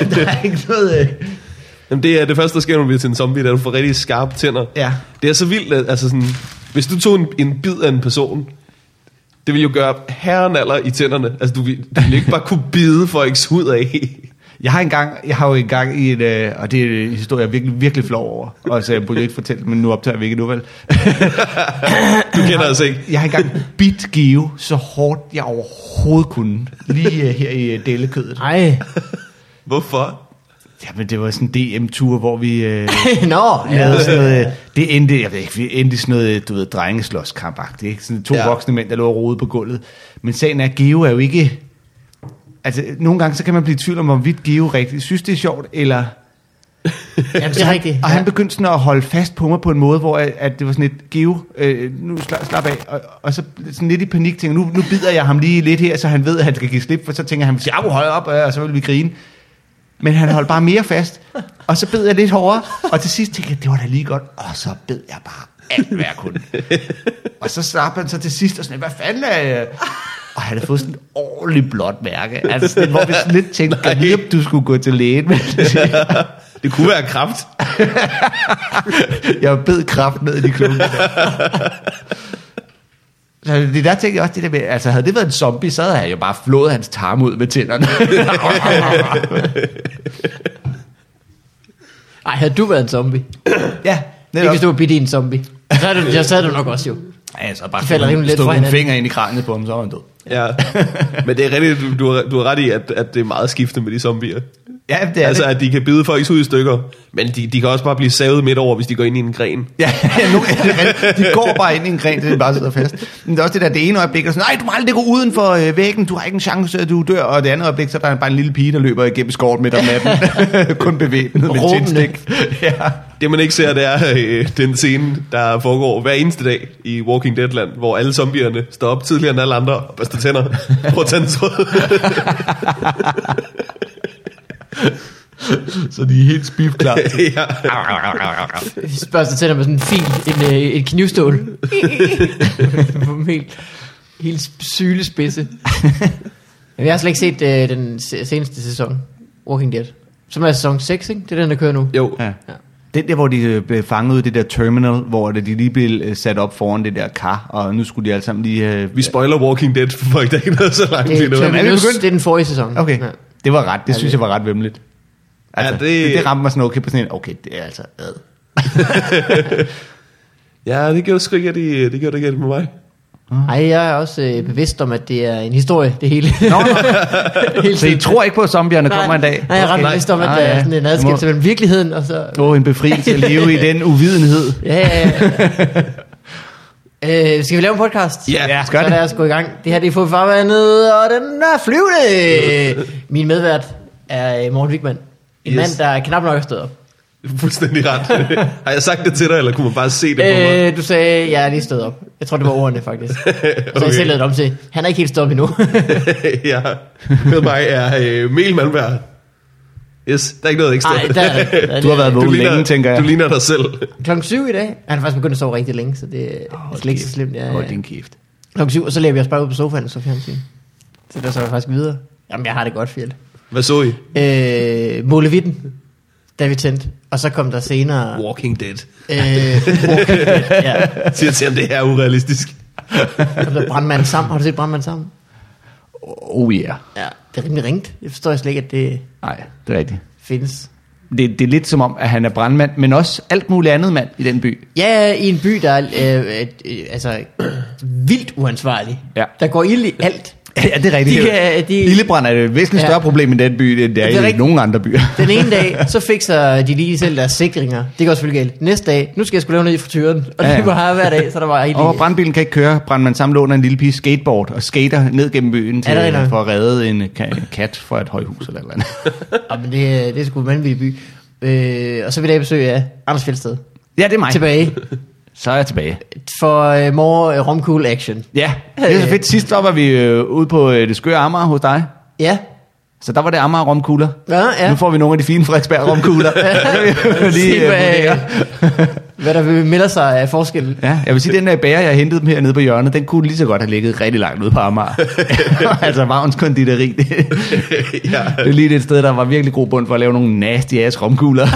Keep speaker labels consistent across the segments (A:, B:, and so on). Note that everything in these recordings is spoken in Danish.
A: der er ikke noget... Øh,
B: Jamen, det er det første, der sker, når du bliver til en zombie, det er, at du får rigtig skarpe tænder.
A: Ja.
B: Det er så vildt, at, altså sådan, hvis du tog en, en bid af en person, det ville jo gøre herren aller i tænderne. Altså, du, ville- du ville ikke bare kunne bide folks hud af.
A: Jeg har engang, jeg har jo engang i en, øh, og det er en historie, jeg er virkelig, virkelig flov over, og så jeg burde ikke fortælle, men nu optager vi ikke nu, vel?
B: Du kender altså ikke.
A: Jeg har engang bidt give så hårdt, jeg overhovedet kunne, lige øh, her i øh, dælekødet.
C: Nej.
B: Hvorfor?
A: Jamen, det var sådan en DM-tur, hvor vi øh,
C: Nå, ja.
A: lavede sådan noget, øh, det endte, jeg ved ikke, vi endte i sådan noget, øh, du ved, drengeslåskamp ikke? Sådan to
B: Ja.
A: ja. voksne mænd, der lå og rode på gulvet. Men sagen er, Geo er jo ikke, altså nogle gange, så kan man blive i tvivl om, hvorvidt Geo rigtigt synes, det er sjovt, eller
C: Jamen, det er rigtigt.
A: Og han begyndte sådan at holde fast på mig på en måde, hvor at, at det var sådan et give, øh, nu slap, slap af, og, og så sådan lidt i panik tænker, nu, nu bider jeg ham lige lidt her, så han ved, at han skal give slip, for så tænker han, ja, hold op, øh," og så vil vi grine. Men han holdt bare mere fast, og så bed jeg lidt hårdere, og til sidst tænkte jeg, det var da lige godt, og så bed jeg bare alt, hvad jeg kunne. Og så slap han så til sidst, og sådan, hvad fanden er Og han havde fået sådan et ordentligt blåt mærke, altså sådan, hvor vi sådan lidt tænkte,
B: Nej.
A: "Gad vide, om du skulle gå til lægen, men
B: Det kunne være kraft.
A: Jeg bed kraft ned i de klumpen. Så det der tænkte jeg også, det der med, altså havde det været en zombie, så havde han jo bare flået hans tarm ud med tænderne.
C: Ej, havde du været en zombie?
A: ja,
C: Ikke
A: netop.
C: hvis du var bidt i en zombie. Så havde du, ja, så havde du nok også jo.
A: Ja, så bare
C: De falder rimelig let
A: stukket
C: fra
A: en
C: hinanden.
A: finger ind i kraniet på ham, så var han død.
B: Ja. Men det er rigtigt, du, du, har, du har ret i, at, at det er meget skiftende med de zombier.
A: Ja, det er
B: altså,
A: det.
B: at de kan bide folks hud i stykker, men de, de kan også bare blive savet midt over, hvis de går ind i en gren.
A: Ja, nu er det rigtigt. De går bare ind i en gren, til den bare sidder fast. Men det er også det der, det ene øjeblik, er sådan, nej, du må aldrig gå uden for øh, væggen, du har ikke en chance, du dør. Og det andet øjeblik, så er der bare en lille pige, der løber igennem skort midt om natten. Kun bevæbnet med
C: Råbende.
A: tændstik. Ja.
B: Det, man ikke ser, det er øh, den scene, der foregår hver eneste dag i Walking Deadland, hvor alle zombierne står op tidligere end alle andre og børster tænder på tandtråd.
A: Så de er helt spifklar.
B: ja.
C: Spørger sig til dig med sådan en fil, en, øh, et knivstål. helt, helt sylespidse. Men jeg har slet ikke set øh, den se- seneste sæson, Walking Dead. Som er sæson 6, ikke? Det er den, der kører nu.
B: Jo,
A: Ja.
C: Ja.
A: Den der, hvor de øh, blev fanget ud i det der terminal, hvor det- de lige blev øh, sat op foran det der kar, og nu skulle de alle sammen lige... øh,
B: vi spoiler Walking Dead for folk, der ikke nåede så langt
C: Det, er,
B: endnu.
A: er vi
C: Terminus,
A: begyndt?
C: det er den forrige sæson.
A: Okay,
C: Ja.
A: det var ret. Det synes jeg var ret vemmeligt. Altså,
B: Ja,
A: ja,
B: det-
A: det... Det, det ramte mig sådan okay på sådan en, okay, det er altså... Ad.
B: Ja, det gjorde sgu ikke, at de, det gjorde det ikke at de med mig.
C: Ej, jeg er også øh, bevidst om, at det er en historie, det hele.
A: Nå, nå.
C: hele
A: Så I tror ikke på, at zombierne kommer en dag?
C: Nej, jeg er ret
B: Okay.
C: bevidst om, at
A: Nej,
C: der er
A: ja.
C: sådan en
A: Jeg må-
C: adskillelse mellem virkeligheden og så...
A: Åh, oh, en befrielse at leve i den uvidenhed.
C: Ja, ja, ja. øh, skal vi lave en podcast?
B: Ja,
A: lad os
C: så
A: gøre det.
C: lad os gå i gang. Det her det er Fugt Farvandet, og den er flyvende. Min medvært er øh, Morten Wigman. En
B: Yes.
C: yes. mand, der knap nok er stået op.
B: Fuldstændig ret. Har jeg sagt det til dig, eller kunne man bare se det på mig?
C: Øh, du sagde, jeg er lige stået op. Jeg tror, det var ordene, faktisk. okay. Så
B: Okay.
C: jeg selv lavede det om til, han er ikke helt stået op endnu.
B: ja. Med mig er øh, Mel Malmberg. Yes, der er ikke noget ekstra.
C: Nej, der, er det. der, er
A: Du har
C: det.
A: været vågen længe, tænker jeg.
B: Du ligner dig selv.
C: Klokken syv i dag. Han har faktisk begyndt at sove rigtig længe, så det er slet ikke så slemt. Ja,
A: Hold
C: ja.
A: din kæft.
C: Klokken syv, og så lægger vi os bare ud på sofaen, og så fjernsyn. Så der så jeg faktisk videre. Jamen, jeg har det godt, Fjell.
B: Hvad så I?
C: Øh, Målevitten, da vi tændte. Og så kom der senere...
B: Walking Dead.
C: Øh, Walking Dead, ja.
B: Siger til ham, det her er urealistisk.
C: Så kom der Brandmand Sam. Har du set Brandmand Sam?
A: Oh yeah.
C: Ja, det er rimelig ringt. Jeg forstår slet ikke, at det
A: Nej, det er rigtigt.
C: findes.
A: Det, det er lidt som om, at han er brandmand, men også alt muligt andet mand i den by.
C: Ja, i en by, der er øh, øh, øh, altså, vildt uansvarlig.
A: Ja.
C: Der går ild i alt.
A: Ja, det er rigtigt.
C: De kan- de-
A: Ildebrand er et væsentligt
C: Ja.
A: større problem i den by, end det er,
C: Det er
A: det er i
C: rigtigt.
A: nogen andre byer.
C: Den ene dag, så fikser de lige selv deres sikringer. Det går selvfølgelig galt. Næste dag, nu skal jeg skulle lave noget i frityren. Og
A: Ja,
C: det
A: ja.
C: var bare hver dag, så der var helt
A: Og brandbilen kan ikke køre. Brandmand Sam låner en lille pige skateboard og skater ned gennem byen
C: Er det rigtigt
A: til,
C: nok?
A: for at redde en, ka- en kat fra et højhus eller et eller andet.
C: Ja, men det, er- det er sgu en vanvittig by. Øh, og så vil jeg besøge af Anders Fjeldsted.
A: Ja, det er mig.
C: Tilbage
A: Så er jeg tilbage.
C: for øh, more øh, romcool action.
A: Ja, det er så fedt. Sidst var, var vi øh, ude på øh, det skøre Amager hos dig.
C: Ja,
A: Så der var det Amager romkugler.
C: Ja, ja.
A: Nu får vi nogle af de fine Frederiksberg romkugler. øh,
C: Se, hvad, hvad der vil- melder sig af forskel.
A: Ja, jeg vil sige, den der bærer, jeg hentede dem hernede på hjørnet, den kunne lige så godt have ligget rigtig langt ude på Amager. altså Vagns konditori, det,
B: ja.
A: det er lige det sted, der var virkelig god bund for at lave nogle nasty ass romkugler.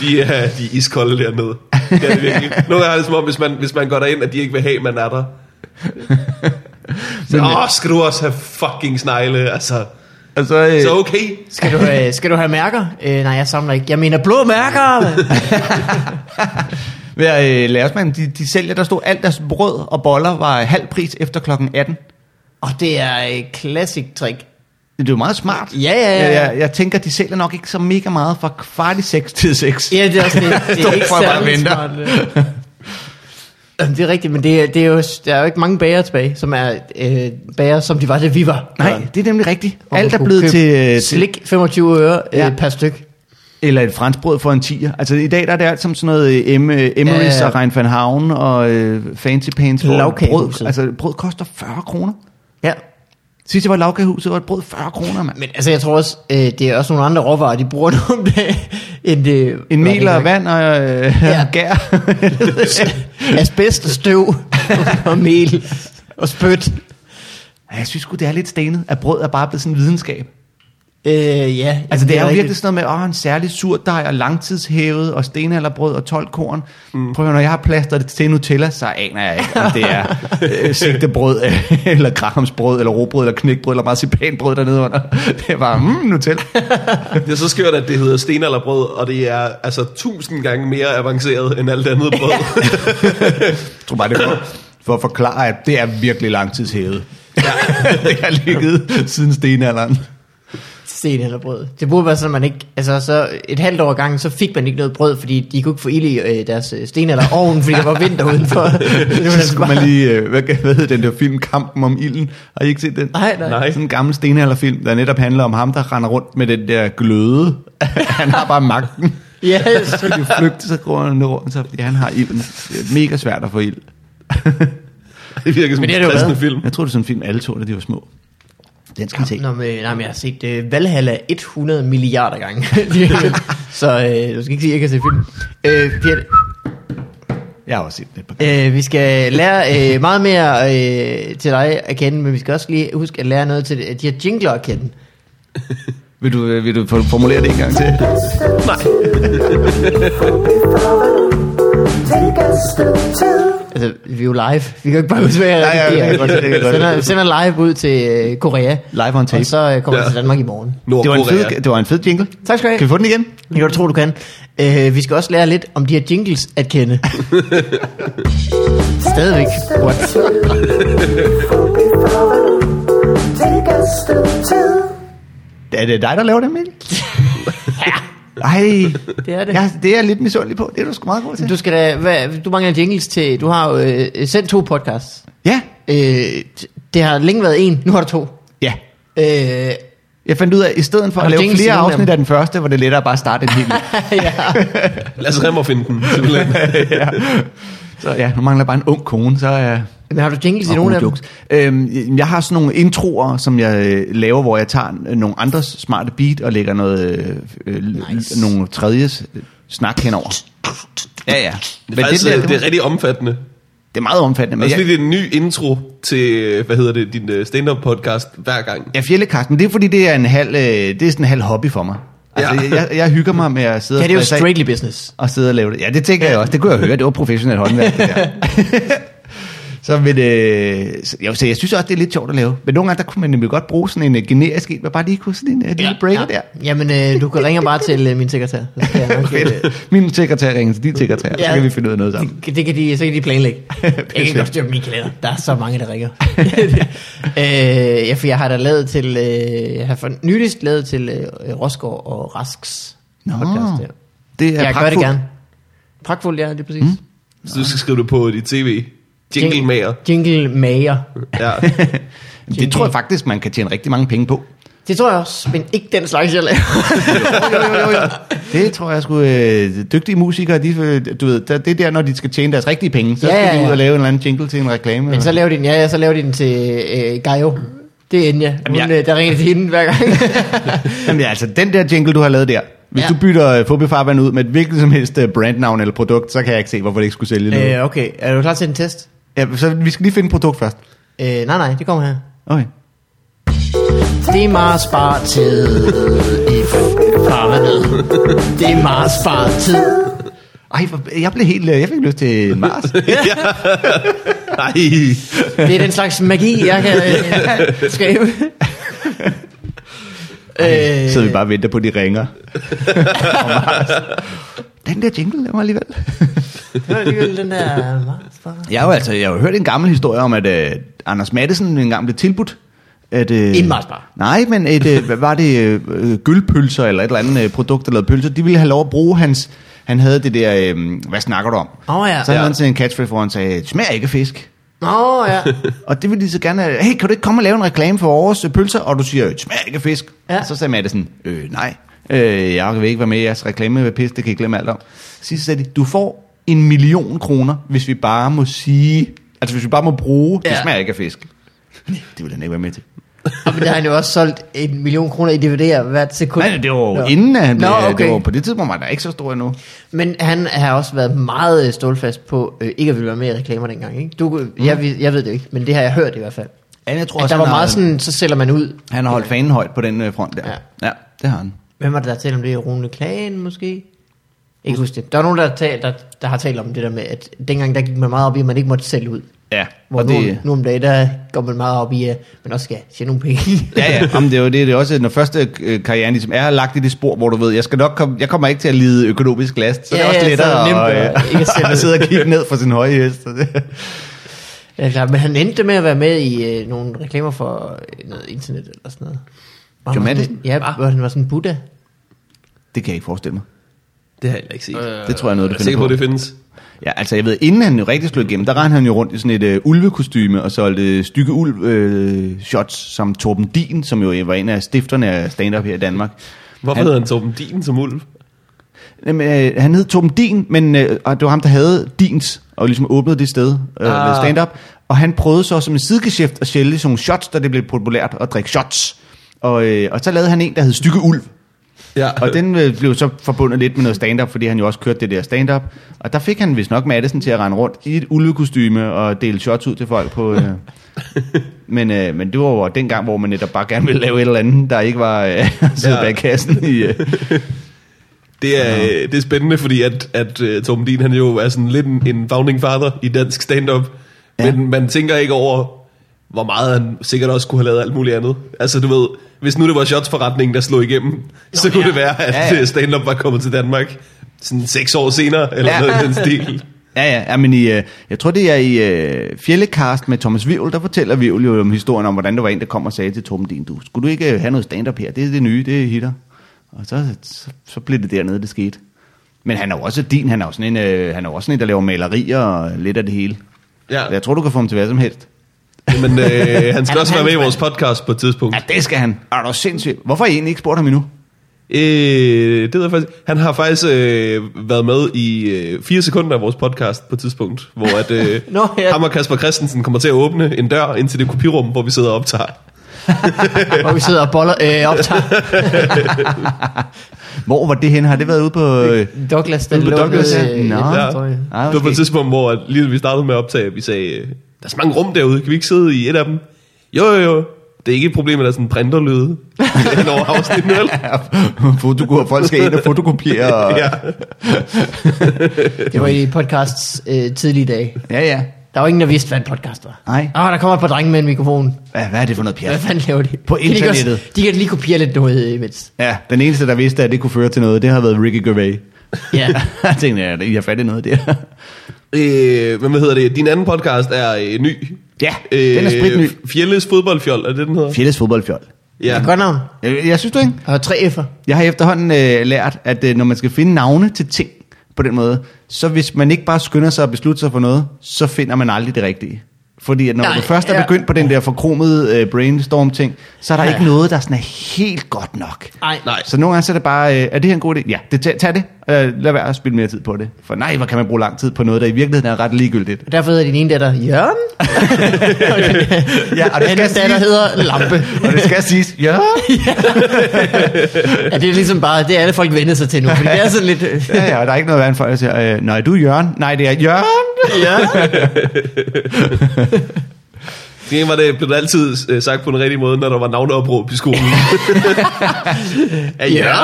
B: De er, de er iskolde dernede. Det er det virkelig. Nogle gange er det som om, hvis man, hvis man går derind, at de ikke vil have, at man er der. Så, åh, skal du også have fucking snegle? Altså,
A: Og så, øh,
B: så okay.
C: Skal du, have, skal du have mærker? Øh, nej, jeg samler ikke. Jeg mener blå mærker!
A: ved at, øh, lærersmanden, de, de sælger, der stod alt deres brød og boller var halv pris efter klokken 18.
C: Og det er et classic trick.
A: Det er jo meget smart.
C: Ja, ja, ja.
A: Jeg, jeg, jeg tænker, de sælger nok ikke så mega meget fra kvart i seks til seks.
C: Ja, det er også det. Det
A: Står
C: er ikke
A: for at bare
C: særlig
A: vente.
C: smart. øh. Jamen, det er rigtigt, men det, er- det er jo, der er jo ikke mange bager tilbage, som er øh, bager, som de var, da vi var.
A: Nej, det er nemlig rigtigt.
C: Hvor
A: Alt
C: man
A: er
C: kunne
A: blevet
C: købe
A: til, øh, til
C: Slik 25 øre
A: Ja.
C: ja. per styk.
A: Eller et franskbrød for en tiger. Altså i dag der er det alt som sådan noget øh, em, Emmerys ja,
C: Ja,
A: ja,
C: ja, ja.
A: og Rein van Havn og øh, Fancy Pants for et brød.
C: Lagkagehuset.
A: Altså brød koster 40 kroner.
C: Ja.
A: Sidst jeg var i lavkagehuset, var et brød 40 kroner, mand.
C: Men altså, jeg tror også, øh, det er også nogle andre råvarer, de bruger nu om dagen, end øh,
A: En
C: hvad
A: mel og
C: det er.
A: vand og øh, ja.
C: Ja.
A: gær.
C: Asbest og støv og mel og spyt.
A: Ej, jeg synes sgu, det er lidt stenet, at brød er bare blevet sådan en videnskab.
C: Øh, ja,
A: Altså det er jo
C: rigtigt.
A: virkelig sådan noget med, åh, en særlig surdej og langtidshævet og stenalderbrød og 12 korn. Mm. Prøv at høre, når jeg har plaster det til Nutella, så aner jeg ikke, om det er øh, sigtebrød, øh, eller grahamsbrød, eller robrød, eller knækbrød, eller marcipanbrød dernede under. Det er bare, mm, Nutella.
B: Det er så skørt, at det hedder stenalderbrød, og det er altså tusind gange mere avanceret end alt andet brød.
A: Jeg tror bare, det er for, for at forklare, at det er virkelig langtidshævet. det har ligget siden stenalderen.
C: sten eller brød. Det burde være sådan, at man ikke, altså så et halvt år gangen, så fik man ikke noget brød, fordi de kunne ikke få ild i øh, deres øh, sten eller ovn, fordi der var vinter udenfor. det var
A: Så
C: altså
A: skulle
C: bare,
A: man lige, øh, hvad, hvad hed den der film, Kampen om Ilden? Har I ikke set den?
C: Nej, nej.
B: Nej.
A: Sådan en gammel stenalderfilm, der netop handler om ham, der render rundt med den der gløde. han har bare magten.
C: Yes.
A: Så kan de flygte, så går han rundt, så, fordi han har ilden. Det er mega svært at få ild.
B: Det virker som
C: Men det er
B: en
C: det jo
B: kristende
C: været.
B: film.
A: Jeg tror, det er sådan en film, alle to, da de var små. Den skal vi se.
C: Nå, men, nej, men jeg har set øh, Valhalla 100 milliarder gange. så øh, du skal ikke sige, at jeg kan se film. Øh, Peter,
A: Jeg har også set den et par gange.
C: øh, vi skal lære øh, meget mere øh, til dig at kende, men vi skal også lige huske at lære noget til øh, de her jingler at kende.
A: Vil du, øh, vil du for- formulere det en gang til?
D: Take us to
C: Altså, vi er jo live. Vi kan jo ikke bare huske, hvad jeg
A: Nej, ja,
C: redigerer.
A: det kan godt, det kan godt.
C: sender, sender live ud til øh, Korea.
A: Live on tape.
C: Og så øh, kommer ja.
B: Ja.
C: til Danmark i morgen.
A: Det var, en
B: Nordkorea.
A: fed, det var en fed jingle.
C: Tak skal du have.
A: Kan vi få den igen?
C: Jeg kan du tro, du kan. Øh, vi skal også lære lidt om de her jingles at kende. Stadigvæk. What?
D: Take us to
A: Er det dig, der laver den, Mikkel? ja. Ej,
C: Det er det.
A: jeg, det er jeg lidt misundelig på. Det er du sgu meget god til.
C: Du, skal da, hvad, du mangler jingles til... Du har jo øh, sendt to podcasts.
A: Ja.
C: Øh, t- det har længe været en. Nu har du to.
A: Ja.
C: Øh,
A: Jeg fandt ud af, at i stedet for
C: Har
A: at
C: du
A: lave
C: jingles
A: flere
C: til nogen af
A: afsnit
C: dem?
A: af den første, var det lettere bare at starte en hel.
C: ja.
B: Lasse Remmer finde den, simpelthen.
A: ja. Så ja, nu mangler bare en ung kone, så er uh,
C: Men har du jingles i nogle af dem?
A: Øhm, jeg har sådan nogle introer, som jeg øh, laver, hvor jeg tager øh, nogle andres smarte beat og lægger noget, øh, øh, nice.
C: Nice.
A: nogle tredjes øh, snak henover. Ja, ja. Men
B: Det er, altså, det,
A: der,
B: er, det er rigtig omfattende. Det
A: det er meget omfattende.
B: er
A: Men
B: også
A: jeg,
B: fordi, det er en ny intro til, hvad hedder det, din øh, stand-up podcast hver gang.
A: ja, fjellekast, men det er fordi, det er, en halv, øh, det er sådan en halv hobby for mig. Altså,
B: Ja.
A: jeg, jeg hygger mig med at sidde
C: Ja,
A: og
C: det er jo
A: stresse af.
C: straightly business.
A: og sidde og lave det. Ja, det tænker jeg også. Det kunne jeg høre. Det var professionelt håndværk, det der. så, men, øh, så, jo, så jeg synes også, det er lidt sjovt at lave. Men nogle gange, der kunne man nemlig godt bruge sådan en øh, generisk en, man bare lige kunne sådan en øh, lille breaker der.
C: Jamen, øh, du kan ringe bare til øh, min sekretær. Så skal jeg nok, øh,
A: Fedt. Min sekretær ringer til din sekretær, ja. så
C: Ja.
A: kan vi finde ud af noget sammen.
C: det, det kan de, så kan de planlægge. jeg kan
A: Pisse.
C: godt styre min kalender. Der er så mange, der ringer. øh, ja, for jeg har da lavet til, øh, jeg har for nyligst lavet til øh, Rosgaard og Rasks
A: Nå,
C: podcast. Ja.
A: det er
C: jeg gør det
A: pragtfuldt.
C: gerne. Pragtfuldt, ja, det er præcis. Mm.
B: Så du skal skrive det på dit tv. Jingle mager.
C: Jingle mager.
B: Ja.
A: Det tror jeg faktisk, man kan tjene rigtig mange penge på.
C: Det tror jeg også, men ikke den slags, jeg laver.
A: jo, jo, jo, jo. Det tror jeg sgu, øh, dygtige musikere, de, øh, du ved, der- det er der, når de skal tjene deres rigtige penge, så
C: Ja,
A: skal de
C: ja,
A: ud
C: ja.
A: Mm. og lave en eller anden jingle til en reklame.
C: men så laver de den, ja, ja, så laver de den til øh, Gaio. Det er Enya. Hun,
A: Jamen, jeg-
C: jeg... der ringer til hende hver gang.
A: Jamen ja, altså, den der jingle, du har lavet der, hvis ja.
C: Ja.
A: du bytter uh, Fobifarvand ud med et hvilket som helst øh, brandnavn eller produkt, så kan jeg ikke se, hvorfor det ikke skulle sælge noget.
C: øh, okay, er du klar til en test?
A: Ja, så vi skal lige finde et produkt først.
C: Øh, nej, nej, det kommer her.
A: Okay.
C: Det er meget sparet tid i farvandet. Det er meget sparet tid.
A: Ej, hvor- jeg blev helt... øh, Jeg fik lyst til en Mars.
B: Nej.
C: Det er den slags magi, jeg kan øh, skabe. Øh,
A: Så vi bare og venter på, at de ringer. Og Mars. den der jingle, den var alligevel...
C: hør alligevel den der meget sparet.
A: Jeg har jo altså, jeg har jo hørt en gammel historie om, at øh, Anders Mattesen engang blev tilbudt. At, øh,
C: En Marsbar.
A: Nej, men et, øh, hvad var det øh, øh, gølpølser eller et eller andet øh, produkt, der lavede pølser. De ville have lov at bruge hans... Han havde det der, øh, hvad snakker du om?
C: Åh, ja.
A: Så havde
B: Ja.
A: han sådan en catchphrase, hvor han sagde, smager ikke af fisk.
C: Nå ja.
A: Og det ville de så gerne have, hey, kan du ikke komme og lave en reklame for vores øh, pølser? Og du siger, "Det smager ikke af fisk.
C: Ja.
A: Ja. Så sagde Matte sådan, øh, nej, øh, jeg vil ikke være med i jeres reklame med pis, det kan jeg glemme alt om. Sidst sagde de, du får en million kroner, hvis vi bare må sige, altså hvis vi bare må bruge, ja. det
C: Ja.
A: smager ikke af fisk. Det ville han ikke være med til.
C: Og Ah, men der har han jo også solgt en million kroner i DVD'er hvert sekund.
A: Nej, det var jo
C: Nå.
A: inden, at han blev,
C: Nå,
A: okay.
C: okay.
A: det var, på det tidspunkt var der ikke så stor endnu.
C: Men han har også været meget øh, stålfast på øh, ikke at ville være med i reklamer dengang. Ikke? Du, mm. jeg, ved- jeg ved det ikke, men det har jeg hørt i hvert fald.
A: Ja, jeg tror
C: At der
A: han
C: var
A: har-
C: meget sådan, så sælger man ud.
A: Han har holdt fanen højt på den øh, front der.
C: Ja.
A: Ja. ja, det har han.
C: Hvem var det, der talte om det? Rune Klagen måske? Ikke huske det. Der er nogen, der, tal, der, der har talt om det der med, at dengang der gik man meget op i, at man ikke måtte sælge ud.
A: Ja,
C: Hvor
A: og
C: nu, det...
A: det,
C: nu om dagen, der går man meget op i, at man også skal tjene nogle penge.
A: Ja, ja, Jamen, det er jo det. Det er også, når første øh, karrieren ligesom er lagt i det spor, hvor du ved, jeg, skal nok komme, jeg kommer ikke til at lide økonomisk last, så ja,
C: Ja,
A: det er også
C: ja,
A: lettere
C: så er det
A: at,
C: nemt
A: øh,
C: at ikke at sælge
A: at sidde og kigge ned fra sin høje hest. Så det-
C: ja, klar, men han endte med at være med i øh, nogle reklamer for øh, noget internet eller sådan noget. Hvor han
A: Gjorde
C: var
A: man
C: sådan-
A: det?
C: Ja, hvor han var sådan en Buddha.
A: Det kan jeg ikke forestille mig.
B: Det har jeg heller ikke set. Øh,
A: Det tror jeg er noget,
B: jeg
A: du
B: er
A: finder
B: sikker på,
A: på.
B: at det findes.
A: Ja, altså jeg ved, inden han jo rigtig slog igennem, der rendte han jo rundt i sådan et øh, ulvekostyme og solgte øh, stykke ulv øh, shots som Torben Din, som jo var en af stifterne af stand-up her i Danmark.
B: Hvorfor
A: Han-
B: hedder han Torben Dien som ulv?
A: Jamen, øh, han hed Torben Din, men øh, og det var ham, der havde Dins, og ligesom åbnede det sted, øh,
B: Ah.
A: ah. stand-up. Og han prøvede så som en sidegeschæft at sælge sådan nogle shots, da det blev populært at drikke shots. Og, øh, og så lavede han en, der hed Stykke Ulv.
B: Ja.
A: Og den øh, blev så forbundet lidt med noget stand-up, fordi han jo også kørte det der stand-up. Og der fik han vist nok Madison til at rende rundt i et ulvekostyme og dele shots ud til folk på... Øh. Men, øh, men det var jo dengang, hvor man netop bare gerne ville lave et eller andet, der ikke var øh, at sidde
B: Ja.
A: ja. bag kassen i... Øh.
B: Det er, øh, det er spændende, fordi at, at uh, Torben Dien, han jo er sådan lidt en, en founding father i dansk stand-up. Ja.
A: Ja.
B: Men man tænker ikke over, hvor meget han sikkert også kunne have lavet alt muligt andet. Altså du ved, hvis nu det var shotsforretningen, der slog igennem, Nå, så kunne ja. det være, at
A: Ja,
B: ja,
A: ja.
B: ja. stand-up var kommet til Danmark sådan seks år senere, eller ja.
A: Ja.
B: noget i den stil.
A: Ja, ja, ja men i, øh, jeg tror, det er i øh, Fjellecast med Thomas Vivl, der fortæller Vivl jo om historien om, hvordan der var en, der kom og sagde til Torben Din, du, skulle du ikke øh, have noget stand-up her? Det er det nye, det er hitter. Og så, så, så blev det dernede, det skete. Men han er jo også din, han er jo sådan en, øh, han er jo også sådan en der laver malerier og lidt af det hele.
B: Ja.
A: Så Jeg tror, du kan få ham til hvad som helst.
B: Men øh, han skal
C: er
B: også være med i
C: handelsmand.
B: vores podcast på et tidspunkt.
A: Ja, det skal han. Er du sindssygt? Hvorfor har I egentlig ikke spurgt ham endnu?
B: Øh, det ved jeg faktisk. Han har faktisk øh, været med i øh, fire sekunder af vores podcast på et tidspunkt, hvor at, øh,
C: Nå, ja.
B: ham og Kasper Christensen kommer til at åbne en dør ind til det kopirum, hvor vi sidder og optager.
C: Hvor vi sidder og boller, øh, optager
A: Hvor var det henne? Har det været ude på... Øh,
C: Douglas, der
A: Ude på
C: lukkede,
A: Douglas, ja.
C: øh,
A: Nå.
C: et
A: Ja.
C: historie.
A: Ej, hvor
B: det var på et
A: skægt.
B: tidspunkt, hvor at, lige da vi startede med at optage, vi sagde, øh, der er så mange rum derude, kan vi ikke sidde i et af dem? Jo, jo, jo. Det er ikke et problem, at der er sådan en printerlyde hen over afsnitten, vel?
A: Fotokopier, folk skal ind og fotokopiere. Og, ja.
B: Ja.
C: Det var i podcasts øh, tidlige dage.
A: ja, ja.
C: Der var ingen, der vidste, hvad en podcast var.
A: Nej.
C: Åh, der kommer et par drenge med en mikrofon.
A: Hvad, hvad er det for noget, Pia?
C: Hvad fanden laver de?
A: På
C: Kan de ikke også-
A: internettet.
C: De kan lige kopiere lidt noget øh, imens.
A: Ja, den eneste, der vidste, at det kunne føre til noget, det har været Ricky Gervais.
C: Ja.
A: jeg tænkte, ja, I har fat i noget der.
B: Øh, men hvad hedder det? Din anden podcast er øh, ny.
A: Ja, den er spritny.
B: Fjelles fodboldfjold, er det den hedder?
A: Fjelles fodboldfjold.
C: ja.
B: Ja.
C: Godt navn.
A: Jeg, jeg synes du ikke?
C: Og tre F'er.
A: Jeg har efterhånden øh, lært, at øh, når man skal finde navne til ting på den måde, så hvis man ikke bare skynder sig at beslutte sig for noget, så finder man aldrig det rigtige. Fordi at når
C: Nej,
A: Nej, du først er
C: ja.
A: begyndt på den der forkromede øh, brainstorm-ting, så er der ja. ikke noget, der sådan er helt godt nok.
C: Nej.
B: Nej.
A: Så nogle gange så er det bare, øh, er det her en god idé? Ja, det, tag, tag det. Øh, lad være at spille mere tid på det. For nej, hvor kan man bruge lang tid på noget, der i virkeligheden er ret ligegyldigt.
C: Og derfor hedder din ene datter Jørgen.
A: Ja, og
C: Den anden datter hedder Lampe.
A: og det skal siges, ja,
C: Ja, det er ligesom bare, det er alle folk vendet sig til nu. Fordi det er sådan lidt... øh,
A: ja, ja og der er ikke noget værd for, at jeg siger, øh, nej, du er Jørgen. Nej, det er Jørgen.
C: Ja.
B: Det var det, blev det altid øh, sagt på den rigtige måde, når der var navneopråb i skolen. ja, ja.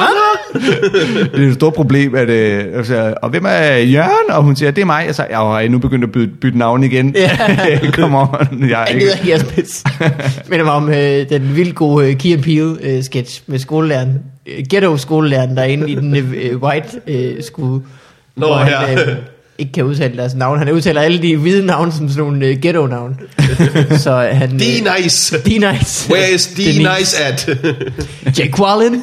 A: Det er et stort problem, at, øh, altså, og hvem er Jørgen? Og hun siger, det er mig. Jeg siger, ja, og jeg er nu begyndt at bytte, bytte navn igen.
C: Ja.
A: Kom on, jeg er
C: Jeg
A: ikke...
C: gider ikke Jaspis. Men det var om øh, den vildt gode øh, Key and Peele øh, sketch med skolelæreren. Øh, ghetto skolelæreren, der er inde i den øh, white øh, skue.
B: Nå,
C: hvor han,
B: ja.
C: øh, ikke kan udtale deres navn. Han udtaler alle de hvide navne som sådan nogle øh, ghetto-navn. Så han... Øh,
B: D-Nice.
C: D-Nice.
B: Where is D-Nice at?
C: Jake Wallen.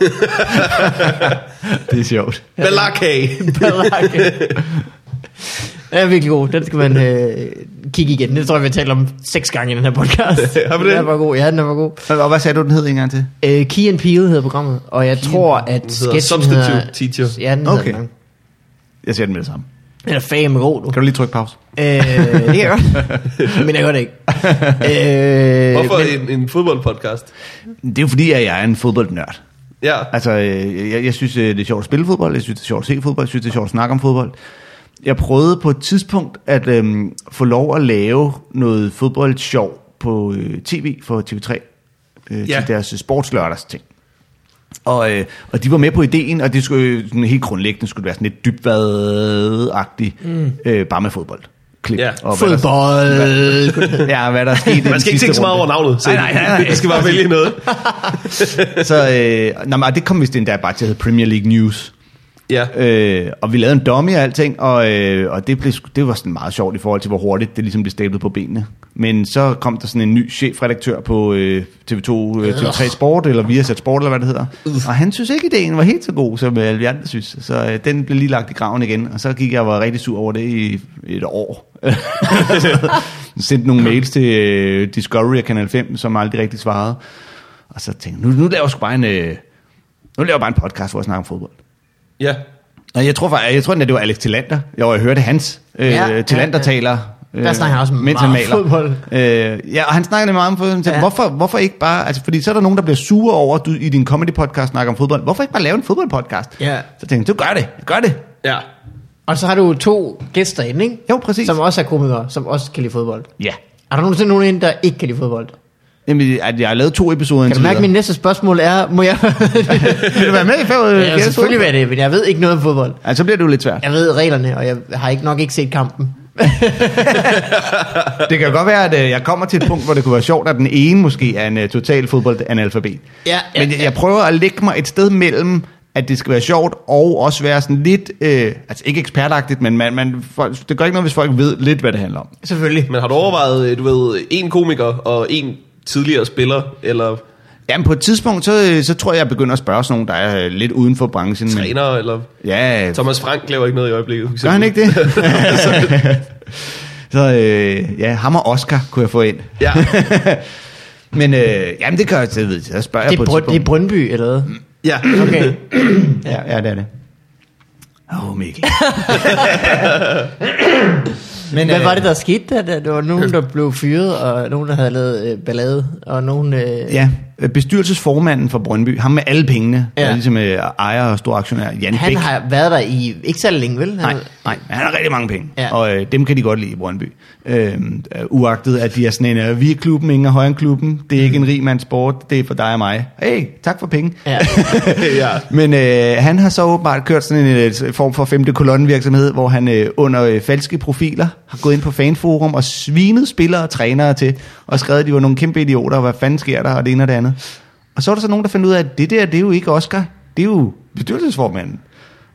A: Det er sjovt.
B: Balakay.
A: Øh,
C: Balak. Den er virkelig god. Den skal man øh, kigge igen. Det tror jeg, vi har talt om seks gange i den her podcast.
B: Har vi det?
C: Den var god. Ja, den var god.
A: Og hvad sagde du, den hed en gang til?
C: Øh, Key and Peele hedder programmet, og jeg Key tror, at sketchen
B: Substitute
C: hedder,
B: Teacher.
C: Ja, den okay.
A: Okay.
C: hedder den.
A: Jeg ser den med det samme.
C: Den er fag med god, du.
A: Kan du lige trykke pause?
C: Øh, det kan jeg godt. men jeg gør det ikke. Øh,
B: Hvorfor
C: men,
B: en, en fodboldpodcast?
A: Det er jo fordi, at jeg er en fodboldnørd.
B: Ja.
A: Altså, øh, jeg, jeg synes, øh, det er sjovt at spille fodbold, jeg synes, det er sjovt at se fodbold, jeg synes, det er sjovt at snakke om fodbold. Jeg prøvede på et tidspunkt at øhm, få lov at lave noget fodboldsjov på øh, tv for TV3, øh,
B: Ja.
A: til deres sportslørdags ting. Og, øh, og de var med på ideen, og det skulle øh, sådan helt grundlæggende skulle det være sådan lidt dybvad-agtigt, mm. øh, bare med fodbold. Klip.
B: Ja.
A: Og hvad der-
C: fodbold.
A: Ja, hvad der er sket i den
B: Man skal ikke
A: sidste
B: tænke så meget
A: runde.
B: over navnet.
A: Nej, nej, nej, nej.
B: Det skal bare vælge noget.
A: Så, øh, nå, men det kom vist endda bare til at hedde Premier League News.
B: Ja.
A: Øh, og vi lavede en dummy og alting, og, øh, og det, blev, sgu- det var sådan meget sjovt i forhold til, hvor hurtigt det ligesom blev stablet på benene. Men så kom der sådan en ny chefredaktør på øh, TV2, øh, TV3 Sport, eller Viasat Sport, eller hvad det hedder. Og han synes ikke, ideen var helt så god, som øh, alle vi andre synes. Så øh, den blev lige lagt i graven igen, og så gik jeg og var rigtig sur over det i et år. Sendte nogle mails til øh, Discovery og Kanal 5, som aldrig rigtig svarede. Og så tænkte jeg, nu, nu laver jeg sgu bare en... Øh, nu laver jeg bare en podcast, hvor jeg snakker om fodbold.
B: Ja.
A: Nej, jeg tror faktisk, jeg tror, endda, det var Alex Tillander. Jeg, var, jeg hørte hans øh,
C: Ja,
A: ja, Tillander
C: ja, ja.
A: taler. Øh,
C: Der snakker han også
A: mens
C: meget
A: han maler.
C: fodbold.
A: Øh, ja, og han snakker nemlig meget om fodbold.
C: Ja.
A: Ja. Hvorfor, hvorfor ikke bare... Altså, fordi så er der nogen, der bliver sure over, at du i din comedy-podcast snakker om fodbold. Hvorfor ikke bare lave en fodboldpodcast?
C: Ja.
A: Så tænkte jeg, du gør det, gør det.
B: Ja.
C: og så har du to gæster inde, ikke?
A: Jo, præcis.
C: Som også er komikere, som også kan lide fodbold.
A: Ja.
C: Er der nogensinde nogen inde, der ikke kan lide fodbold?
A: Jamen, at jeg har lavet to episoder
C: Kan du mærke, at min næste spørgsmål er, må jeg...
A: Vil du være med i fem? øh,
C: jeg
A: Gæres
C: vil selvfølgelig
A: fodbold?
C: være det, men jeg ved ikke noget om fodbold.
A: Ja, så bliver det jo lidt svært.
C: Jeg ved reglerne, og jeg har ikke nok ikke set kampen.
A: Det kan jo godt være, at øh, jeg kommer til et punkt, hvor det kunne være sjovt, at den ene måske er en uh, total fodboldanalfabet.
C: Ja, ja,
A: Men jeg,
C: ja.
A: jeg prøver at lægge mig et sted mellem, at det skal være sjovt, og også være sådan lidt, øh, altså ikke ekspertagtigt, men man, man, folk, det gør ikke noget, hvis folk ved lidt, hvad det handler om.
C: Selvfølgelig.
B: Men har du overvejet, øh, du ved, en komiker og en tidligere spiller, eller
A: Jamen på et tidspunkt, så, øh, så tror jeg, jeg begynder at spørge sådan nogen, der er øh, lidt uden for branchen. men-
B: træner, eller...
A: Ja,
B: Thomas Frank laver ikke noget i øjeblikket.
A: gør han ikke det? så øh, ja, ham og Oscar kunne jeg få ind.
B: Ja.
A: Men øh, jamen det gør jeg, så ved jeg, så spørger jeg
C: Det
A: på
C: er,
A: et
C: Brøn,
A: tidspunkt.
C: det er Brøndby, eller hvad?
B: Ja.
C: Okay.
A: Ja, ja det er det. Åh, oh, Mikkel.
C: Men, Hvad
A: øh,
C: var det, der skete der? Der- Der var nogen, der blev fyret, og nogen, der havde lavet øh, ballade, og nogen... Øh,
A: Ja, øh, bestyrelsesformanden for Brøndby, ham med alle pengene,
C: Ja.
A: ja. er ligesom øh, ejer og stor aktionær, Jan
C: han
A: Bæk.
C: har været der i ikke særlig længe, vel? Han,
A: Nej, nej, men han har rigtig mange penge,
C: Ja.
A: ja. og øh, dem kan de godt lide i Brøndby. Øh, øh, uagtet, at de er sådan en, øh, vi er klubben, ingen er højere end klubben, det er ikke en rig mands sport, det er for dig og mig. Hey, tak for penge.
C: Mm. Ja.
B: ja.
A: Men øh, han har så åbenbart kørt sådan en øh, form for femte kolonne virksomhed, hvor han øh, under øh, falske profiler har gået ind på fanforum og svinet spillere og trænere til, og skrevet, at de var nogle kæmpe idioter, og hvad fanden sker der, og det ene og det andet. Og så er der så nogen, der fandt ud af, at det der, det er jo ikke Oscar, det er jo bestyrelsesformanden.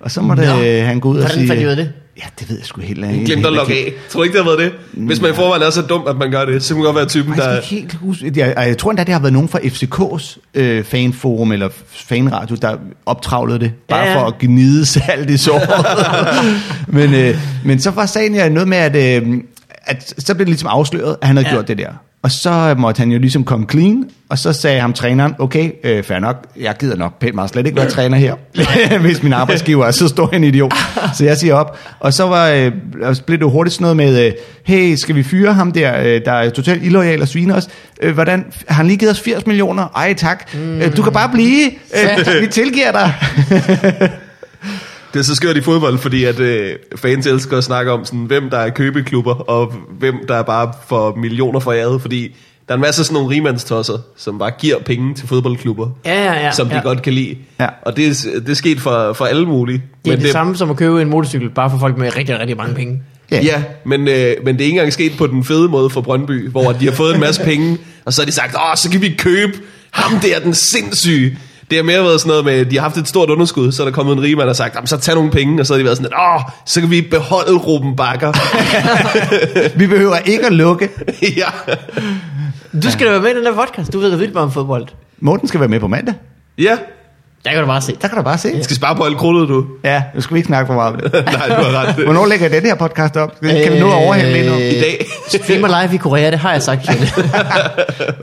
A: Og så måtte
C: Nå.
A: øh, han gå ud og
C: Hvordan
A: sige...
C: fandt de ud af det?
A: Ja, det ved jeg sgu helt
B: Jeg
A: ikke.
B: Glemte at logge af. Tror du ikke, det har været det? Hvis man i forvejen er så dum, at man gør det, så kan man godt være typen,
A: Jeg,
B: der...
A: skal ikke helt huske, jeg, jeg, jeg tror endda, det har været nogen fra FCK's øh, fanforum eller fanradio, der optravlede det, bare
C: Ja,
A: ja,
C: ja.
A: ja. for at gnide salt i såret. men, øh, men så var sagen jeg noget med, at øh, at så blev det ligesom afsløret, at han havde
C: Ja.
A: ja. gjort det der. Og så måtte han jo ligesom komme clean, og så sagde ham træneren, okay, øh, fair nok, jeg gider nok pænt meget slet ikke være træner her, hvis min arbejdsgiver er så stor en idiot. Så jeg siger op. Og så var, øh, og så blev det jo hurtigt sådan noget med, øh, hey, skal vi fyre ham der, øh, der er totalt illoyal og sviner os? Øh, hvordan, har han lige givet os 80 millioner? Ej tak, mm. øh, du kan bare blive, øh, vi tilgiver dig.
B: Det er så skørt i fodbold, fordi at øh, fans elsker at snakke om, sådan, hvem der er købeklubber, og hvem der er bare for millioner foræret, fordi der er en masse af sådan nogle rigmandstosser, som bare giver penge til fodboldklubber,
C: Ja, ja, ja.
B: som de
C: ja.
B: godt kan lide.
A: Ja.
B: Og det, er- det er sket for, for alle mulige.
C: Det er det, det samme som at købe en motorcykel, bare for folk med rigtig, rigtig mange penge.
B: Ja, ja men, øh, men det er ikke engang sket på den fede måde for Brøndby, hvor de har fået en masse penge, og så har de sagt, åh, så kan vi købe ham der, den sindssyge. Det har mere været sådan noget med, at de har haft et stort underskud, så er der kommet en rigmand og har sagt, "Jamen, så tag nogle penge, og så har de været sådan, åh, så kan vi beholde Ruben Bakker.
A: Vi behøver ikke at lukke.
B: ja.
C: Du skal da være med i den der podcast, du ved da vildt meget om fodbold.
A: Morten skal være med på mandag.
B: ja,
C: Der kan du bare se.
A: Der kan du bare se.
B: du skal spare på alt krudtet, du.
A: Ja, nu skal vi ikke snakke for meget om det.
B: Nej, du har ret.
A: Hvornår lægger den her podcast op? Kan vi nå at overhælde lidt nu?
B: I dag.
C: Streamer live i Korea, det har jeg sagt. Kjell. Øh.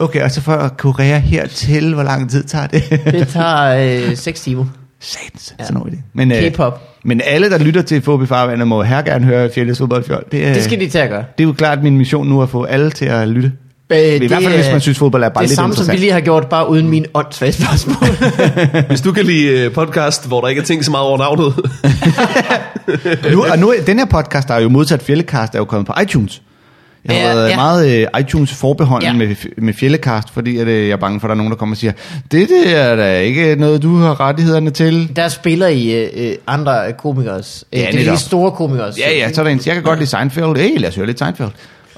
A: Okay, og så fra Korea hertil, hvor lang tid tager det?
C: Det tager øh, 6 timer.
A: Satans,
C: Ja.
A: så når vi det. Men, øh,
C: K-pop.
A: men alle, der lytter til FOB Farvandet, må her gerne høre Fjelles fodboldfjold. Det, øh,
C: Det skal de til at gøre.
A: det er jo klart min mission nu at få alle til at lytte.
C: Øh,
A: I hvert fald,
C: er-
A: hvis man synes, fodbold er bare
C: det
A: lidt
C: samme, som vi
A: interessant.
C: lige har gjort, bare uden min åndssvage spørgsmål.
B: Hvis du kan lide øh, podcast, hvor der ikke er ting så meget over navnet.
A: Øh, Nu, og nu, den her podcast, der er jo modsat Fjellekast, er jo kommet på iTunes. Jeg har
C: Ja,
A: ja, været
C: ja.
A: ja. meget øh, iTunes forbeholden
C: Ja.
A: ja. med, med Fjellekast, fordi at, øh, jeg er bange for, at der er nogen, der kommer og siger, det der er da ikke noget, du har rettighederne til.
C: der spiller I øh, øh, andre komikers. Øh,
A: Ja,
C: det er de
A: netop.
C: store komikers.
A: Ja, ja, så er der en, jeg kan godt lide Seinfeld. Hey, lad os høre lidt Seinfeld.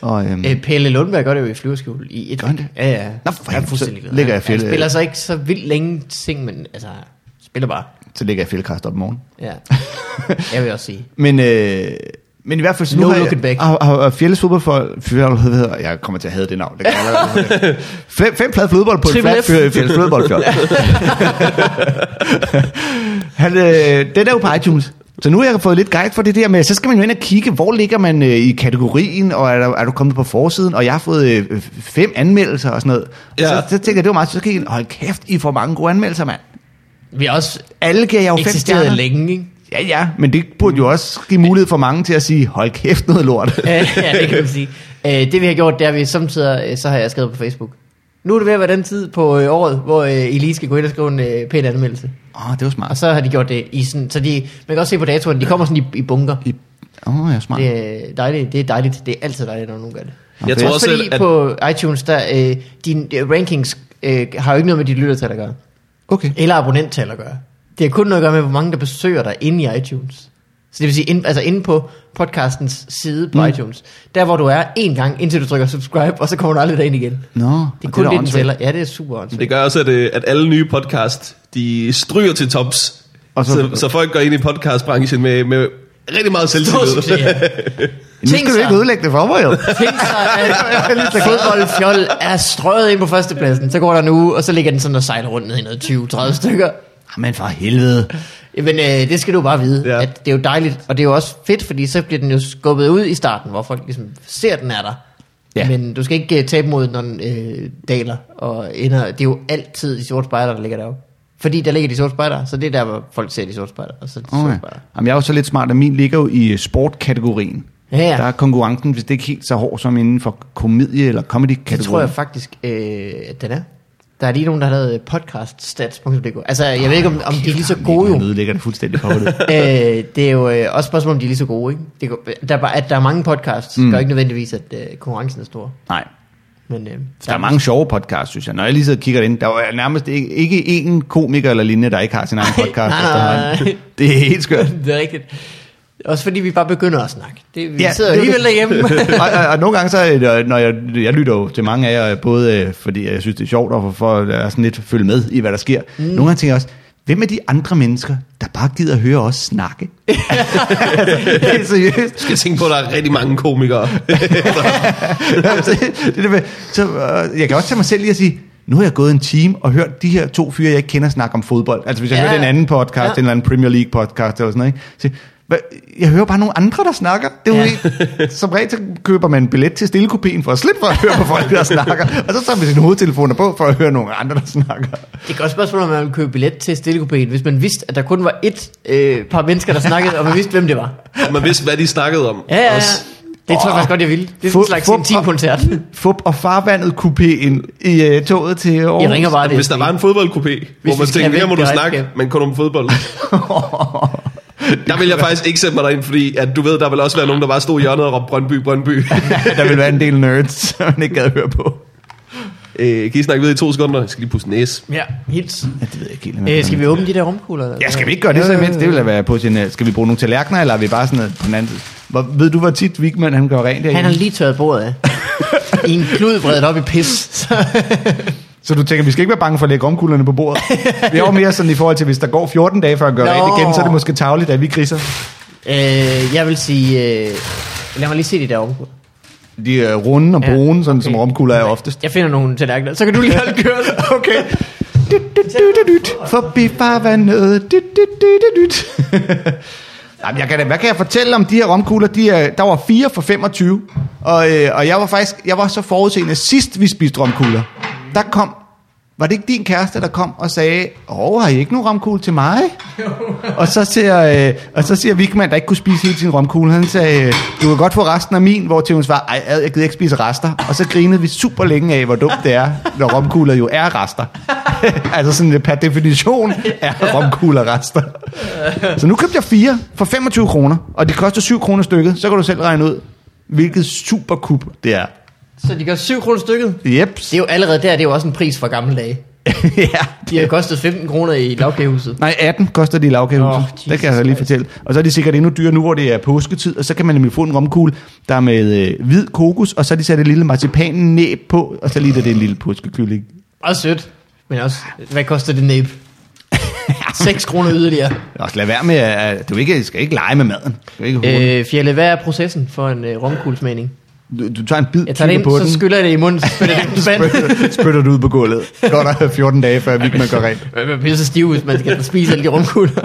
A: Og, øhm,
C: Øh, Pelle Lundberg gør det jo i flyverskjul i et.
A: Gør han det?
C: Ja, ja.
A: Nå, for
C: jeg er
A: helvede,
C: fuldstændig
A: så
C: glad.
A: ligger
C: Han-
A: jeg Pelle-
C: Han spiller så ikke så vildt længe ting, men altså, spiller bare.
A: så lægger jeg Fjellekast op i morgen.
C: Ja. jeg vil også sige.
A: Men, øh, men i hvert fald, så
C: No
A: nu har
C: looking back.
A: jeg, har, har, har Fjelles fodbold for, for, hvad hedder, jeg kommer til at have det navn. Det kan jeg allerede høre. fem, fem flade fodbold på
C: Triple
A: et
C: F.
A: flat Fjelles fodboldfjold. Han, øh, den er jo på iTunes. Så nu har jeg fået lidt guide for det der med, så skal man jo ind og kigge, hvor ligger man øh, i kategorien, og er, der, er du kommet på forsiden, og jeg har fået øh, fem anmeldelser og sådan noget. Ja.
B: Ja.
A: Og så, så tænker jeg, det var meget, så skal jeg ind, hold kæft, I får mange gode anmeldelser, mand.
C: Vi har også
A: Alle giver jeg jo fem
C: eksisteret
A: stjerner.
C: længe, ikke?
A: Ja, ja, men det burde jo også give mulighed for mange til at sige, hold kæft noget lort.
C: ja, ja, det kan man sige. Øh, det vi har gjort, det er, at vi samtidig, øh, så har jeg skrevet på Facebook. Nu er det ved at være den tid på øh, året, hvor øh, I lige skal gå ind og skrive en øh, pæn anmeldelse.
A: Åh, oh, det var
C: Og
A: smart.
C: så har de gjort det i sådan, så de, man kan også se på datoren, de kommer sådan i, i bunker.
A: I- Åh, oh, jeg er smart.
C: Det er dejligt, det er dejligt, det er altid dejligt, når nogen gør det.
B: Jeg tror
C: Også,
B: også,
C: fordi
B: at, at
C: på iTunes, der, øh, dine øh, rankings øh, har jo ikke noget med dit lyttertal at gøre.
A: Okay.
C: Eller abonnenttal at gøre. Det har kun noget at gøre med, hvor mange der besøger dig inde i iTunes. Så det vil sige, ind, altså inde på podcastens side på mm.
A: Mm.
C: iTunes. Der hvor du er en gang, indtil du trykker subscribe, og så kommer du aldrig derind igen. Det
A: Nå, og
C: er kun
A: da
C: det, den
A: åndssvagt.
C: tæller. Ja, det er super åndssvagt.
B: det gør også, at, øh, at alle nye podcast, de stryger til tops.
A: Og
B: Så,
A: så-
B: så, så folk går ind i podcastbranchen med, med rigtig meget
C: Stor
B: selvtillid.
C: succes.
A: Nu
C: Tænk
A: skal du
C: sig.
A: ikke ødelægge det for mig, jo.
C: Tænk sig, at fodboldfjold er strøget ind på førstepladsen. Så går der en uge, og så ligger den sådan og sejler rundt ned i noget 20-30 stykker.
A: Jamen for helvede.
C: Jamen, øh, det skal du bare vide, ja.
B: Ja.
C: at det er jo dejligt, og det er jo også fedt, fordi så bliver den jo skubbet ud i starten, hvor folk ligesom ser, at den er der. Ja.
A: Ja.
C: Men du skal ikke øh, tabe mod, når den øh, daler og ender. Det er jo altid de sorte spejder, der ligger deroppe. Fordi der ligger de sorte spejder, så det er der, hvor folk ser de sorte spejder, og så de sorte
A: Okay.
C: spejder.
A: Jamen, jeg er jo så lidt smart, at min ligger jo i øh, sportkategorien.
C: Ja, ja.
A: Der er konkurrencen, hvis det ikke er helt så hård som inden for komedie- eller comedy-kategorien.
C: Det tror jeg faktisk, øh, at den er. Der er lige nogen, der har lavet øh, podcaststats.dk. Altså, jeg ved ikke, om, om de er lige så gode jo.
A: Jeg ødelægger det fuldstændig på det.
C: øh, det er jo øh, også et spørgsmål, om de er lige så gode, ikke? Det, går- der, er bare- at der er mange podcasts, mm. gør ikke nødvendigvis, at øh, konkurrencen er stor.
A: Nej.
C: Men, øh,
A: Der er mange sjove podcasts, synes jeg. Når jeg lige sidder og kigger ind, der er jo nærmest ikke, ikke én komiker eller lignende, der ikke har sin egen podcast.
C: nej,
A: efterhånden.
C: nej.
A: Det er helt skørt.
C: det er rigtigt. Også fordi vi bare begynder at snakke. Det, vi ja,
A: Ja,
C: sidder
A: det er
C: alligevel
A: det.
C: derhjemme.
A: og, og, og nogle gange så, øh, når jeg, jeg lytter jo til mange af jer, både øh, fordi jeg synes, det er sjovt, og for, for at jeg sådan lidt følge med i, hvad der sker. Mm. Nogle gange tænker jeg også, hvem er de andre mennesker, der bare gider at høre os snakke? Helt seriøst.
B: Du skal tænke på, at der er rigtig mange komikere.
A: Altså, det, er det med, så, øh, jeg kan også tage mig selv lige og sige, nu har jeg gået en time og hørt de her to fyre, jeg ikke kender, snakke om fodbold. Altså hvis jeg
C: Ja.
A: ja. hørte en anden podcast,
C: Ja.
A: ja. en eller anden Premier League podcast eller sådan noget, ikke? så, Hva? Jeg hører bare nogle andre, der snakker. Det er jo
C: Ja.
A: helt- Som regel så køber man en billet til stillekopien for at slippe for at høre på folk, der snakker. Og så tager man sine hovedtelefoner på for at høre nogle andre, der snakker.
C: Det er et godt spørgsmål, om man ville købe billet til stillekopéen, hvis man vidste, at der kun var et øh, par mennesker, der snakkede, og man vidste, hvem det var.
B: Og man vidste, hvad de snakkede om.
C: Ja, ja, ja.
B: Også.
C: Det tror jeg faktisk godt, jeg ville. Det er sådan
A: Fup,
C: en slags
A: fup,
C: intimkoncert.
A: Fup og farvandet kupéen i øh, toget til Aarhus.
C: Jeg ringer bare det.
B: Hvis der var en fodboldkopé, hvor man
C: vi skal
B: tænkte, her
C: væk
B: må du
C: det
B: snakke,
C: redskab."
B: men kun om fodbold. Der vil jeg faktisk ikke sætte mig derind, fordi at du ved, der vil også være nogen, der bare stod i hjørnet og råbte Brøndby, Brøndby.
A: der vil være en del nerds, som man ikke gad høre på.
B: øh, kan I snakke videre i to sekunder? Jeg skal lige pusse næse.
C: Ja, hils.
A: Ja, det ved jeg ikke helt.
C: Øh, skal vi åbne de der rumkugler? eller
A: Ja,
C: hvad?
A: skal vi ikke gøre det så imens? Det vil da være på sin... øh, Skal vi bruge nogle tallerkener, eller er vi bare sådan noget på den anden side? Hvor, ved du, hvor tit Vigman han gør rent
C: Han
A: derinde?
C: har lige tørret bordet af. I en klud bredt op i pis. Så,
A: Så du tænker, vi skal ikke være bange for at lægge omkuglerne på bordet? Vi er jo mere sådan i forhold til, hvis der går 14 dage, før han gør
C: Nå.
A: rent igen, så er det måske tavligt, at vi griser.
C: øh, jeg vil sige... Øh, lad mig lige se de der rumkugler.
A: De er runde og
C: Ja,
A: brune, sådan som
C: okay.
A: romkugler er oftest.
C: Jeg finder nogle tallerkener. Så kan du lige holde kørsel.
A: Okay. Dyt, dyt, dyt, dyt, dyt. Forbi farvandet. Dyt, dyt, dyt, dyt, dyt. Jamen, jeg kan da, hvad kan jeg fortælle om de her romkugler? De er, der var fire for 25, og, øh, og jeg var faktisk jeg var så forudseende sidst, vi spiste romkugler. Der kom, var det ikke din kæreste, der kom og sagde, åh, har I ikke nogen romkugle til mig? og så siger, øh, og så siger Vigman, der ikke kunne spise hele sin romkugle, han sagde, øh, du kan godt få resten af min, hvor til hun svarede, ej, ad, jeg gider ikke spise rester. Og så grinede vi super længe af, hvor dumt det er, når romkugler jo er rester. altså sådan øh, per definition er romkugler rester. så nu købte jeg fire for 25 kroner, og det koster 7 kroner stykket, så kan du selv regne ud, hvilket superkup det er.
C: Så de gør 7 kroner stykket.
A: Yep.
C: Det er jo allerede der, det er jo også en pris fra gamle dage.
A: ja,
C: De har kostet 15 kroner i lavkagehuset.
A: Nej, 18 koster de i lavkagehuset.
C: Åh,
A: Oh,
C: Jesus
A: det kan jeg så lige
C: Christ.
A: fortælle. Og så er de sikkert endnu dyrere nu, hvor det er påsketid, og så kan man nemlig få en romkugle, der er med øh, hvid kokos, og så har de sat et lille marcipan næb på, og så lige der det en lille påskekylling.
C: Også sødt. Men også, hvad koster det næb? 6 kroner yderligere.
A: Og så lad være med, at du ikke, skal ikke lege med maden. Du, ikke øh,
C: Øh, Fjelle, hvad er processen for en øh, romkuglesmagning?
A: du, du tager en bid
C: Jeg tager
A: tykker
C: det ind,
A: på den,
C: så skyller jeg det i munden, så spytter jeg det i vand.
A: spytter- spytter du ud på gulvet. Går der 14 dage, før vi kan gøre rent.
C: Man bliver pisse stiv, hvis man skal spise alle de rumkugler.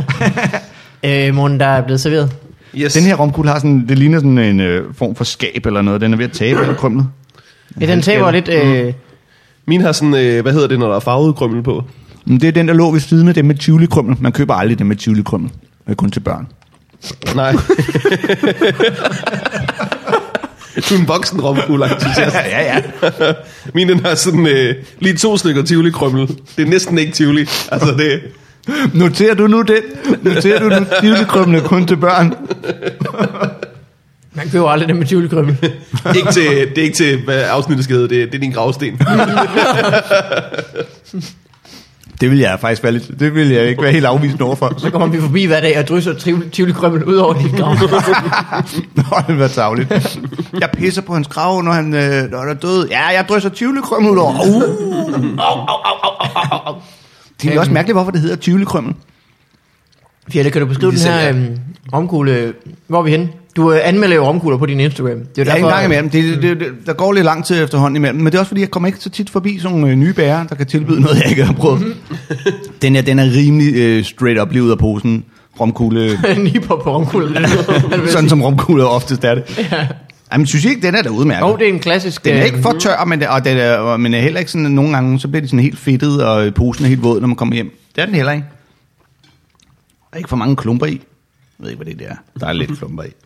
C: øh, morgen, der er blevet serveret.
B: Yes.
A: Den her romkugle har sådan, det ligner sådan en øh, form for skab eller noget. Den er ved at tabe eller krymlet.
C: Ja, den taber lidt...
A: Mm.
C: Øh,
B: Min har sådan, øh, hvad hedder det, når der er farvet krymmel på?
A: Men det er den, der lå ved siden af den med tivoli-krymmel. Man køber aldrig den med tivoli-krymmel. Det er kun til børn.
B: Nej. du er en voksen romkugle entusiast.
A: ja, ja.
B: Min den har sådan øh, lige to stykker tivoli krymmel. Det er næsten ikke tivoli. Altså det,
A: Noterer du nu den? Noterer du nu tivolikrømmene kun til børn?
C: man køber aldrig den med tvivlkrømmel.
B: ikke til, det er ikke til, hvad afsnittet skal hedde. Det, det er din gravsten.
A: Det vil jeg faktisk være lidt, det vil jeg ikke være helt afvist overfor.
C: Så kommer vi forbi hver dag og drysser tvivl- tvivlkrømmel ud over dit grav.
A: Nå, det var tavligt. Jeg pisser på hans grav, når han, øh, når han er død. Ja, jeg drysser tivolikrømmel ud over. Uh. Au, au, au, au, au, au. Det er også mærkeligt, hvorfor det hedder tivolikrømmel.
C: Fjelle, kan du beskrive den
B: Ligesom
C: her øh, romkugle? Hvor er vi henne? Du øh, anmelder jo romkugler på din Instagram. Det er jo
A: Ja, en
C: derfor,
A: gang imellem. Det, det, det, der går lidt lang tid efterhånden imellem, men det er også fordi, jeg kommer ikke så tit forbi sådan nogle øh, nye bærer, der kan tilbyde noget, jeg ikke har prøvet. den her, den er rimelig øh, straight up lige ud af posen. Romkugle,
C: Nipper på romkuglen.
A: sådan som romkugler oftest er det. Ja. Jamen, synes I ikke, den er da udmærket?
C: Og det er en klassisk...
A: Den er mm-hmm.
C: øh,
A: ikke for tør, men, det, og den er, og- men er heller ikke sådan, nogle gange, så bliver de sådan helt fedtet, og øh, posen er helt våd, når man kommer hjem. Det er den heller ikke. Der er ikke for mange klumper i. Jeg ved ikke, hvad det der er. Der er lidt klumper i.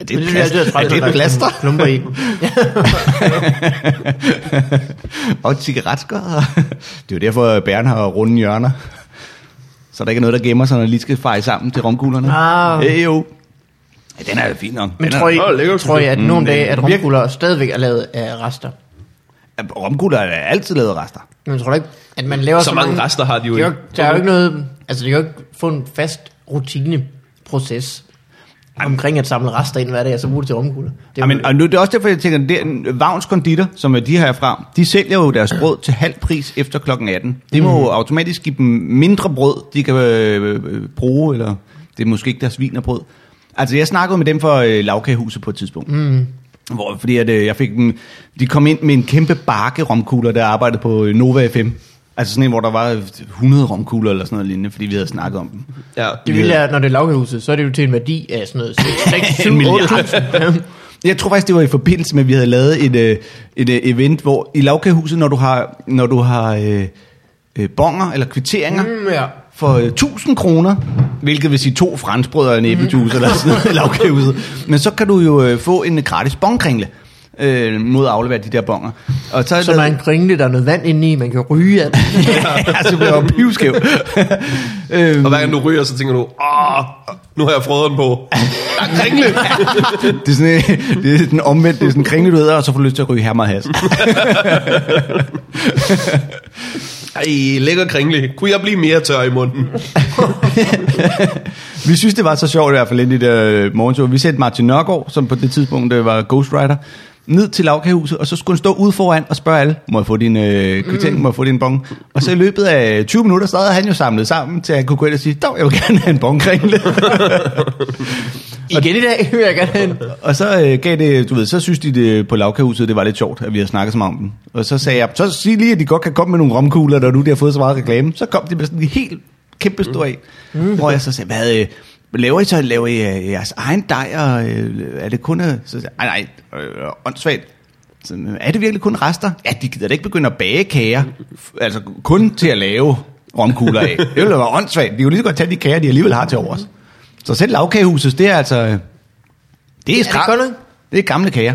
A: er det,
C: Men
A: et
C: det er altid
A: plaster? Er
C: træls,
A: det
C: når
A: et
C: der
A: plaster?
C: Klumper i.
A: og cigaretskåret. Det er jo derfor, at bæren har runde hjørner. Så der ikke er noget, der gemmer sig, når de lige skal feje sammen til romkuglerne.
C: Ah.
A: Hey, jo. Ja, den er jo fin nok.
C: Men
A: Den er- Mm,
C: tror I,
B: Åh, lækker,
C: tror I at nogle
A: det er
C: dage, at
A: virkelig-
C: romkugler stadigvæk er lavet af rester?
A: Romkugler er altid lavet af rester.
C: Men tror du ikke, at man laver så,
B: Så mange rester har de jo
C: Det er
B: ikke.
C: Der er jo ikke noget... Altså, det kan jo ikke få en fast rutineproces omkring at samle rester ind hver dag, og så bruge det til romkugler. Det er
A: Det
C: jo-
A: Amen, og nu, det er også derfor, jeg tænker, det er Vagns Konditor, som er de her fra, de sælger jo deres brød til halv pris efter klokken 18. Det
C: Mhm.
A: må jo automatisk give dem mindre brød, de kan øh, øh, bruge, eller det er måske ikke deres vin og brød. Altså, jeg snakkede med dem fra øh, Lavkagehuset på et tidspunkt.
C: Mhm.
A: Mm. Hvor, fordi at, øh, jeg fik dem, de kom ind med en kæmpe bakke romkugler, der arbejdede på øh, Nova FM. Altså sådan en, hvor der var 100 romkugler eller sådan noget lignende, fordi vi havde snakket om dem.
B: Ja.
C: Det vil jeg, når det er lavhuset, så er det jo til en værdi af sådan noget 6, 7,
A: En
C: 8
A: milliard.
C: tusind.
A: Jeg tror faktisk, det var i forbindelse med, at vi havde lavet et, øh, et øh, event, hvor i lavkagehuset, når du har, når du har øh, øh, bonger eller kvitteringer,
C: Mm, ja.
A: for øh, 1000 kroner, hvilket vil sige to franskbrød og en æblejuice eller sådan noget, eller okay, ude. Men så kan du jo øh, få en gratis bongkringle øh, mod at aflevere de der bonger. Og så,
C: Som er en kringle, der er noget vand inde i, man kan ryge af.
A: ja, så bliver jeg jo pivskæv. øhm,
B: Og hver gang du ryger, så tænker du, åh, nu har jeg frøderen på. Der er kringle.
A: det er sådan en, det er den omvendt, det er sådan en kringle, du hedder, og så får du lyst til at ryge hermer has.
B: Ej, lækker kringle. Kunne jeg blive mere tør i munden?
A: Vi synes, det var så sjovt i hvert fald ind i det øh, morgenshow. Vi sendte Martin Nørgaard, som på det tidspunkt øh, var ghostwriter, ned til lavkagehuset, og så skulle han stå ude foran og spørge alle, må jeg få din øh, kvittering, må jeg få din bong? Og så i løbet af 20 minutter, så havde han jo samlet sammen til at kunne gå ind og sige, dog, jeg vil gerne have en bongkringle.
C: Igen i dag hører jeg gerne hen.
A: og så øh, gav det, du ved, så synes de det på lavkagehuset, det var lidt sjovt, at vi havde snakket så meget om den. Og så sagde jeg, så sig lige, at de godt kan komme med nogle romkugler, når nu de har fået så meget reklame. Så kom de med sådan en helt kæmpe stor en, hvor jeg så sagde, hvad, øh, laver I så, laver I øh, jeres egen dej, og øh, er det kun, øh, så sagde, jeg, nej, nej, øh, åndssvagt. Så, øh, er det virkelig kun rester? Ja, de gider da ikke begynde at bage kager, f- altså kun til at lave romkugler af. Det ville da være åndssvagt. De kan jo lige så godt tage de kager, de alligevel har til overs. Så selv lavkagehuset, det er altså... øh, det er,
C: det
A: skram.
C: godt nok?
A: det er gamle kager.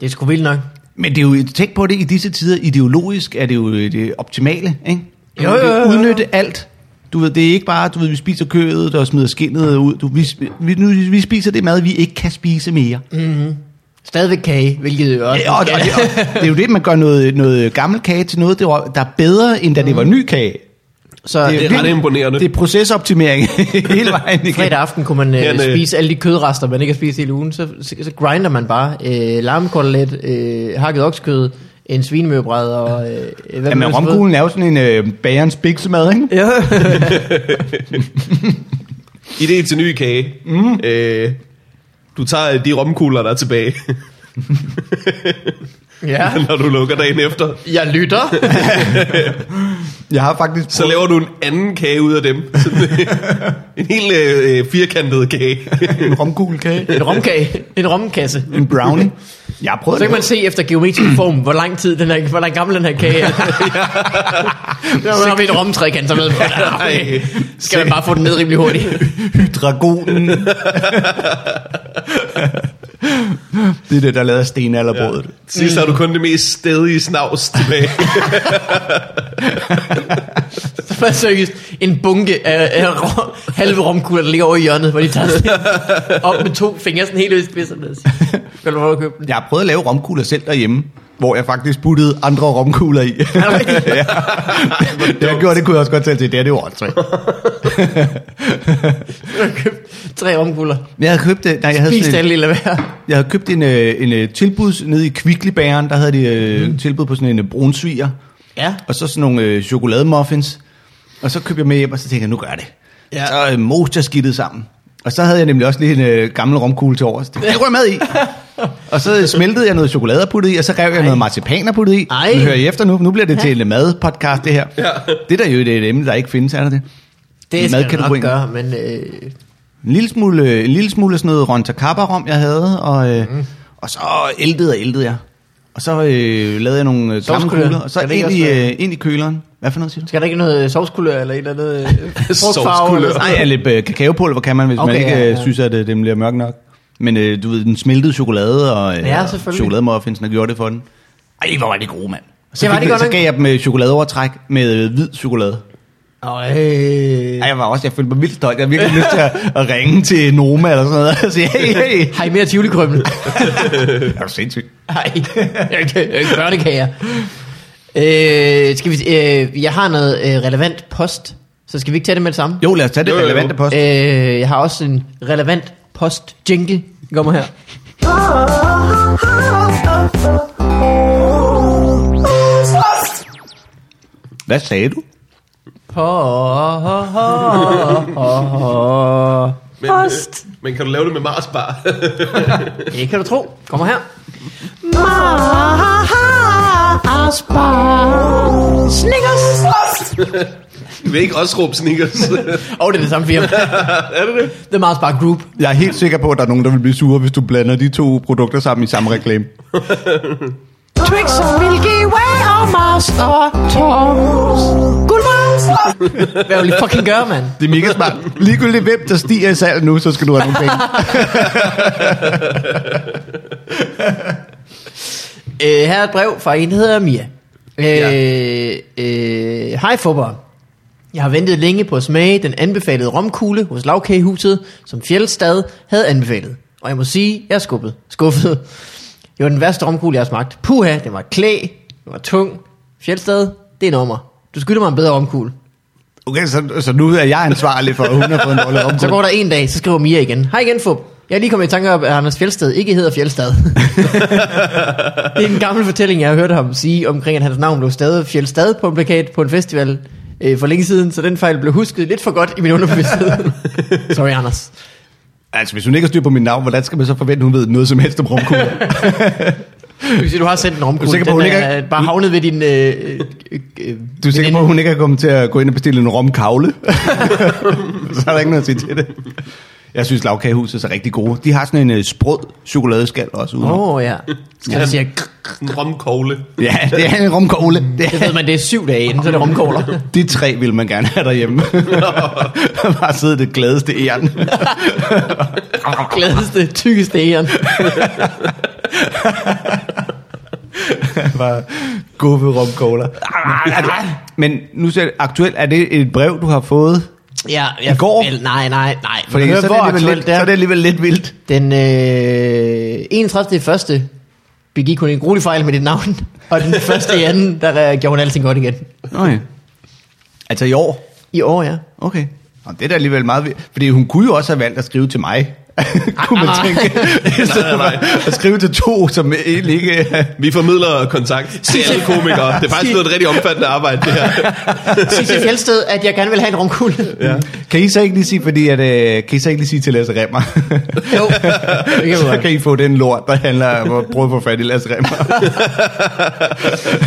C: Det er sgu vildt nok.
A: Men det er jo, tænk på det, i disse tider ideologisk er det jo øh, det optimale, ikke?
C: Jo,
A: Du kan
C: jo, jo, jo.
A: Udnytte alt. Du ved, det er ikke bare, du ved, vi spiser kødet og smider skinnet ud. Du, vi, sp- vi, nu, vi spiser det mad, vi ikke kan spise mere.
C: Mm. Stadigvæk kage, hvilket jo også...
A: Ja, og, og, det, og, det er jo det, man gør noget, noget gammel kage til noget, der er- der er bedre, end da det var ny kage.
C: Mm. så
A: jo
B: det er ret
A: vildt.
B: imponerende.
A: Det er procesoptimering hele vejen igennem.
C: fredag aften kunne man øh,
B: Jamen, øh,
C: spise alle de kødrester, man ikke har spist hele ugen. Så, så, så grinder man bare øh, larmekotelet, øh, hakket oksekød, en svinemøbræd og... Øh, hvad man
A: Jamen,
C: ellers ved.
A: romkuglen er jo sådan en øh, bagerens biksemad, ikke?
C: Ja.
B: Idé til ny kage. Mm. Øh, du tager øh, de romkugler, der er tilbage,
C: ja.
B: når du lukker dagen efter.
C: Jeg lytter.
A: Jeg har faktisk...
B: Så laver du en anden kage ud af dem. Sådan, øh, en helt øh, øh, firkantet kage.
A: en romkuglekage.
C: En romkage. En romkasse.
A: En brownie. Jeg har prøvet
C: Så kan man se efter geometrisk form, hvor lang tid den her, hvor lang gammel den her kage er. Så har vi et romtrækant, så ved man, okay. skal man bare få den ned rimelig hurtigt.
A: Dragonen. det er det, der lavede stenalderbrødet. Ja.
B: Sidst har du kun det mest stedige snavs tilbage.
C: Så var seriøst en bunke af, af rom, halve romkugler, der ligger over i hjørnet, hvor de tager sådan op med to fingre, sådan helt øst spidserne. Skal du prøve at købe den?
A: Jeg har prøvet at lave romkugler selv derhjemme, hvor jeg faktisk puttede andre romkugler i. ja. Det jeg gjorde, det kunne jeg også godt tælle til. Det er det er jo åndssvagt.
C: Du har købt tre romkugler.
A: Jeg havde købt, øh, nej, jeg havde
C: Spis
A: sådan
C: alle
A: en,
C: lille hver.
A: jeg havde købt en, øh, en øh, tilbud nede i Kvickly-bageren, der havde de øh, tilbud på sådan en øh, brunsviger,
C: Ja.
A: og så sådan nogle øh, chokolademuffins. Og så købte jeg med hjem, og så tænkte jeg, nu gør jeg det.
C: Ja.
A: Ja. Så øh, moster skidtet sammen. Og så havde jeg nemlig også lige en øh, gammel romkugle til overs. Det kunne jeg røre med i. og så øh, smeltede jeg noget chokolade og puttede i, og så rev jeg noget marcipan og puttede i.
C: Ej.
A: Nu hører I efter nu. Nu bliver det til en øh, madpodcast, det her.
B: Ja.
A: Det der jo det er et emne, der ikke findes, er der det?
C: Det skal du nok
A: madkategorien.
C: gøre, men øh,
A: En lille smule, øh, en lille smule sådan noget Rontacaba-rom, jeg havde, og, øh, mm. og så eltede og eltede jeg. Og så øh, lavede jeg nogle øh,
C: Sovskugler.
A: kugler, og så
C: Kan det ikke
A: ind i,
C: også være-
A: øh, ind i køleren. Hvad for noget siger du?
C: skal der ikke noget øh, sovskulør eller et eller andet øh, frugtfarve?
B: Sovskulør.
C: eller sådan
A: Nej,
C: noget?
A: ja, lidt øh, kakaopulver kan man, hvis okay, man
C: Okay,
A: ikke
C: ja,
A: ja,
C: ja.
A: ja. synes, at øh, den bliver mørk nok. Men øh, du ved, den smeltede chokolade og øh,
C: Ja,
A: og
C: selvfølgelig.
A: chokolademuffins, der gjorde det for den. Ej, hvor var det gode, mand. Så,
C: Det var
A: fik
C: det
A: jeg-
C: godt
A: så
C: nok.
A: gav jeg dem øh, chokoladeovertræk med øh, hvid chokolade.
C: Øj.
A: Ej, jeg var også, jeg følte mig vildt stolt. Jeg havde virkelig lyst til at, at, ringe til Noma eller sådan noget og sige, hey, hey,
C: Har I mere tivolikrømmel?
A: er du sindssyg?
C: Nej, jeg kan jeg kan gøre det, kan jeg. Øh, skal vi, øh, jeg har noget øh, relevant post, så skal vi ikke tage det med det samme?
A: Jo, lad os tage det
B: Jo, jo, jo.
A: relevante post.
C: Øh, jeg har også en relevant post jingle. Den kommer her.
A: Hvad sagde du?
B: Men, øh, men kan du lave det med Mars bare?
C: Det kan du tro. Kommer her.
D: Mars.
C: Asbar. Snickers.
B: Vil ikke også råbe sneakers?
C: Og oh, det er det samme firma.
B: er det det?
C: The Mars Bar Group.
A: Jeg er helt sikker på, at der er nogen, der vil blive sure, hvis du blander de to produkter sammen i samme reklame.
C: Twix og Milky Way og Mars og Toms. Guldmars. Hvad vil I fucking gøre, mand?
A: Det er mega smart. Ligegyldigt hvem, der stiger i salg nu, så skal du have nogle penge.
C: Øh, her er et brev fra en, der hedder Mia. Øh, øh, Hej Fubber. Jeg har ventet længe på at smage den anbefalede romkugle hos lavkagehuset, som Fjeldstad havde anbefalet. Og jeg må sige, jeg er skuffet. skuffet. Det var den værste romkugle, jeg har smagt. Puha, den var klæ, den var tung. Fjeldstad, det er nummer. Du skylder mig en bedre romkugle.
A: Okay, så, så nu er jeg ansvarlig for, at hun har fået en rolle om.
C: Så går der en dag, så skriver Mia igen. Hej igen, Fub. Jeg er lige kommet i tanke om, at Anders Fjeldsted ikke hedder Fjeldstad. det er en gammel fortælling, jeg har hørt ham sige omkring, at hans navn blev stadig Fjeldstad på en plakat på en festival øh, for længe siden, så den fejl blev husket lidt for godt i min underbevidsthed. Sorry, Anders.
A: Altså, hvis hun ikke har styr på mit navn, hvordan skal man så forvente, at hun ved noget som helst om romkugler?
C: Du siger, du har sendt en
A: Du er
C: romkugle.
A: sikker på,
C: Den
A: hun ikke
C: er
A: er-
C: bare havnet ved din... Øh, øh, øh,
A: Du er sikker på,
C: veninde.
A: at hun ikke er kommet til at gå ind og bestille en romkavle? så er der ikke noget at sige til det. Jeg synes, lavkagehuset er rigtig gode. De har sådan en øh, sprød chokoladeskal også. Ude.
C: Åh, oh, ja. Så jeg siger,
B: En romkogle.
A: Ja, det er en romkogle. Det
C: det
A: er,
C: ved man, det er syv dage inden, så er det romkugler.
A: de tre vil man gerne have derhjemme. Bare sidde det gladeste æren.
C: Glædeste, tykkeste æren.
A: Bare guffe romkogler. Altså, Men nu ser jeg- aktuelt, er det et brev, du har fået?
C: Ja, jeg,
A: I går?
C: Vel, nej, nej, nej.
A: Fordi
C: Hør,
A: så, er det
C: hvor
A: alligevel
C: aktuelt
A: lidt,
C: det er.
A: så er det alligevel lidt vildt.
C: Den øh, 31. første begik hun en gruelig fejl med dit navn, og den første i anden, der øh, gjorde hun alting godt igen.
A: Okay. Altså i år?
C: I år, ja.
A: Okay. Nå, det er da alligevel meget vildt. Fordi hun kunne jo også have valgt at skrive til mig. kunne man
C: Ah, nej.
A: tænke. nej, nej, nej. At skrive til to, som egentlig ikke...
B: Vi formidler kontakt til alle komikere. Det er faktisk noget rigtig omfattende arbejde, det her.
C: Sig til Fjeldsted, at jeg gerne vil have en romkugle.
A: Ja. Kan I så ikke lige sige, fordi at, øh, kan I så ikke lige sige til Lasse Remmer?
C: Jo, det kan du
A: så
C: godt.
A: kan I få den lort, der handler om at prøve at få fat i Lasse Remmer.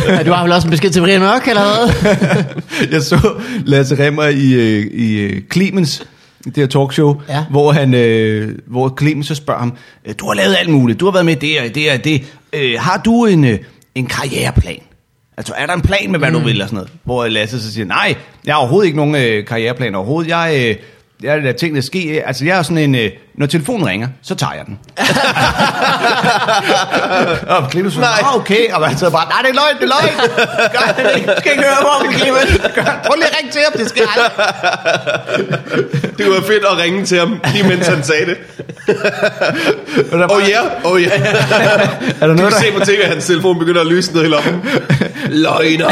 C: Ja, Du har vel også en besked til Brian Mørk, eller hvad?
A: Jeg så Lasse Remmer i, øh, i øh, Clemens, det her talkshow,
C: Ja.
A: hvor, han, øh, hvor Clemens så spørger ham, "Øh, du har lavet alt muligt, du har været med i det og i det og i det. Øh, har du en, øh, en karriereplan? Altså, er der en plan med, hvad mm. du vil og sådan noget? Hvor Lasse så siger, nej, jeg har overhovedet ikke nogen øh, karriereplan overhovedet. Jeg, øh, jeg lader tingene ske. Altså, jeg er sådan en, øh, når telefonen ringer, så tager jeg den. og Clemens siger, nej, okay. Og man sidder bare, nej, det er løgn, det er løgn. Gør det ikke. Du skal ikke høre, hvor vi Clemens. Gør- Prøv lige at ringe til ham, det skal jeg aldrig.
B: Det var fedt at ringe til ham, lige mens han sagde det.
A: Og der er
B: Oh
A: bare-
B: yeah, oh yeah.
A: Er der,
B: Du
A: noget,
B: kan se
A: der,
B: på tv, at hans telefon begynder at lyse ned i lommen. Løgner.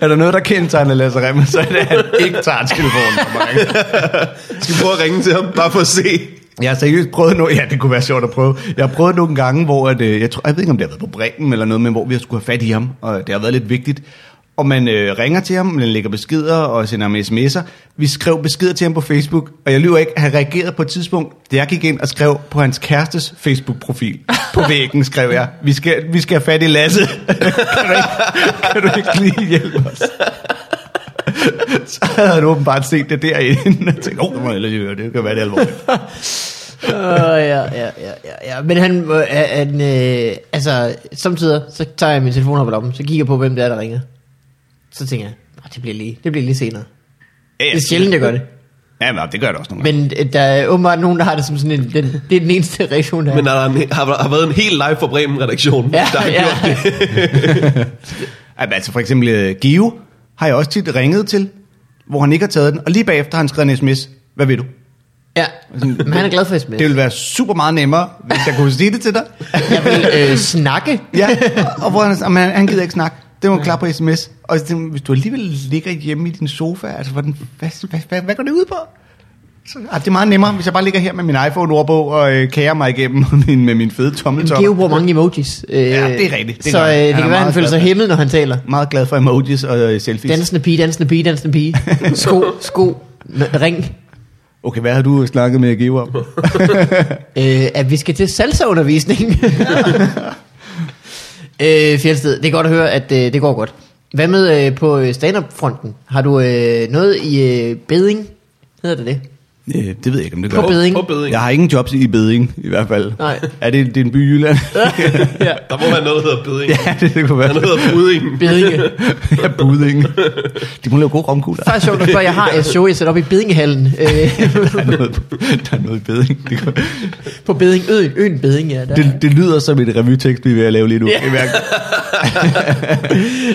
A: er der noget, der kendetegner Lasse Remmer, så er det, at han ikke tager telefonen for mig.
B: Skal vi prøve at ringe til ham, bare for at se.
A: Jeg har seriøst prøvet noget, ja, det kunne være sjovt at prøve. Jeg har prøvet nogle gange, hvor at, øh, jeg, tror, jeg ved ikke, om det har været på Bremen eller noget, men hvor vi har skulle have fat i ham, og det har været lidt vigtigt. Og man øh, ringer til ham, man lægger beskeder og sender ham sms'er. Vi skrev beskeder til ham på Facebook, og jeg lyver ikke, han reagerede på et tidspunkt, da jeg gik ind og skrev på hans kærestes Facebook-profil. På væggen skrev jeg, vi skal, vi skal have fat i Lasse. kan, du ikke, kan du ikke lige hjælpe os? Så havde han åbenbart set det derinde, og tænkte, åh, oh, det må jeg lige høre, det kan være det er alvorligt.
C: Åh, ja, ja, ja, ja, ja. Men han, øh, han øh, altså, samtidig, så tager jeg min telefon op i lommen, så kigger jeg på, hvem det er, der ringer. Så tænker jeg, "Nå, det bliver lige, det bliver lige senere.
A: Ja,
C: Det er sjældent, jeg gør det.
A: Ja, men det gør det også nogle gange.
C: Men øh, der er åbenbart nogen, der har det som sådan en, den, det er den eneste reaktion, der er.
B: Men er der en, har, har været en helt live for Bremen-redaktionen,
C: Ja,
B: der har
C: ja.
B: gjort det.
A: Men... Altså for eksempel uh, Geo har jeg også tit ringet til, hvor han ikke har taget den, og lige bagefter har han skrevet en sms. Hvad ved du?
C: Ja, men han er glad for sms.
A: Det ville være super meget nemmere, hvis jeg kunne sige det til dig.
C: Jeg vil øh, snakke.
A: Ja, og, og hvor han, og man, han gider ikke snakke. Det var klar på sms. Og så tænkte jeg, hvis du alligevel ligger hjemme i din sofa, altså hvordan, hvad, hvad, hvad, hvad går det ud på? Så, ah, det er meget nemmere, hvis jeg bare ligger her med min iPhone ordbog og øh, kærer mig igennem med min, med min fede tommeltop.
C: Geo bruger mange emojis. Øh,
A: Ja, det er rigtigt. Det
C: så
A: gør
C: øh,
A: han. Han
C: det
A: er
C: kan være,
A: meget
C: han føler sig
A: glad for
C: hæmmet, når han taler.
A: Meget glad for emojis og øh, selfies.
C: Dansende pige, dansende pige, dansende pige. Sko, sko, n- ring.
A: Okay, hvad har du snakket med Geo om?
C: øh, at vi skal til salsaundervisning. Øh, Fjeldsted, det er godt at høre, at øh, det går godt. Hvad med øh, på øh, stand-up-fronten? Har du øh, noget i øh, beding? Hedder det det?
A: Øh, det ved jeg ikke, om det gør.
C: På beding?
B: På beding.
A: Jeg har ingen jobs i Beding, i hvert fald.
C: Nej.
A: Er det, det er en by i Jylland?
C: ja.
B: Der må være noget, der hedder beding.
A: ja, det, det kunne
B: Der er
A: være.
B: noget, der hedder buding.
C: Bedinge.
A: ja, Buding. De må lave gode romkugler.
C: Faktisk sjovt, at spørge, jeg har et show, jeg sætter op i Bedingehallen. Øh,
A: Der er noget, der er noget i Beding. Det, kunne,
C: på Beding, øen, øen Beding, ja. Der.
A: det, det lyder som et revytekst, vi er ved at lave lige nu.
C: Ja.
A: Det er værk-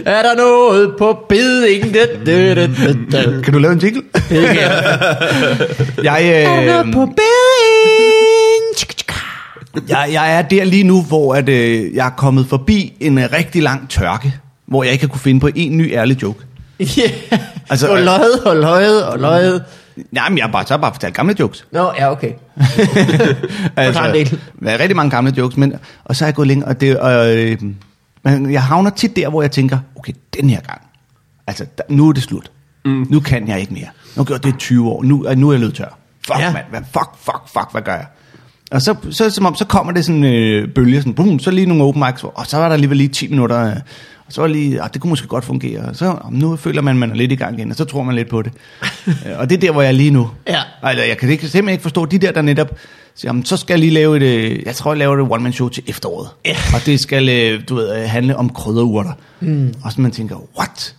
C: Er der noget på Beding? Det, det, det, det, det.
A: Kan du lave en jingle?
C: Bedinge.
A: Jeg,
C: Er der
A: øh,
C: noget på Beding?
A: jeg, jeg er der lige nu, hvor at, øh, jeg er kommet forbi en øh, rigtig lang tørke, hvor jeg ikke har kunne finde på en ny ærlig joke.
C: Ja.
A: Altså,
C: Altså, og løjet, og løjet, og løjet.
A: Jamen, jeg har bare, så har jeg bare fortalt gamle jokes.
C: Nå, ja, okay.
A: altså,
C: en del.
A: der er rigtig mange gamle jokes, men, og så er jeg gået længere, og det, og, øh, men jeg havner tit der, hvor jeg tænker, okay, den her gang, altså, der, nu er det slut. Mm. Nu kan jeg ikke mere. Nu gør det i 20 år. Nu, øh, nu er jeg løbet tør. Fuck,
C: Ja.
A: ja. mand. Hvad, fuck, fuck, fuck, hvad gør jeg? Og så, så, som om, så kommer det sådan øh, bølge, sådan, boom, så lige nogle open mics, hvor- og så var der alligevel lige 10 minutter, øh, og så var lige, ah, det kunne måske godt fungere, og så om nu føler man, man er lidt i gang igen, og så tror man lidt på det. Øh, og det er der, hvor jeg er lige nu.
C: Ja.
A: Eller jeg kan ikke, simpelthen ikke forstå de der, der netop siger, "Jamen, så skal jeg lige lave et, øh, jeg tror, jeg laver et one-man-show til efteråret.
C: Ja.
A: Og det skal, øh, du ved, øh, handle om krydderurter. Mm. Og så man tænker, what?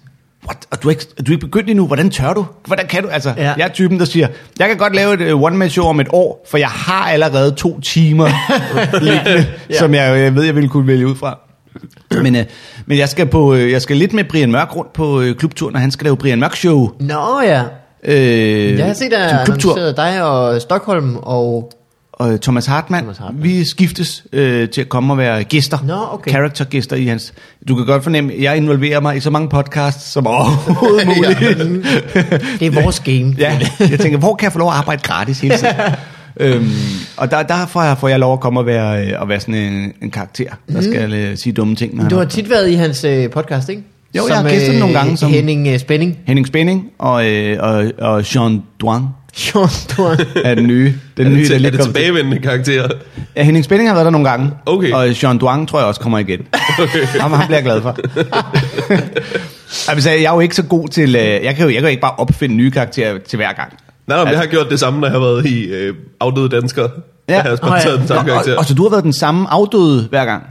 A: What? Og du er, ikke, du er ikke begyndt endnu, hvordan tør du? Hvordan kan du? Altså,
C: Ja.
A: ja. jeg er typen, der siger, jeg kan godt lave et øh, one-man-show om et år, for jeg har allerede to timer, liggende,
C: Ja.
A: som jeg øh, ved, jeg ville kunne vælge ud fra. Men, øh, men jeg, skal på, øh, jeg skal lidt med Brian Mørk rundt på øh, klubturen, og han skal lave Brian Mørk Show.
C: Nå, ja.
A: Øh,
C: Jeg har set, at
A: som klubtur.
C: annonceret dig og Stockholm og...
A: og øh, Thomas Hartmann.
C: Thomas
A: Thomas
C: Hartmann.
A: Hartmann. Vi skiftes øh, til at komme og være gæster.
C: Nå, okay.
A: Character-gæster i hans. Du kan godt fornemme, at jeg involverer mig i så mange podcasts som overhovedet muligt.
C: Det er vores game.
A: ja. Jeg tænker, hvor kan jeg få lov at arbejde gratis hele tiden? øhm, og der, derfor får jeg lov at komme og være, øh, og være sådan en, en karakter, der skal øh, sige dumme ting. Når
C: Du
A: han
C: har
A: er-
C: tit været i hans øh, podcast, ikke?
A: Jo, jeg har gæstet nogle gange som-
C: Henning øh, Spænding.
A: Henning Spænding og, øh, og, og Jean Duang
C: Sean Thorne.
A: er den nye. Den
B: Er
A: nye,
B: det, til, er
A: lige
B: det
A: kommet til.
B: tilbagevendende karakterer?
A: Ja, Henning Spænding har været der nogle gange.
B: Okay.
A: Og Sean Duang tror jeg også kommer igen. Okay. Ham, ham bliver jeg glad for. altså, jeg er jo ikke så god til... øh, Jeg kan jo, jeg kan jo ikke bare opfinde nye karakterer til hver gang.
B: Nej, men
A: Altså-
B: jeg har gjort det samme, når jeg har været i øh, Afdøde Danskere. Ja. Jeg har også
C: Nå,
B: bare
C: ja.
B: taget den samme
A: Nå,
B: karakter.
A: Og, og, så du har været den samme afdøde hver gang?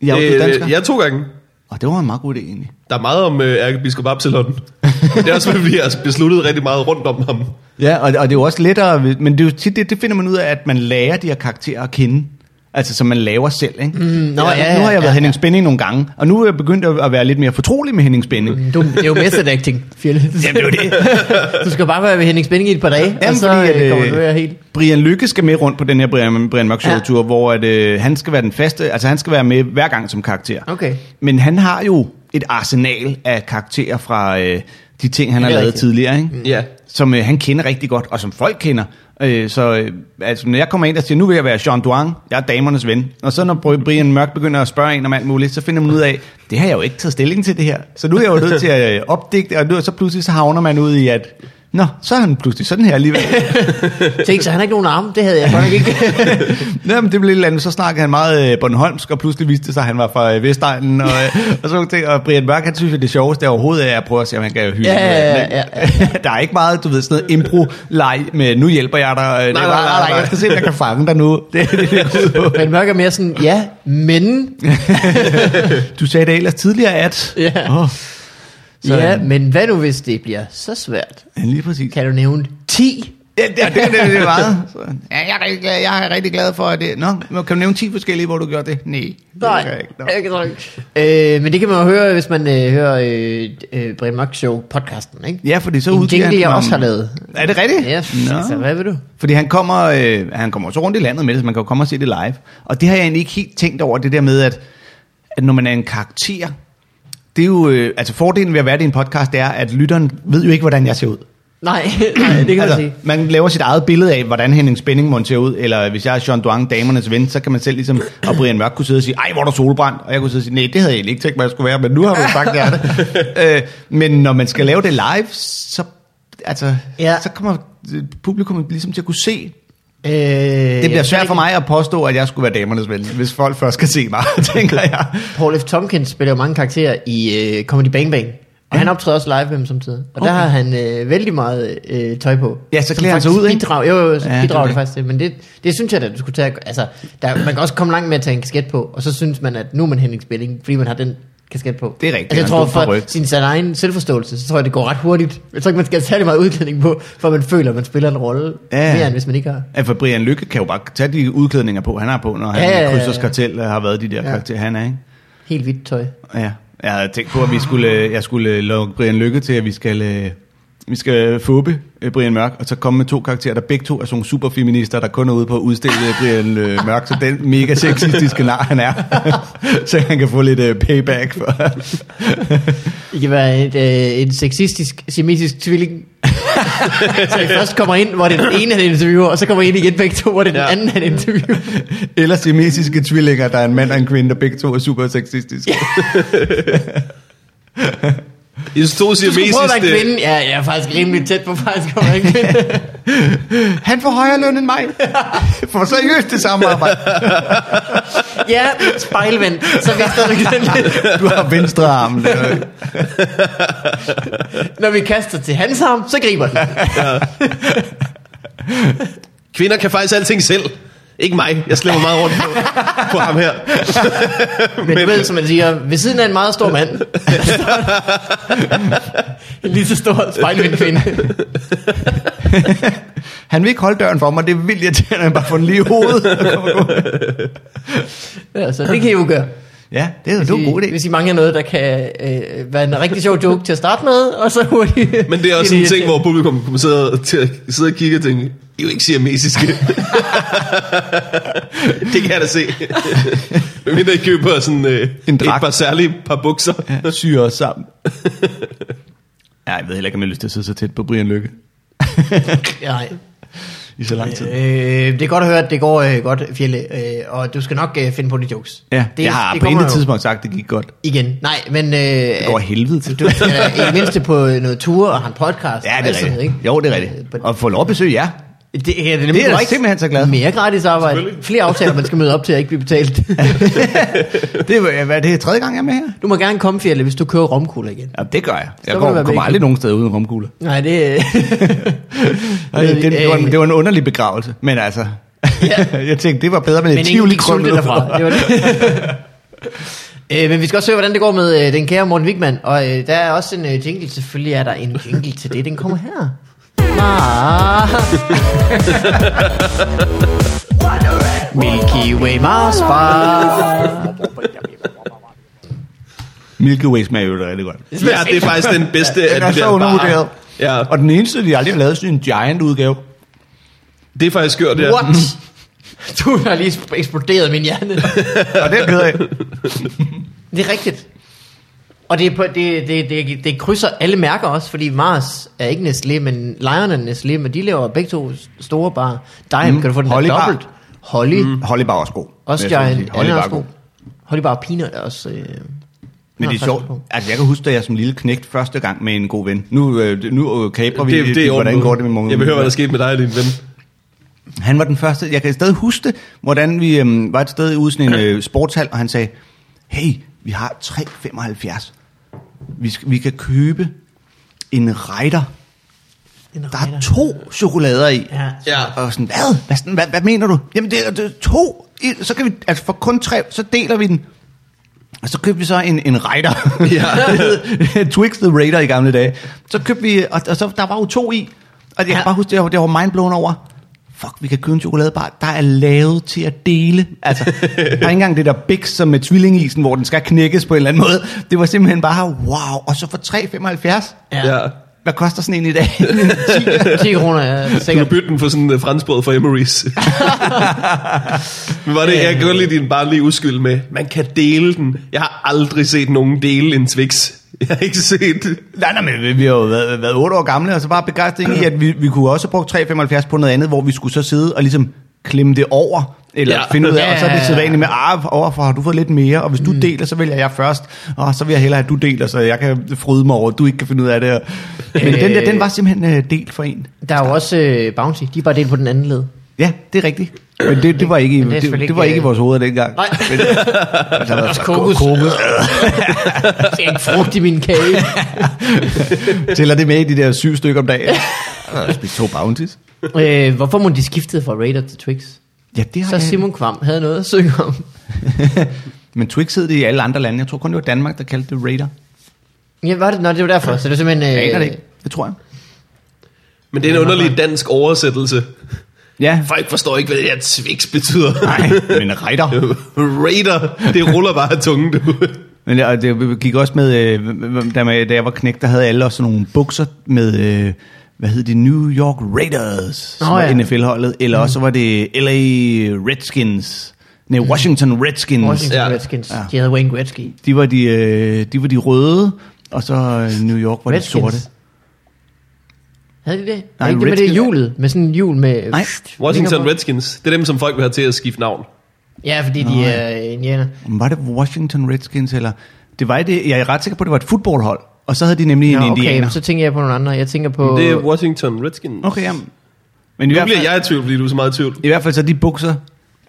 A: I afdøde dansker?
B: øh,
A: Øh, ja.
B: ja, to gange.
A: Og det var en meget god idé, egentlig.
B: Der er meget om øh, ærkebiskop Absalon. det er også, fordi vi har besluttet rigtig meget rundt om ham.
A: Ja, og, og det er jo også lettere... ved- Men det, er jo tit, det, det finder man ud af, at man lærer de her karakterer at kende. Altså, som man laver selv, ikke? Mm,
C: nå, ja,
A: nu har jeg
C: ja,
A: været
C: ja.
A: Henning Spænding nogle gange, og nu er jeg begyndt at at være lidt mere fortrolig med Henning Spænding.
C: Du, det er jo method acting, Fjelle.
A: Jamen, det er jo det.
C: du skal bare være ved Henning Spænding i et par dage,
A: Jamen,
C: og så
A: fordi,
C: fordi,
A: at,
C: øh,
A: øh,
C: kommer du her helt...
A: Brian Lykke skal med rundt på den her Brian, Brian Mørk
C: Ja.
A: Show-tur, ja. hvor at, øh, han skal være den faste, altså han skal være med hver gang som karakter.
C: Okay.
A: Men han har jo et arsenal af karakterer fra øh, de ting, han
C: Det
A: har
C: er
A: lavet
C: rigtigt.
A: tidligere, ikke?
B: Ja.
A: som øh, han kender rigtig godt, og som folk kender. Øh, så øh, altså, når jeg kommer ind og siger, nu vil jeg være Jean Duang, jeg er damernes ven, og så når Br- Brian Mørk begynder at spørge en om alt muligt, så finder man ud af, det har jeg jo ikke taget stilling til det her. Så nu er jeg jo nødt til at øh, opdigte, og nu, så pludselig så havner man ud i, at nå, så er han pludselig sådan her alligevel.
C: Tænk, så han har ikke nogen arme, det havde jeg godt nok ikke.
A: Nå, men det blev et eller andet. Så snakkede han meget øh, Bornholmsk, og pludselig viste det sig, at han var fra øh, Vestegnen. Og, øh, og, sådan nogle ting. og Brian Mørk, han synes, at det sjoveste er overhovedet er at prøve at se, om han kan hylde.
C: Ja, ja, ja, ja,
A: der er ikke meget, du ved, sådan noget impro-leg med, nu hjælper jeg dig. Øh, Nej, nej, nej, nej, nej. Jeg skal se, om jeg kan fange dig nu. Det, det, det, det,
C: Men Mørk er mere sådan, ja, men...
A: du sagde det ellers tidligere, at...
C: Ja.
A: Åh,
C: Så,
A: Så-
C: ja, men hvad nu hvis det bliver så svært?
A: lige præcis.
C: Kan du nævne 10?
A: Ja, det, det, det, det er meget. Så, ja, jeg, er rigtig glad, jeg er rigtig glad for, at det... Nå, men kan du nævne 10 forskellige, hvor du gjorde det? Nej. det kan jeg
C: Nej,
A: ikke. Nå.
C: jeg kan ikke. Øh, men det kan man jo høre, hvis man øh, hører øh, øh, Brian Mørk Show podcasten, ikke?
A: Ja, fordi så
C: En
A: udgiver
C: jingle,
A: han
C: jeg
A: om-
C: også har lavet.
A: Er det rigtigt?
C: Ja,
A: Nå.
C: altså, hvad vil du?
A: Fordi han kommer, øh, han kommer også rundt i landet med det, så man kan jo komme og se det live. Og det har jeg egentlig ikke helt tænkt over, det der med, at, at når man er en karakter, det er jo, øh, altså fordelen ved at være det i en podcast, det er, at lytteren ved jo ikke, hvordan jeg ser ud.
C: Nej, nej, det kan altså, man sige.
A: man laver sit eget billede af, hvordan Henning Spænding må se ud, eller hvis jeg er Jean Duang, damernes ven, så kan man selv ligesom, og Brian Mørk kunne sidde og sige, ej, hvor er der solbrændt, og jeg kunne sidde og sige, nej, det havde jeg egentlig ikke tænkt mig, jeg skulle være, men nu har man sagt, det er det. øh, men når man skal lave det live, så, altså,
C: Ja.
A: ja. så kommer øh, publikum ligesom til at kunne se,
C: Øh,
A: Det bliver svært for mig at påstå, at jeg skulle være damernes ven, hvis folk først skal se mig, tænker jeg.
C: Paul F. Tompkins spiller jo mange karakterer i øh, Comedy Bang Bang. Og ja. han optræder også live med dem samtidig. Og okay. der har han øh, vældig meget øh, tøj på.
A: Ja, så
C: Som
A: klæder han sig
C: faktisk
A: ud, ikke?
C: Bidrag, jo, jo, så
A: Ja,
C: ja,
A: det er
C: bidrager det,
A: det.
C: faktisk til. Men det, det synes jeg da, du skulle tage... Altså, der, man kan også komme langt med at tage en kasket på, og så synes man, at nu er man Henning Spilling, fordi man har den kasket på.
A: Det er rigtigt,
C: Altså, jeg
A: og
C: tror,
A: en god
C: for
A: paryk.
C: sin, sin egen selvforståelse, så tror jeg, det går ret hurtigt. Jeg tror ikke, man skal have særlig meget udklædning på, for man føler, at man spiller en rolle
A: Ja.
C: ja. mere, end hvis man ikke har.
A: Ja, for Brian Lykke kan jo bare tage de udklædninger på, han har på, når han
C: Ja, ja,
A: ja,
C: ja, ja.
A: krydsers kartel øh, har været de der ja.
C: Ja.
A: karakterer, han er, ikke?
C: Helt hvidt tøj.
A: Ja. Jeg havde tænkt på, at vi skulle, øh, jeg skulle øh, lukke Brian Lykke til, at vi skal, øh, vi skal øh, fuppe øh, Brian Mørk, og så komme med to karakterer, der begge to er sådan nogle superfeminister, der kun er ude på at udstille øh, Brian øh, Mørk, så den mega sexistiske nar han er, så han kan få lidt øh, payback for.
C: I kan være et, øh, en sexistisk, semitisk tvilling. så I først kommer ind, hvor det er den ene, han interviewer, og så kommer I ind igen begge to, hvor det er den
B: Ja.
C: anden, han interviewer.
A: Eller semitiske tvillinger, der er en mand og en kvinde, der begge to er super sexistiske.
B: I to
C: Du skulle prøve at være en
B: siamesiske...
C: kvinde. Ja, jeg er faktisk rimelig tæt på faktisk at være en kvinde.
A: Han får højere løn end mig. For seriøst det samme arbejde.
C: ja, spejlvendt. Så vi stadigvæk sådan lidt.
A: Du har venstre arm. øh.
C: Når vi kaster til hans arm, så griber den.
B: Kvinder kan faktisk alting selv. Ikke mig. Jeg slæber meget rundt på, på ham her.
C: Men du ved, som man siger, ved siden af en meget stor mand. en lige så stor spejlvendt kvinde.
A: Han vil ikke holde døren for mig, det er vildt irriterende, at han bare får den lige i hovedet. og kommer gående.
C: Ja, så det kan I jo gøre.
A: Ja, det er, det er
C: I-
A: en god idé.
C: Hvis I mangler noget, der kan øh, være en rigtig sjov joke til at starte med, og så hurtigt...
B: Men det er også en ting, hvor publikum kommer sidde, til at sidde og kigge og tænke, I er jo ikke siamesiske. det kan jeg da se. Men mindre I køber sådan øh,
A: En
B: et
A: dragt.
B: par særlige par bukser.
A: Ja, syre os sammen. ja, jeg ved heller ikke, om jeg har lyst til at sidde så tæt på Brian Lykke
C: Nej.
A: i så lang tid.
C: Øh, det er godt at høre, at det går øh, godt, Fjelle, øh, og du skal nok øh, finde på de jokes.
A: Ja,
C: det,
A: det, jeg har
C: det
A: på
C: kommer
A: intet
C: jo
A: tidspunkt sagt, at det gik godt.
C: Igen, nej, men... Øh,
A: Det går af helvede til.
C: du skal da i det mindste på noget tur og har en podcast.
A: Ja,
C: og
A: det
C: alt
A: er
C: sådan noget,
A: rigtigt. Jo, det er
C: Øh,
A: rigtigt.
C: but-
A: Og få lov at besøge jer.
C: Det, ja, det, er,
A: Det
C: nemlig
A: er jeg
C: korrekt.
A: simpelthen så glad for.
C: Mere gratis arbejde. Flere aftaler, man skal møde op til, at ikke blive betalt.
A: Det er, hvad, er det er tredje gang, jeg er med her.
C: du må gerne komme, Fjelle, hvis du kører romkugler igen.
A: Ja, det gør jeg.
C: må
A: Jeg
C: du
A: går,
C: være
A: kommer
C: væk.
A: aldrig nogen steder uden romkugler.
C: Nej, det...
A: Ej, det, det,
C: øh,
A: var en, det var en underlig begravelse, men altså... jeg tænkte, det var bedre med et
C: Men ingen
A: tivoli
C: gik sulte
A: krømmel.
C: derfra. Det var det. øh, men vi skal også se, hvordan det går med øh, den kære Morten Wigman. Og øh, der er også en øh, jingle. Selvfølgelig er der en jingle til det. Den kommer her. Ah. Mars. Milky Way Mars Bar.
A: Milky Way smager jo rigtig godt.
B: Ja, det er faktisk den bedste
A: Den er
B: af de
A: så
B: der barer.
A: undervurderet.
B: Ja,
A: Og den eneste, de aldrig har lavet, sådan en giant-udgave.
B: det er faktisk skørt, det her.
C: What? Du har lige sp- eksploderet min hjerne.
A: Og det er jeg ked af.
C: Det er rigtigt. Og det, er på, det, det, det, det krydser alle mærker også, fordi Mars er ikke Nestlé, men lejerne er Nestlé, men de laver begge to store bare. Dime,
A: Mm.
C: mm. kan du få den
A: Holly
C: der
A: Bar.
C: dobbelt. Holly, mm.
A: Holly Bar er også god.
C: også
A: vil jeg så
C: Giant,
A: sige.
C: Holly
A: Bar
C: er
A: er
C: også
A: god.
C: god. Holly Bar og Peanut er også... Øh,
A: Men det er sjovt. Altså, jeg kan huske, da jeg som lille knægt første gang med en god ven. Nu, øh, det- nu øh, kabrer vi,
B: Det, det, det er
A: hvordan
B: ordentligt.
A: går det med mange.
B: Jeg vil høre, hvad der skete med dig og din ven.
A: Han var den første. Jeg kan stadig huske, det, hvordan vi øhm, var et sted ude i sådan en øh, sportshal, og han sagde, hey, vi har 3,75. Vi, skal, vi kan købe en rejder. Der er to chokolader i.
C: Ja.
B: Ja.
A: Og sådan, hvad? Hvad, sådan, hvad, hvad mener du? Jamen, det er, det er to. i- Så kan vi, altså for kun tre, så deler vi den. Og så købte vi så en, en Raider.
B: Ja.
A: Det hed Twix the Raider i gamle dage. Så købte vi, og, og så, der var jo to i. Og jeg kan
C: Ja.
A: bare huske, det var, det var mindblown over. Fuck, vi kan købe en chokoladebar, der er lavet til at dele. Altså, der er ikke engang det der big som med tvillingisen, hvor den skal knækkes på en eller anden måde. Det var simpelthen bare, wow. Og så for 3,75.
C: Ja.
B: Ja.
A: Hvad koster sådan en i dag?
C: 10 kroner er
B: Du kan
C: sikkert.
B: bytte den for sådan en uh, franskbrød fra Emery's. Men var det, jeg kan godt lide din barnlige uskyld med, man kan dele den. Jeg har aldrig set nogen dele en Twix. Jeg har ikke set
A: Nej, nej, men vi- vi har jo været, været 8 år gamle, og så bare begejstring i, at vi, vi kunne også have brugt 3,75 på noget andet, hvor vi skulle så sidde og ligesom klemme det over, eller ja.
B: Ja.
A: finde ud af, og så er det
C: Ja.
A: sædvanligt med, ah, overfor har du fået lidt mere, og hvis du mm. deler, så vælger jeg først, og så vil jeg hellere, at du deler, så jeg kan fryde mig over, at du ikke kan finde ud af det. Men den der, den var simpelthen øh, delt for en.
C: Der er jo også øh, Bounty. De er bare delt på den anden led.
A: Ja, det er rigtigt. Men det, det var ikke, i-
C: Men det er
A: det,
C: selvfølgelig
A: det var
C: ikke,
A: ikke i vores hoveder dengang. Altså,
C: Nej.
A: Men, der var så
C: Kokos. Kokos. det er en frugt i min kage.
A: Tæller det med i de der syv stykker om dagen? Spis to bounties.
C: øh, hvorfor må de skiftet fra Raider til Twix?
A: Ja, det har
C: Så
A: jeg.
C: Simon Kvam havde noget at søge om.
A: Men Twix hed det i alle andre lande. Jeg tror kun, det var Danmark, der kaldte det Raider.
C: Ja, var det? Nå, det var derfor. Så det var simpelthen...
A: Jeg aner det
C: Øh,
A: ikke. Det tror jeg.
B: Men det er en underlig dansk oversættelse.
A: Ja.
B: Folk forstår ikke, hvad det her Twix betyder.
A: Nej, men Raider.
B: Raider, det ruller bare af tungen, du.
A: Men det, og det gik også med, øh, hvem- da man- da jeg var knægt, der havde alle også sådan nogle bukser med, øh, hvad hed de, New York Raiders, som
C: Nå,
A: var
C: ja. Mm.
A: NFL-holdet. Eller også var det LA Redskins, nej, Washington Redskins.
C: øh, Washington
B: Ja.
C: Redskins.
A: Ja.
C: De havde Wayne Gretzky.
A: De var de, øh, de var de røde, og så øh, New York var de sorte.
C: Havde de det? Nej,
A: Nej,
C: var det ikke det
A: Redskins-
C: med det hjulet? Med sådan en hjul med...
A: Nej.
B: Washington Redskins, det er dem, som folk vil have til at skifte navn.
C: Ja, fordi de er indianer.
A: Var det Washington Redskins, eller? Det var det, jeg er ret sikker på, at det var et fodboldhold, og så havde de nemlig en
C: Nå,
A: indianer.
C: okay, så tænker jeg på nogle andre. Jeg tænker på...
B: Det er Washington Redskins.
A: Okay, jamen. Men i
B: Nu
A: hvert,
B: bliver
A: fald,
B: jeg i tvivl, fordi du er så meget i tvivl.
A: i hvert fald så de bukser,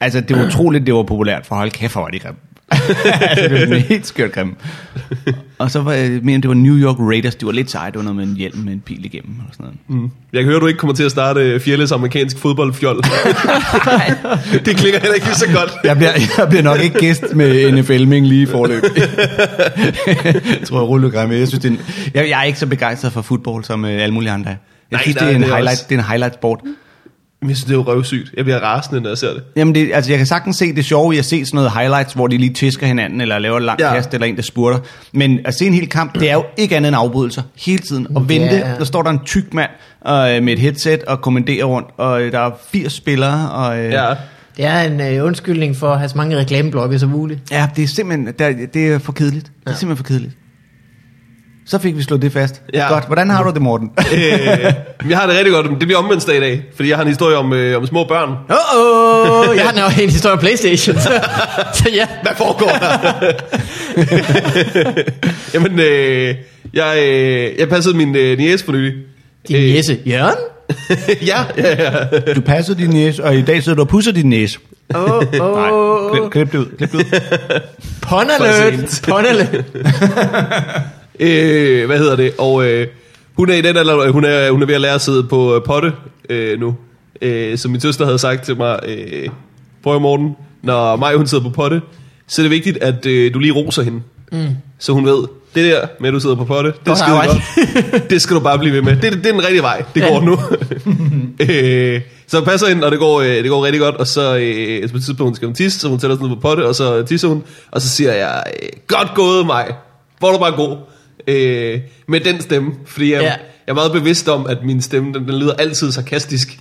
A: altså det var utroligt, det var populært, for hold kæft, hvor var de grimme. altså, det var sådan helt skørt grimme. Og så var jeg, men det var New York Raiders, de var lidt seje, det var noget med en hjelm med en pil igennem, eller sådan noget. Mm.
B: Jeg kan høre, du ikke kommer til at starte øh, Fjelles amerikansk fodboldfjold. det klinger heller ikke lige så godt.
A: Jeg, bliver, jeg bliver nok ikke gæst med NFL-ming lige i forløb. jeg tror, jeg ruller grimme. Jeg, synes, det er en, jeg, jeg, er ikke så begejstret for fodbold, som øh, alle mulige andre. er. Jeg
B: Nej,
A: synes,
B: nej,
A: det, er en
B: det er
A: highlight,
B: også-
A: det er en highlight-sport.
B: Men jeg synes, det er jo røvsygt. Jeg bliver rasende, når jeg ser det.
A: Jamen, det, altså, jeg kan sagtens se det sjove i at se sådan noget highlights, hvor de lige tisker hinanden, eller laver et langt
B: Ja.
A: ja. kast, eller en, der spurter. Men at se en hel kamp, det er jo ikke andet end afbrydelser hele tiden. Og vente,
C: Ja.
A: yeah. der står der en tyk mand øh, med et headset og kommenterer rundt, og øh, der er 80 spillere, og... Øh,
B: Ja.
C: Det er en øh, undskyldning for at have så mange reklameblokke som muligt.
A: ja, det er simpelthen der, det er for kedeligt. Det er
C: Ja.
A: simpelthen for kedeligt. Så fik vi slået det fast.
B: Ja.
A: Ja. Godt, hvordan har du det, Morten?
B: Øh, jeg har det rigtig godt. Det bliver omvendsdag i dag, fordi jeg har en historie om, øh, om små børn.
C: Åh, oh, jeg har den jo en historie om Playstation. Så, så ja.
B: Hvad foregår der? Jamen, øh, jeg, øh, jeg passede min øh, niece for nylig.
C: Din
B: Øh.
C: jæse. Jørgen?
B: ja, ja, ja.
A: Du passede din næse, og i dag sidder du og pudser din næse.
C: Åh,
A: Nej, klip,
C: åh.
A: klip det ud. Klip det ud.
C: Pun alert. Pun alert.
B: Øh, hvad hedder det? Og øh, hun er i den alder, øh, hun er, hun er ved at lære at sidde på øh, potte øh, nu. Øh, som min søster havde sagt til mig, øh, prøv at morgen, når mig hun sidder på potte, så er det vigtigt, at øh, du lige roser hende. Mm. Så hun ved, det der med, at du sidder på potte, det er
C: Godt
B: skide
C: arbejde.
B: godt. Det skal du bare blive ved med. Det, det er den rigtige vej. Det går nu. øh, så jeg passer hende, og det går, øh, det går rigtig godt. Og så øh, på et tidspunkt skal hun tisse, så hun sætter sig ned på potte, og så tisser hun. Og så siger jeg, øh, godt gået mig. Hvor er du bare god. Øh, med den stemme, fordi jeg,
C: Ja.
B: ja. jeg er meget bevidst om, at min stemme, den, den lyder altid sarkastisk.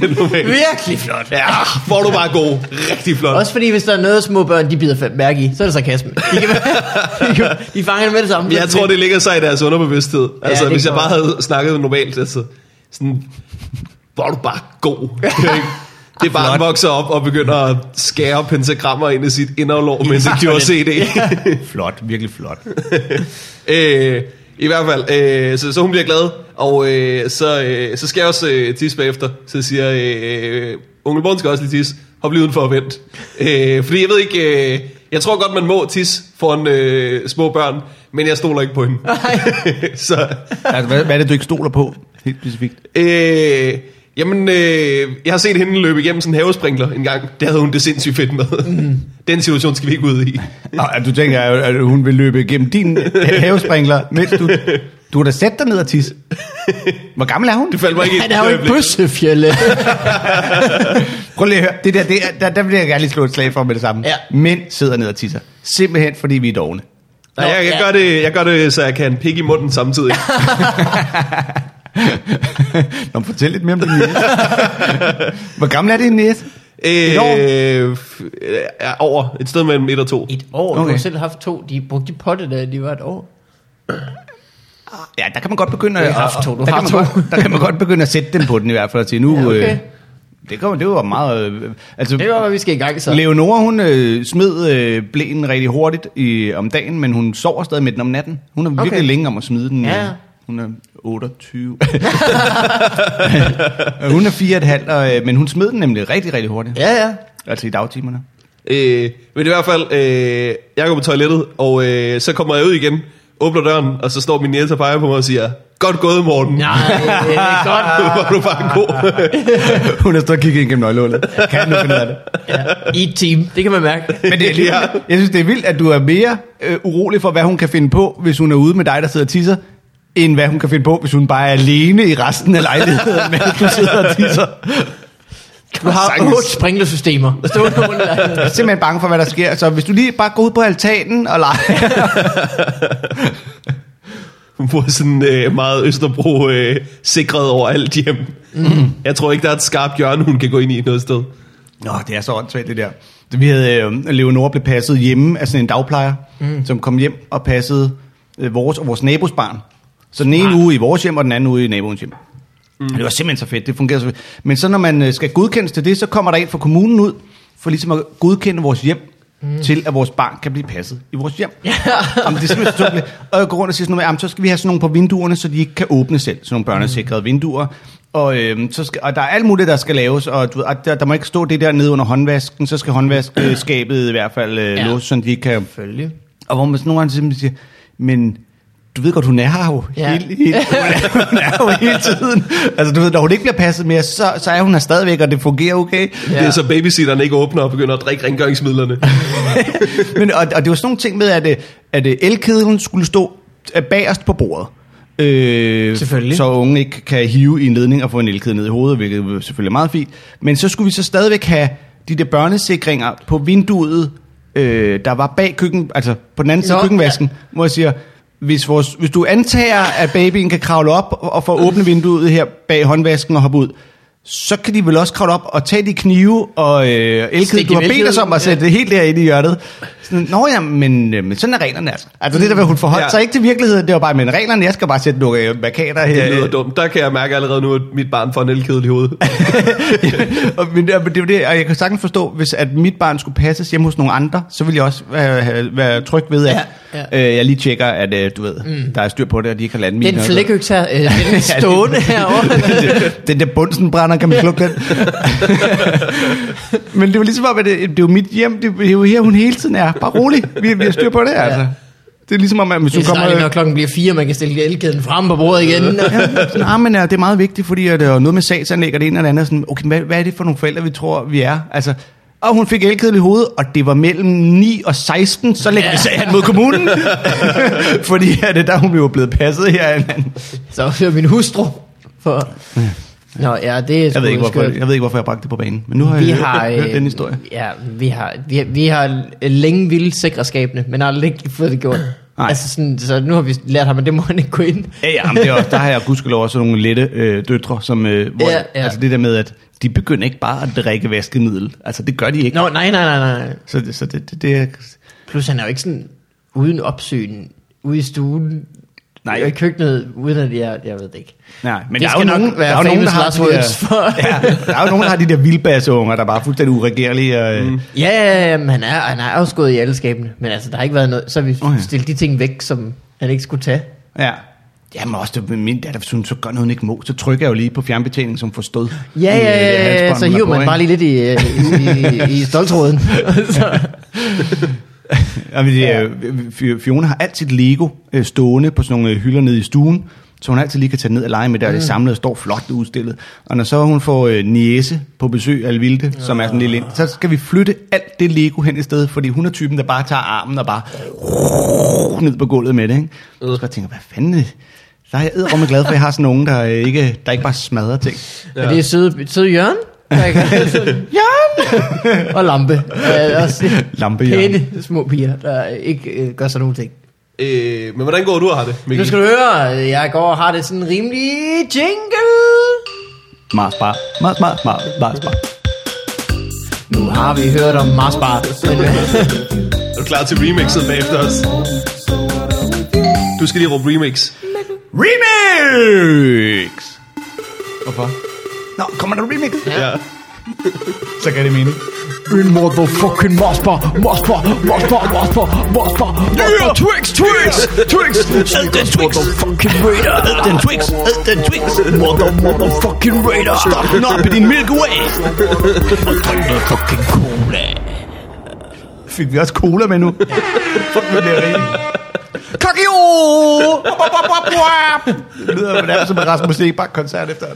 B: Normalt.
C: Virkelig flot.
B: ja, hvor er du bare god. Rigtig flot.
C: Også fordi, hvis der er noget, små børn de bider fa- mærke i, så er det sarkasme. De, kan, de, kan, de fanger det med det samme.
B: Men jeg tror, det ligger sig i deres underbevidsthed. Altså,
C: det
B: hvis jeg
C: kan
B: bare havde snakket normalt, altså, sådan, hvor er du bare god. ikke? Det er bare, at vokser op og begynder at skære pentagrammer ind i sit inderlov med en secure CD.
A: Flot, virkelig flot.
B: øh, I hvert fald, øh, så, så hun bliver glad, og øh, så, øh, så skal jeg også øh, tisse bagefter. Så siger øh, onkel Morten skal også lige tisse. Hop lige udenfor og vent. Øh, fordi jeg ved ikke, øh, jeg tror godt, man må tisse foran øh, små børn, men jeg stoler ikke på hende. så
A: Altså, hvad, hvad er det, du ikke stoler på, helt specifikt?
B: Øh, jamen, øh, jeg har set hende løbe igennem sådan en havesprinkler en gang. Det havde hun det sindssygt fedt med.
C: Mhm.
B: Mm. Den situation skal vi ikke ud i.
A: Og, at du tænker, at at hun vil løbe igennem din havesprinkler, mens du... Du har da sat dig ned og tisse. Hvor gammel er hun?
B: Det faldt mig ikke ind
C: Han er jo
B: i
C: ikke
B: øjeblikket.
C: bøssefjælde.
A: Prøv lige at høre. Det der, det, er- der, der vil jeg gerne lige slå et slag for med det samme.
C: Ja.
A: Mænd sidder ned og tisser. Simpelthen fordi vi er dogne.
B: Nej, jeg, jeg,
C: Nå,
B: gør det, jeg gør det, så jeg kan pikke i munden samtidig.
A: Nå, men fortæl lidt mere om din næse. Hvor gammel er din næse? Et år?
B: øh, f- øh, er over et sted mellem 1 og 2.
C: Et år. Okay. Du
A: Okay.
C: har selv haft to. De brugte de potte, da de var et år.
A: Ja, der kan man godt begynde
C: Du
A: at... Ah,
C: har haft to, du
A: der,
C: har
A: kan man
C: haft to.
A: godt, der kan man godt begynde at sætte den på den i hvert fald. Til nu,
C: Ja, okay.
A: øh, det, kommer, det var meget... Øh, altså,
C: Det var, hvad vi skal i gang så.
A: Leonora, hun øh, smed øh, blæen rigtig hurtigt i, om dagen, men hun sover stadig med den om natten. Hun er virkelig
C: Okay.
A: længe om at smide den.
C: Ja.
A: øh. Hun er 28. Og hun er 4,5, og, øh, men hun smed den nemlig rigtig, rigtig hurtigt.
C: Ja, ja.
A: Altså i dagtimerne.
B: Øh, men i hvert fald, øh, jeg går på toilettet, og øh, så kommer jeg ud igen, åbner døren, og så står min næse og peger på mig og siger, godt gået, Morten.
C: Nej, det er godt.
B: Hvor du bare god.
A: Hun har stået og kigget ind gennem nøglehullet. Kan han nu finde ud af det?
C: Ja. I et team, det kan man mærke.
A: Men det er lige,
B: Ja.
A: jeg synes, det er vildt, at du er mere øh, urolig for, hvad hun kan finde på, hvis hun er ude med dig, der sidder og tisser, end hvad hun kan finde på, hvis hun bare er alene i resten af lejligheden, mens du sidder og tisser.
C: Du har
B: Sagtens.
C: otte sprinklersystemer. Stående på grund
A: Jeg er simpelthen bange for, hvad der sker. Så hvis du lige bare går ud på altanen og leger.
B: Hun bor sådan øh, meget Østerbro øh, sikret over alt hjem. Mm. Jeg tror ikke, der er et skarpt hjørne, hun kan gå ind i noget sted.
A: Nå, det er så åndssvagt det der. Vi havde, øh, Leonora blev passet hjemme af sådan en dagplejer, mm. som kom hjem og passede øh, vores og vores nabos barn. Så den ene uge i vores hjem, og den anden uge i naboens hjem. Mm. Det var simpelthen så fedt, det fungerede så fedt. Men så når man øh, skal godkendes til det, så kommer der en fra kommunen ud, for ligesom at godkende vores hjem, mm. til at vores barn kan blive passet i vores hjem. Ja. Jamen, det er simpelthen så tåbeligt. Og jeg går rundt og siger sådan noget, med, "Jamen, så skal vi have sådan nogle på vinduerne, så de ikke kan åbne selv, sådan nogle børnesikrede vinduer. Og, øhm, så skal, og der er alt muligt, der skal laves, og, du, ved, og der, der må ikke stå det der nede under håndvasken, så skal håndvaskeskabet i hvert fald øh,
C: Ja.
A: ja. låse, så de ikke kan...
C: Selvfølgelig.
A: Og hvor man sådan nogle gange simpelthen siger, men du ved godt, hun er her jo
C: Ja.
A: ja. hele, hele, hun er, hun er jo hele tiden. Altså du ved, når hun ikke bliver passet mere, så, så er hun her stadigvæk, og det fungerer okay.
B: Ja. Det er så babysitteren ikke åbner og begynder at drikke rengøringsmidlerne.
A: Men, og, og det var sådan nogle ting med, at, øh, at øh, elkedlen skulle stå øh, bagerst på bordet. Øh,
C: Selvfølgelig.
A: Så unge ikke kan hive i en ledning og få en elkedel ned i hovedet, hvilket jo selvfølgelig er meget fint. Men så skulle vi så stadigvæk have de der børnesikringer på vinduet, øh, der var bag køkken, altså på den anden side
C: Nå,
A: af køkkenvasken, ja. hvor jeg siger, hvis, vores, hvis du antager, at babyen kan kravle op og- og få åbne vinduet her bag håndvasken og hoppe ud, så kan de vel også kravle op og tage de knive og øh, elkedel,
C: Stik
A: du
C: i
A: har bedt os
C: elkedlen,
A: om at
C: ja.
A: sætte det helt derinde i hjørnet. Sådan, Nå ja, men, øh, men sådan er reglerne altså. Altså det der, hvad hun forholdt
B: Ja.
A: ja. sig ikke til virkeligheden, det var bare, men reglerne, jeg skal bare sætte nogle øh, markader her.
B: Det lyder dumt. Der kan jeg mærke allerede nu, at mit barn får en elkedel i hovedet.
A: og, men, ja, men det er jo det, og jeg kan sagtens forstå, hvis at mit barn skulle passes hjemme hos nogle andre, så ville jeg også være, have- være tryg ved, at
C: Ja,
A: ja, ja. Øh, jeg lige tjekker, at øh, du ved, mm. der er styr på det, og de ikke har landet
C: Den flækøks her, øh, den er stående herovre.
A: den der bunsen brænder, kan man slukke den? Men det var ligesom om, at det, det er jo mit hjem, det er jo her, hun hele tiden er. Bare rolig, vi, vi har styr på det, altså. Det er ligesom om, at hvis
C: Det
A: du
C: er
A: kommer...
C: dejligt, når klokken bliver fire, man kan stille elkæden frem på bordet igen.
A: Sådan, ah, men ja, det er meget vigtigt, fordi at, øh, noget med sagsanlæg og det ene og det andet. Sådan, okay, hvad, hvad er det for nogle forældre, vi tror, vi er? Altså, og hun fik elkedel i hovedet, og det var mellem 9 og 16, så lægger vi sagen mod kommunen. fordi at, øh, der er hun jo blevet passet her. af en anden.
C: Så hører min hustru for... Nå, ja, det er sgu
A: Jeg ved, ikke, hvorfor,
C: skørt.
A: jeg ved ikke, hvorfor jeg bragte det på banen, men nu har
C: Vi
A: jeg
C: har,
A: hørt,
C: øh,
A: hørt den historie.
C: Ja, vi har, vi, vi har længe ville sikre skabene, men har aldrig ikke fået det gjort.
A: Nej.
C: Altså sådan, så nu har vi lært ham, at det må han ikke gå ind.
A: Ja, ja, men det er også, der har jeg gudskelov også nogle lette øh, døtre, som, øh, hvor,
C: Ja,
A: ja,
C: ja.
A: ja. altså det der med, at de begynder ikke bare at drikke vaskemiddel. Altså, det gør de ikke.
C: Nå, nej, nej, nej, nej.
A: Så, det- så det, det, det er...
C: Plus han er jo ikke sådan uden opsyn, ude i studen,
A: Nej.
C: i køkkenet, uden at jeg, jeg ved det ikke.
A: Nej, men der
C: Det
A: er jo
C: skal nok
A: nogen, der,
C: være
A: er jo nogen, der
C: famous
A: har
C: last
A: de
C: words for-
A: der, ja, der er jo nogen, der har de der vildbasseunger, der bare er fuldstændig uregerlige. Og, mm.
C: Ja, ja, ja, men han er, han er også gået i alle skabene, men altså, der har ikke været noget, så har vi
A: Åh, ja.
C: stillet de ting væk, som han ikke skulle tage.
A: Ja. Jamen også, det, min datter, hvis hun så gør noget, hun ikke må, så trykker jeg jo lige på fjernbetjeningen, som forstod.
C: Ja, ja, ja, ja, så hiver man bare lige lidt i, øh, i, i, i stoltråden. så,
A: Jamen, det, er jo- Fi- Fiona har altid Lego øh, stående på sådan nogle øh, hylder nede i stuen, så hun altid lige kan tage ned og lege med det, og det samlet står flot udstillet. Og når så hun får øh, Niese på besøg, Alvilde, ja. som er sådan en lille ind, så skal vi flytte alt det Lego hen i stedet, fordi hun er typen, der bare tager armen og bare ned på gulvet med det. Ikke? Så jeg tænker, hvad fanden... øh, Der er jeg edderomme glad for, at jeg har sådan nogen, der øh, ikke, der ikke bare smadrer ting.
C: ja. Og det er søde, søde Jørgen. Altså, Jørgen! og Lampe. Øh, også
A: Lampe, Jørgen.
C: pæne små piger, der ikke øh, gør sådan nogle ting.
B: øh, men hvordan går du og har det, Mikkel?
C: Nu skal du høre, øh, jeg går og har det sådan en rimelig jingle.
A: Meget smart. Meget smart, meget, meget smart.
C: Nu har vi hørt om Mars Bar. Men, øh,
B: Er du klar til remixet bagefter os? Du skal lige råbe remix.
A: Remix! Hvorfor? Nå, kommer der remix?
B: Ja.
A: Så kan det mene.
E: En motherfucking mosper, mosper, mosper, mosper, mosper, mosper, Twix, Twix, Twix, den Twix, motherfucking Raider, den Twix, den Twix, mother, motherfucking Raider, stop den op i din Milky Way, drink noget fucking cola.
A: Fik vi også cola med nu? Fuck, det bliver rigtigt.
C: Kakio!
A: Det lyder på som en Rasmus Sebak koncert efter.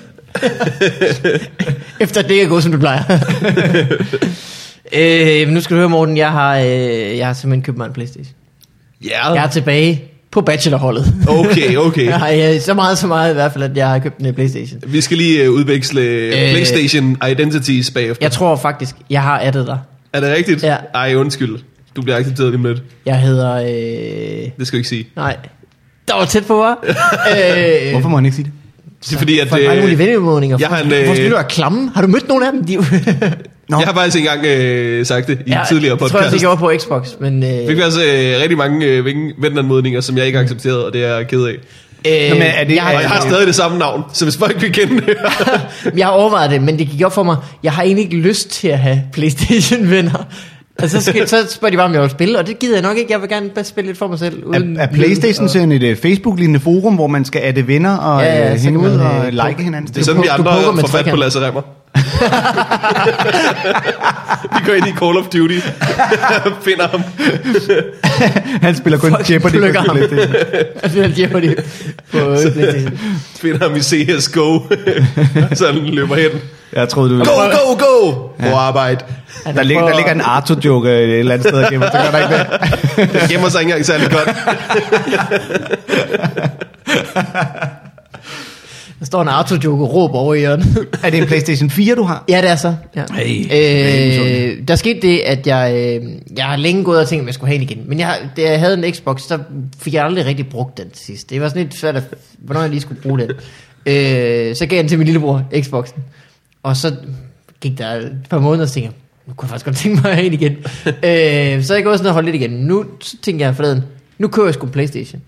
C: Efter det er gået, som det plejer. øh, men nu skal du høre, Morten, jeg har, øh, jeg har simpelthen købt mig en Playstation.
B: Ja,
C: Jeg
B: yeah.
C: er tilbage på bachelorholdet.
B: okay, okay.
C: Jeg har øh, så meget, så meget i hvert fald, at jeg har købt en øh, Playstation.
B: Vi skal lige øh, udveksle øh, PlayStation Identities bagefter.
C: Jeg tror faktisk, jeg har addet dig.
B: Er det rigtigt?
C: Ja.
B: Ej, undskyld. Du bliver accepteret lige om lidt.
C: Jeg hedder... Øh,
B: Det skal du ikke sige.
C: nej, der var tæt på, hva'? øh,
A: Hvorfor må han ikke sige det?
B: Det er fordi, at... øh,
C: For mange mulige venneudmålinger.
B: jeg har en,
C: Hvor skal
B: øh,
C: du være klamme? Har du mødt nogen af dem? De,
B: Nå. Jeg har faktisk ikke engang øh, sagt det i ja, en tidligere
C: Jeg
B: podcast.
C: tror, jeg,
B: Jeg
C: det gjorde på Xbox, men... Øh,
B: fik faktisk øh, rigtig mange øh, ven- venanmodninger, som jeg ikke accepterede, og det er jeg ked af.
C: øh,
A: Nå, men er det-
C: jeg, har,
B: Og jeg har stadig det samme navn, så hvis folk vil kende det.
C: jeg har overvejet det, men det gik op for mig. Jeg har egentlig ikke lyst til at have Playstation-venner. Og så, skal, så spørger de bare, om jeg vil spille, og det gider jeg nok ikke. Jeg vil gerne bare spille lidt for mig selv. Uden
A: Er, er Playstation
C: lyd og-
A: sådan et øh, Facebook-lignende forum, hvor man skal adde venner og
C: Ja, ja,
A: ja, ja,
C: så
A: hænge
C: kan
A: ud
C: man,
A: og
C: øh,
A: like hinanden?
B: Det er sådan,
C: Du
B: vi
C: poker- du
B: andre
C: poker med
B: får fat på
C: trekant.
B: Lasse Remmer. vi går ind i Call of Duty, finder ham.
A: Han spiller kun
C: Fuck,
A: Jeopardy
C: plukker
A: på
C: ham.
A: Playstation.
C: Altså, jeg giver mig det på øh, Playstation.
B: Finder ham i CSGO. så han løber hen.
A: Jeg troede, du
B: Go, go, go! På arbejde.
C: Altså,
A: Der ligger, der
C: prøver-
A: ligger en Arto-joke et eller andet sted og gemmer. Det gør der ikke det.
B: Den gemmer sig ikke engang særlig godt.
C: Der står en Arto-joke og råber over i hjørnet.
A: Er det en Playstation 4, du har?
C: Ja, det er så. Ja. Hey, øh, der skete det, at jeg, øh, jeg har længe gået og tænkt, at jeg skulle have en igen. Men jeg, har- da jeg havde en Xbox, så fik jeg aldrig rigtig brugt den til sidst. Det var sådan lidt svært, at, hvornår jeg lige skulle bruge den. Øh, så gav jeg den til min lillebror, Xboxen. Og så gik der et par måneder, og så tænkte jeg, nu kunne jeg faktisk godt tænke mig at have en igen. øh, så er jeg gået sådan og holdt lidt igen. Nu så tænkte jeg forleden, nu kører jeg sgu en Playstation.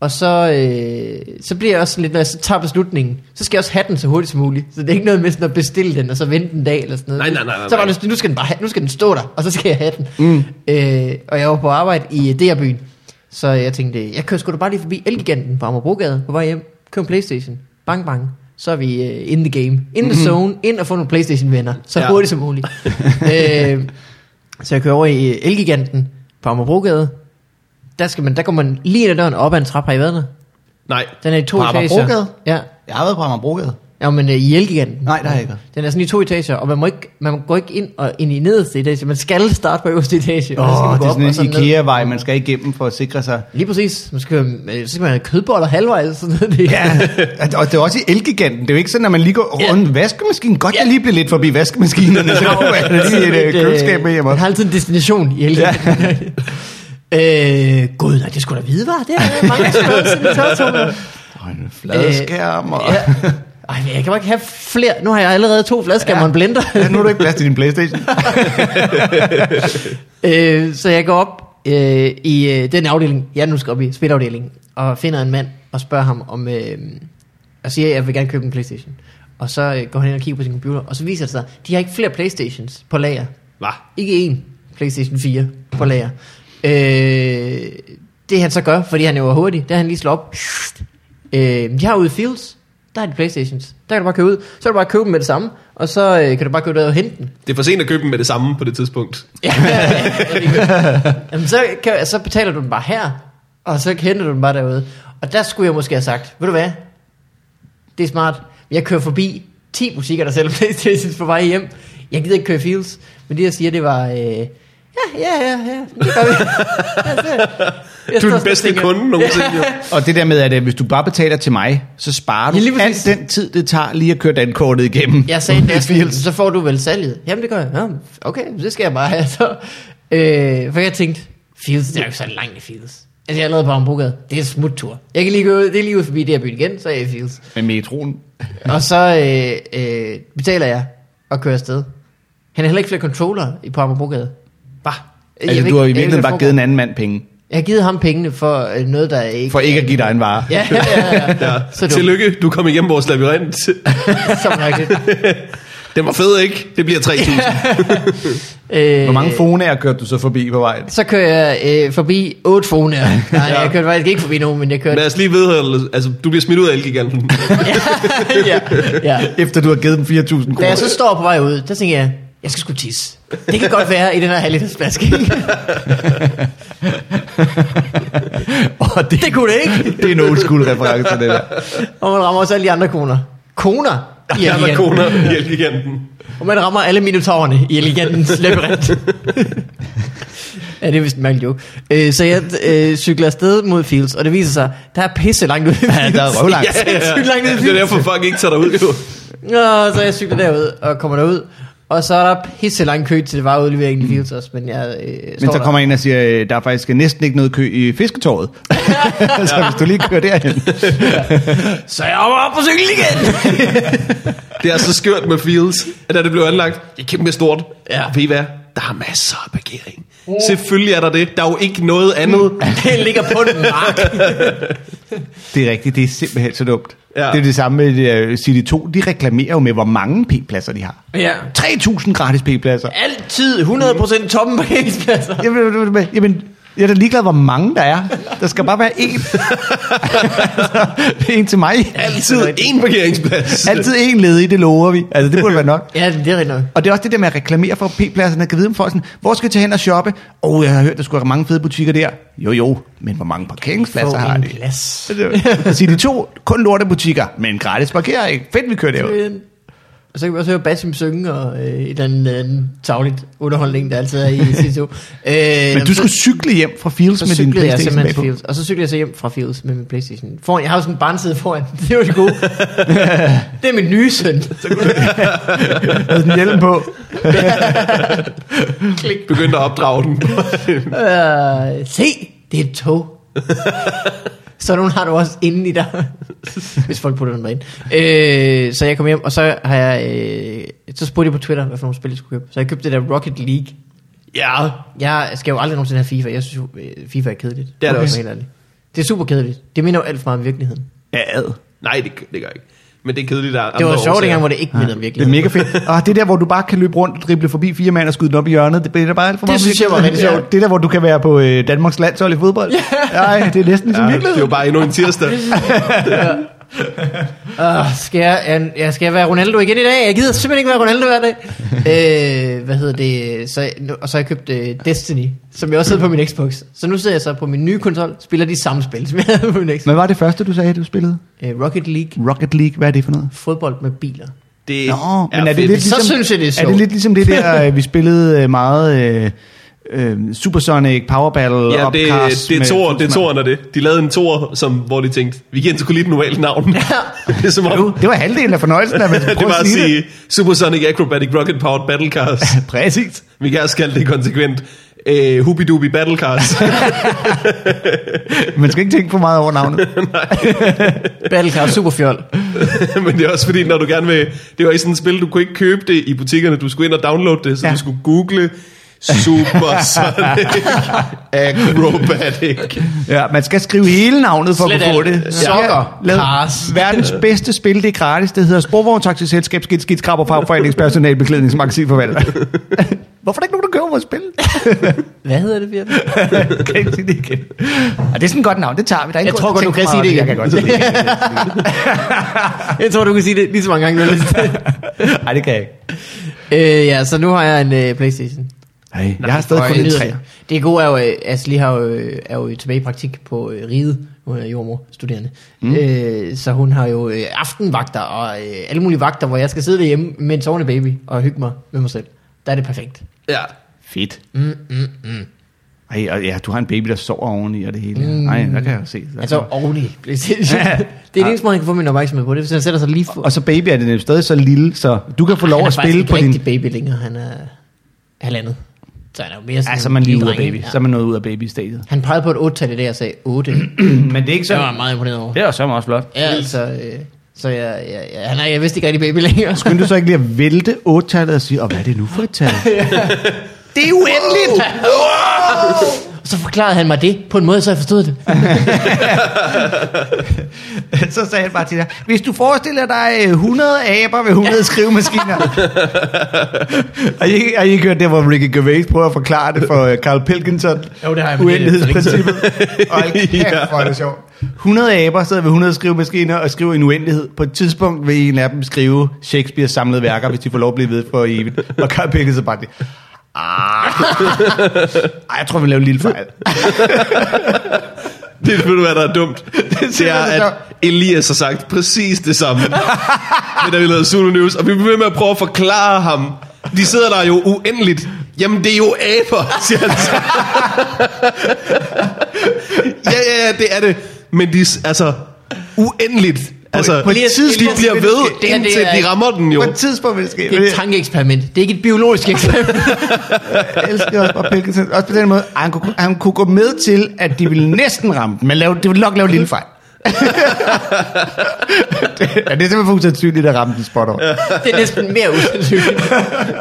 C: Og så, øh, så bliver jeg også sådan lidt, når jeg så tager beslutningen, så skal jeg også have den så hurtigt som muligt. Så det er ikke noget med sådan at bestille den, og så vente en dag eller sådan noget.
B: Nej, nej, nej, nej,
C: Så var
B: nej.
C: det, nu skal den bare have, nu skal den stå der, og så skal jeg have den. Mm. Øh, og jeg var på arbejde i øh, DR-byen, så jeg tænkte, jeg kører sgu da bare lige forbi Elgiganten på Amagerbrogade på vej hjem. Køb en Playstation. Bang, bang. Så er vi øh, in the game. In
A: Mhm.
C: the zone. Ind og få nogle Playstation-venner. Så
B: Ja.
C: hurtigt som muligt. øh, så jeg kører over i øh, Elgiganten på Amagerbrogade. Der, skal man, der går man lige ind ad døren og op ad en trappe. Har I været der?
B: Nej.
C: Den er i to
A: På
C: etager.
A: Amagerbrogade?
C: Ja.
A: Jeg har været på Amagerbrogade.
C: Ja, men øh, i Elgiganten.
A: Nej, der har jeg ikke været.
C: Den er sådan i to etager, og man, må ikke, man går ikke ind, og ind i nederste etage. Man skal starte på øverste etage. og så skal
A: Åh,
C: man
A: det
C: gå
A: er
C: op
A: sådan
C: og
A: en
C: ned.
A: IKEA-vej, man skal igennem for at sikre sig.
C: Lige præcis. Man skal, øh, så skal man have kødboller halvvejs. Sådan noget. Det-
A: Ja, og det er også i elgiganten. Det er jo ikke sådan, at man lige går
C: Ja.
A: rundt vaskemaskinen. Godt, jeg lige blev lidt forbi vaskemaskinerne, så kommer jeg lige et øh,
C: Men, øh,
A: køleskab med hjemme.
C: Man har altid en destination i hele ja. øh, gud, nej, det skulle da vide, var det er mange spørgsmål siden i tørretummelen.
A: Og en fladskærm, og...
C: Øh, Ja. Ej, men jeg kan jo ikke have flere. Nu har jeg allerede to flasker ja. og en blender.
A: Ja, nu er du ikke plads til din Playstation.
C: øh, så jeg går op øh, i øh, den afdeling, jeg nu skal op i, spilafdelingen, og finder en mand og spørger ham om, øh, og siger, at jeg vil gerne købe en Playstation. Og så øh, går han ind og kigger på sin computer, og så viser det sig, at de har ikke flere Playstations på lager.
B: Hvad?
C: Ikke en Playstation 4 på lager. Øh, det han så gør, fordi han jo er hurtig, det er, han lige slår op. Øh, de har ude i Fields, der er de Playstations. Der kan du bare købe ud. Så kan du bare købe dem med det samme, og så øh, kan du bare gå derud og hente den.
B: Det er for sent at købe dem med det samme på det tidspunkt.
C: Ja, Jamen, så, kan, så betaler du den bare her, og så henter du den bare derude. Og der skulle jeg måske have sagt, ved du hvad, det er smart, men jeg kører forbi 10 butikker, der sælger Playstations på vej hjem. Jeg gider ikke køre Fields, men det jeg siger, det var, øh, ja, ja, ja, ja, det gør vi. Ja, så- jeg
B: Du
C: står
B: er
C: og
B: den bedste
C: tænker,
B: kunde nogensinde. jo.
A: Og det der med, at øh, hvis du bare betaler til mig, så sparer du
C: Ja, lige
A: ja, al
C: præcis.
A: den tid, det tager lige at køre dankortet igennem.
C: Jeg sagde
A: det
C: næsten, så får du vel salget. Jamen det gør jeg. Nå, okay, det skal jeg bare have. Så, øh, for jeg tænkte, Fields, det er jo ikke så langt i Fields. Altså jeg er allerede på Ambrogade. Det er en smuttur. Jeg kan lige gå ud, det er lige ud forbi det her byen igen, så er jeg i Fields.
A: Med metroen.
C: Og så øh, øh, betaler jeg og kører afsted. Han har heller ikke flere controller i på Ambrogade. Bare.
A: Altså, du har i virkeligheden bare givet en anden mand penge,
C: Jeg har givet ham pengene for øh, noget, der ikke...
A: for ikke at give dig en vare.
C: Ja, ja, ja. ja.
B: Ja.
C: Så dumt.
B: Tillykke, du kom igennem vores labyrint.
C: Som rigtigt.
B: Den var fed, ikke? Det bliver 3.000.
C: Øh,
A: Hvor mange fonager kørte du så forbi på vejen?
C: Så kører jeg øh, forbi otte foner. Nej, jeg kørte faktisk ikke forbi nogen, men jeg kørte...
B: Lad os lige vedholde, altså du bliver smidt ud af Elgiganten.
C: ja, ja.
A: Efter du har givet dem 4.000
C: Da
A: kroner.
C: jeg så står på vej ud, der tænker jeg, jeg skal sgu tisse. Det kan godt være i den her halvliters flaske.
A: Og det,
C: det kunne det ikke.
A: det er en old school reference, det der.
C: Og man rammer også alle de andre koner. Koner i
B: Jeg var
C: Elgiganten.
B: koner i Elgiganten.
C: Og man rammer alle minotaurerne i Elegantens labyrint. ja, det er vist en mærkelig joke. Øh, så jeg øh, cykler afsted mod Fields, og det viser sig, der er pisse langt ud i Fields. Ja,
A: der er røvlangt.
C: Ja, ja, ja. langt ud i
B: Det er
C: Fields.
B: derfor, fuck ikke tager dig ud, jo.
C: Nå, så jeg cykler derud og kommer derud. Og så er der pisse lang kø til det var udlevering i Fields også, men jeg øh, står
A: Mm. Men så
C: der.
A: kommer en og siger, øh, der er faktisk næsten ikke noget kø i fisketåret. så hvis du lige kører derhen.
C: Så jeg var på cykel igen!
B: Det er så skørt med Fields, at da det blev anlagt, det er kæmpe stort.
C: Ja.
B: Og ved I hvad? Der er masser af parkering. Selvfølgelig er der det. Der er jo ikke noget
C: Mm.
B: andet.
C: det ligger på den mark.
A: Det er rigtigt, det er simpelthen så dumt.
B: Ja.
A: Ja. Det er det samme med uh, City 2. De reklamerer jo med, hvor mange p-pladser de har.
C: Ja.
A: 3.000 gratis p-pladser.
C: Altid 100% tomme parkeringspladser.
A: Jamen, jamen, jamen, jeg er da ligeglad, hvor mange der er. Der skal bare være én. altså, en til mig.
B: Altid én parkeringsplads.
A: Altid én ledig, det lover vi. Altså, det burde være nok.
C: Ja, det er rigtigt nok.
A: Og det er også det der med at reklamere for p-pladserne. Kan vide om folk sådan, hvor skal jeg tage hen og shoppe? Åh, oh, jeg har hørt, der skulle være mange fede butikker der. Jo, jo, men hvor mange parkeringspladser
C: Få
A: har
C: en
A: de?
C: plads.
A: Så de to kun lortebutikker, men gratis parkering. Fedt, vi kører derud.
C: Men- Og så kan vi også høre Basim synge og øh, et eller andet øh, tagligt underholdning, der altid er i C2. Øh,
A: Men du skulle cykle hjem fra Fields
C: så
A: med din
C: cyklede jeg
A: Playstation
C: simpelthen
A: med
C: til
A: på.
C: Fields, og så cyklede jeg så hjem fra Fields med min Playstation. Foran, jeg har jo sådan en barnside foran, det var det gode. det er min nye søn.
A: Havde den hjelm på.
C: Klik.
B: Begyndte at opdrage den.
C: Øh, se, det er et tog. så nogen har du også inde i dig, hvis folk putter den ind. Øh, så jeg kom hjem, og så har jeg, øh, så spurgte jeg på Twitter, hvad for nogle spil jeg skulle købe. Så jeg købte det der Rocket League.
B: ja.
C: Jeg skal jo aldrig nogensinde have FIFA. Jeg synes jo, øh, FIFA er kedeligt.
B: det
C: For at være
B: også.
C: helt ærlig. Det er super kedeligt. Det minder jo alt for meget om virkeligheden.
A: Ja, ad.
B: Nej, det, det gør ikke. Men det er kedeligt, der er
C: Det
B: andre
C: var
B: årsager.
C: sjovt dengang, hvor det ikke mindede om
A: Det er
C: virkeligheden.
A: mega fedt. Og Ah, det der, hvor du bare kan løbe rundt, drible forbi fire mand og skyde den op i hjørnet, det bliver bare alt for
C: Det
A: meget.
C: synes jeg var rigtig sjovt.
A: Ja, Det der, hvor du kan være på øh, Danmarks landshold i fodbold. Nej, det er næsten ligesom
B: Ja, det er
A: virkelighed.
B: jo bare endnu en tirsdag.
C: Uh, skal, jeg, uh, jeg skal være Ronaldo igen i dag? Jeg gider simpelthen ikke være Ronaldo hver dag. øh, hvad hedder det? Så, nu- og så har jeg købt uh, Destiny, som jeg også havde på min Xbox. Så nu sidder jeg så på min nye konsol, spiller de samme spil, som jeg havde på min Xbox.
A: Men var det første, du sagde, du spillede?
C: Uh, Rocket League,
A: Rocket League, hvad er det for noget?
C: fodbold med biler.
B: Det
A: Nå, men er det
B: fedt.
A: lidt
C: Så
A: ligesom,
C: synes jeg, det er
A: er
C: sjovt.
A: det lidt ligesom det der, øh, vi spillede øh, meget øh, øh, Supersonic Power Battle
B: Ja, det,
A: Upcast
B: det er
A: med
B: toren, det er
A: Fuglsmann?
B: toren af det. De lavede en tor, som, hvor de tænkte, vi giver en til normalt navn. det er som om,
A: Det var halvdelen af fornøjelsen, at man skulle
B: det
A: prøve
B: var
A: at
B: at
A: sige det.
B: sige Supersonic Acrobatic Rocket Powered Battlecars.
A: Præcis.
B: Vi kan også kalde det konsekvent øh, Hubidubi Battlecars.
A: Man skal ikke tænke for meget over navnet.
C: Battlecard Superfjold.
B: Men det er også fordi, når du gerne vil... Det var i sådan et spil, du kunne ikke købe det i butikkerne. Du skulle ind og downloade det, så ja.
A: Ja.
B: du skulle google Supersonic Acrobatic.
A: Ja, man skal skrive hele navnet for
C: Slet
A: at kunne få
C: alt.
A: det.
C: Sokker.
A: Ja, lad-
C: Cars.
A: Verdens bedste spil, det er gratis. Det hedder Sporvogntaxiselskab, Skidt, Skidt, Skrab og Fagforeningspersonal, Beklædningsmagasinforvalter. Hvorfor er der ikke nogen, der køber vores spil?
C: Hvad hedder det, Bjørn?
A: kan ikke sige det igen. Og det er sådan et godt navn, det tager vi. Der er ingen
C: Jeg
A: grund
C: tror
A: til
C: godt,
A: at
C: du kan
A: tænke
C: sige det
A: meget over Jeg kan godt
C: Jeg tror, du kan sige det lige så mange gange, du har lyst til.
A: sige det. Nej, det kan jeg ikke.
C: øh, ja, så nu har jeg en øh, Playstation.
A: Nej, jeg har stadig
C: Og
A: kun
C: jeg
A: en
C: nyder
A: træer.
C: det. Det gode er jo, øh, at Asli har jo, øh, er jo tilbage i praktik på øh, Ride, hun er jordmor studerende. Mm. Øh, så hun har jo øh, aftenvagter og øh, alle mulige vagter, hvor jeg skal sidde derhjemme med en sovende baby og hygge mig med mig selv. Der er det perfekt.
B: Ja.
A: Fedt. Mm, mm,
C: Altså,
A: mm. Ej, og ja, du har en baby, der sover oveni og det hele.
C: Mm.
A: Nej, der kan jeg jo se. Der
C: Altså
A: kan-
C: ordentligt. Playstation. det er den
A: Ja.
C: eneste måde, jeg kan få min opmærksomhed på. Det er, hvis han sætter sig lige for...
A: og så baby er det nemlig stadig så lille, så du kan få lov
C: han er
A: at
C: faktisk
A: spille
C: ikke
A: på din...
C: rigtig baby længere. Han er halvandet. Så han er jo mere sådan
A: Ja, så er Altså,
C: en
A: man lige
C: lille
A: ud af
C: dreng,
A: baby.
C: ja.
A: Så er man noget ud af baby-stadiet.
C: Han pegede på et 8-tal i dag og sagde 8.
A: Men det er ikke
C: så var jeg meget imponeret over.
A: Det var så meget flot.
C: Ja, altså... Øh, så jeg, jeg, jeg, han er, jeg vidste ikke rigtig baby længere.
A: Kunne du så ikke lige at vælte 8-tallet og sige, og hvad er det nu for et tal? det er uendeligt!
C: Og så forklarede han mig det på en måde, så jeg forstod det.
A: så sagde han bare til dig, hvis du forestiller dig øh, 100 aber ved 100 skrivemaskiner. har, I, ikke- har I ikke hørt det, hvor Ricky Gervais prøver at forklare det for øh, Carl Pilkington?
C: Jo, det har jeg, men det er
A: Uendelighedsprincippet. Og hold kæft, hvor er det sjovt. 100 aber sidder ved 100 skrivemaskiner og skriver i en uendelighed. På et tidspunkt vil en af dem skrive Shakespeare's samlede værker, hvis de får lov at blive ved for evigt. Og Carl Pilkington bare det. Ah. Ej, jeg tror, vi laver en lille fejl.
B: Det ved du, hvad der er dumt. Det, det er,
A: simpelthen så
B: at Elias har sagt præcis det samme. det der vi lavede Zulu News. Og vi bliver ved med at prøve at forklare ham. De sidder der jo uendeligt. Jamen, det er jo aber, siger han så. ja, ja, ja, det er det. Men de, er s- altså, uendeligt. Altså,
A: på et
B: de
A: tidspunkt-
B: bliver ved,
C: Det her, det
B: indtil
C: er-
B: de rammer den jo.
A: På et tidspunkt vil det ske.
C: Det er et tankeeksperiment. Det er ikke et biologisk eksperiment.
A: Jeg elsker også bare Pilkinson. Også på den måde, at han kunne, han kunne gå med til, at de ville næsten ramme den, men lave, det ville nok lave en lille fejl. det, ja, det er simpelthen for usandsynligt at ramme den spot over. Ja.
C: det er næsten mere usandsynligt.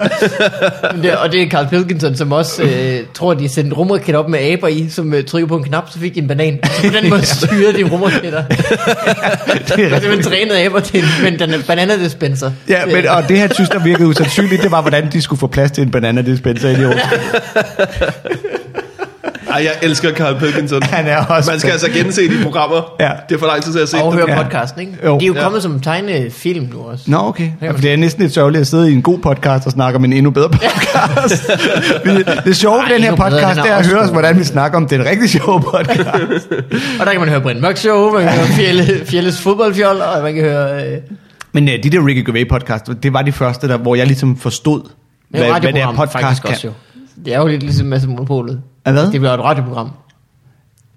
C: Men det, og det er Carl Pilkinson, som også øh, tror, de sendte rumraket op med aber i, som øh, trykker på en knap, så fik de en banan. Så på den måde styrer de rumraketter. det er simpelthen trænet aber til en men den er Øh, bananadispenser.
A: Ja, men, og det han synes, der virkede usandsynligt, det var, hvordan de skulle få plads til en bananadispenser i det år.
B: Ej, jeg elsker Carl Pilkinson.
A: Han er også...
B: Man skal altså gense de programmer.
A: Ja.
B: Det er for lang tid til at se
C: og
B: dem.
C: høre
A: Ja.
C: podcasten, ikke?
A: Jo.
C: de er jo
B: Ja.
C: kommet som tegnefilm nu også.
A: Nå, okay. Ja, for det er næsten lidt sørgeligt at sidde i en god podcast og snakke om en endnu bedre podcast. det, det sjove ved den her
C: endnu bedre,
A: podcast,
C: den er
A: det er at
C: også
A: høre os,
C: god.
A: hvordan vi snakker om den rigtig sjove podcast.
C: Og der kan man høre Brind Mørk Show, man kan høre Fjelle, Fjelles fodboldfjol, og man kan høre... Øh,
A: Men øh, de der Ricky Gervais podcast, det var de første, der, hvor jeg ligesom forstod,
C: det er jo
A: hvad, hvad det er
C: radioprogram,
A: podcast
C: faktisk
A: kan.
C: også jo. Det er jo lidt ligesom Mads og Monopolet.
A: Er hvad?
C: Det bliver et radioprogram,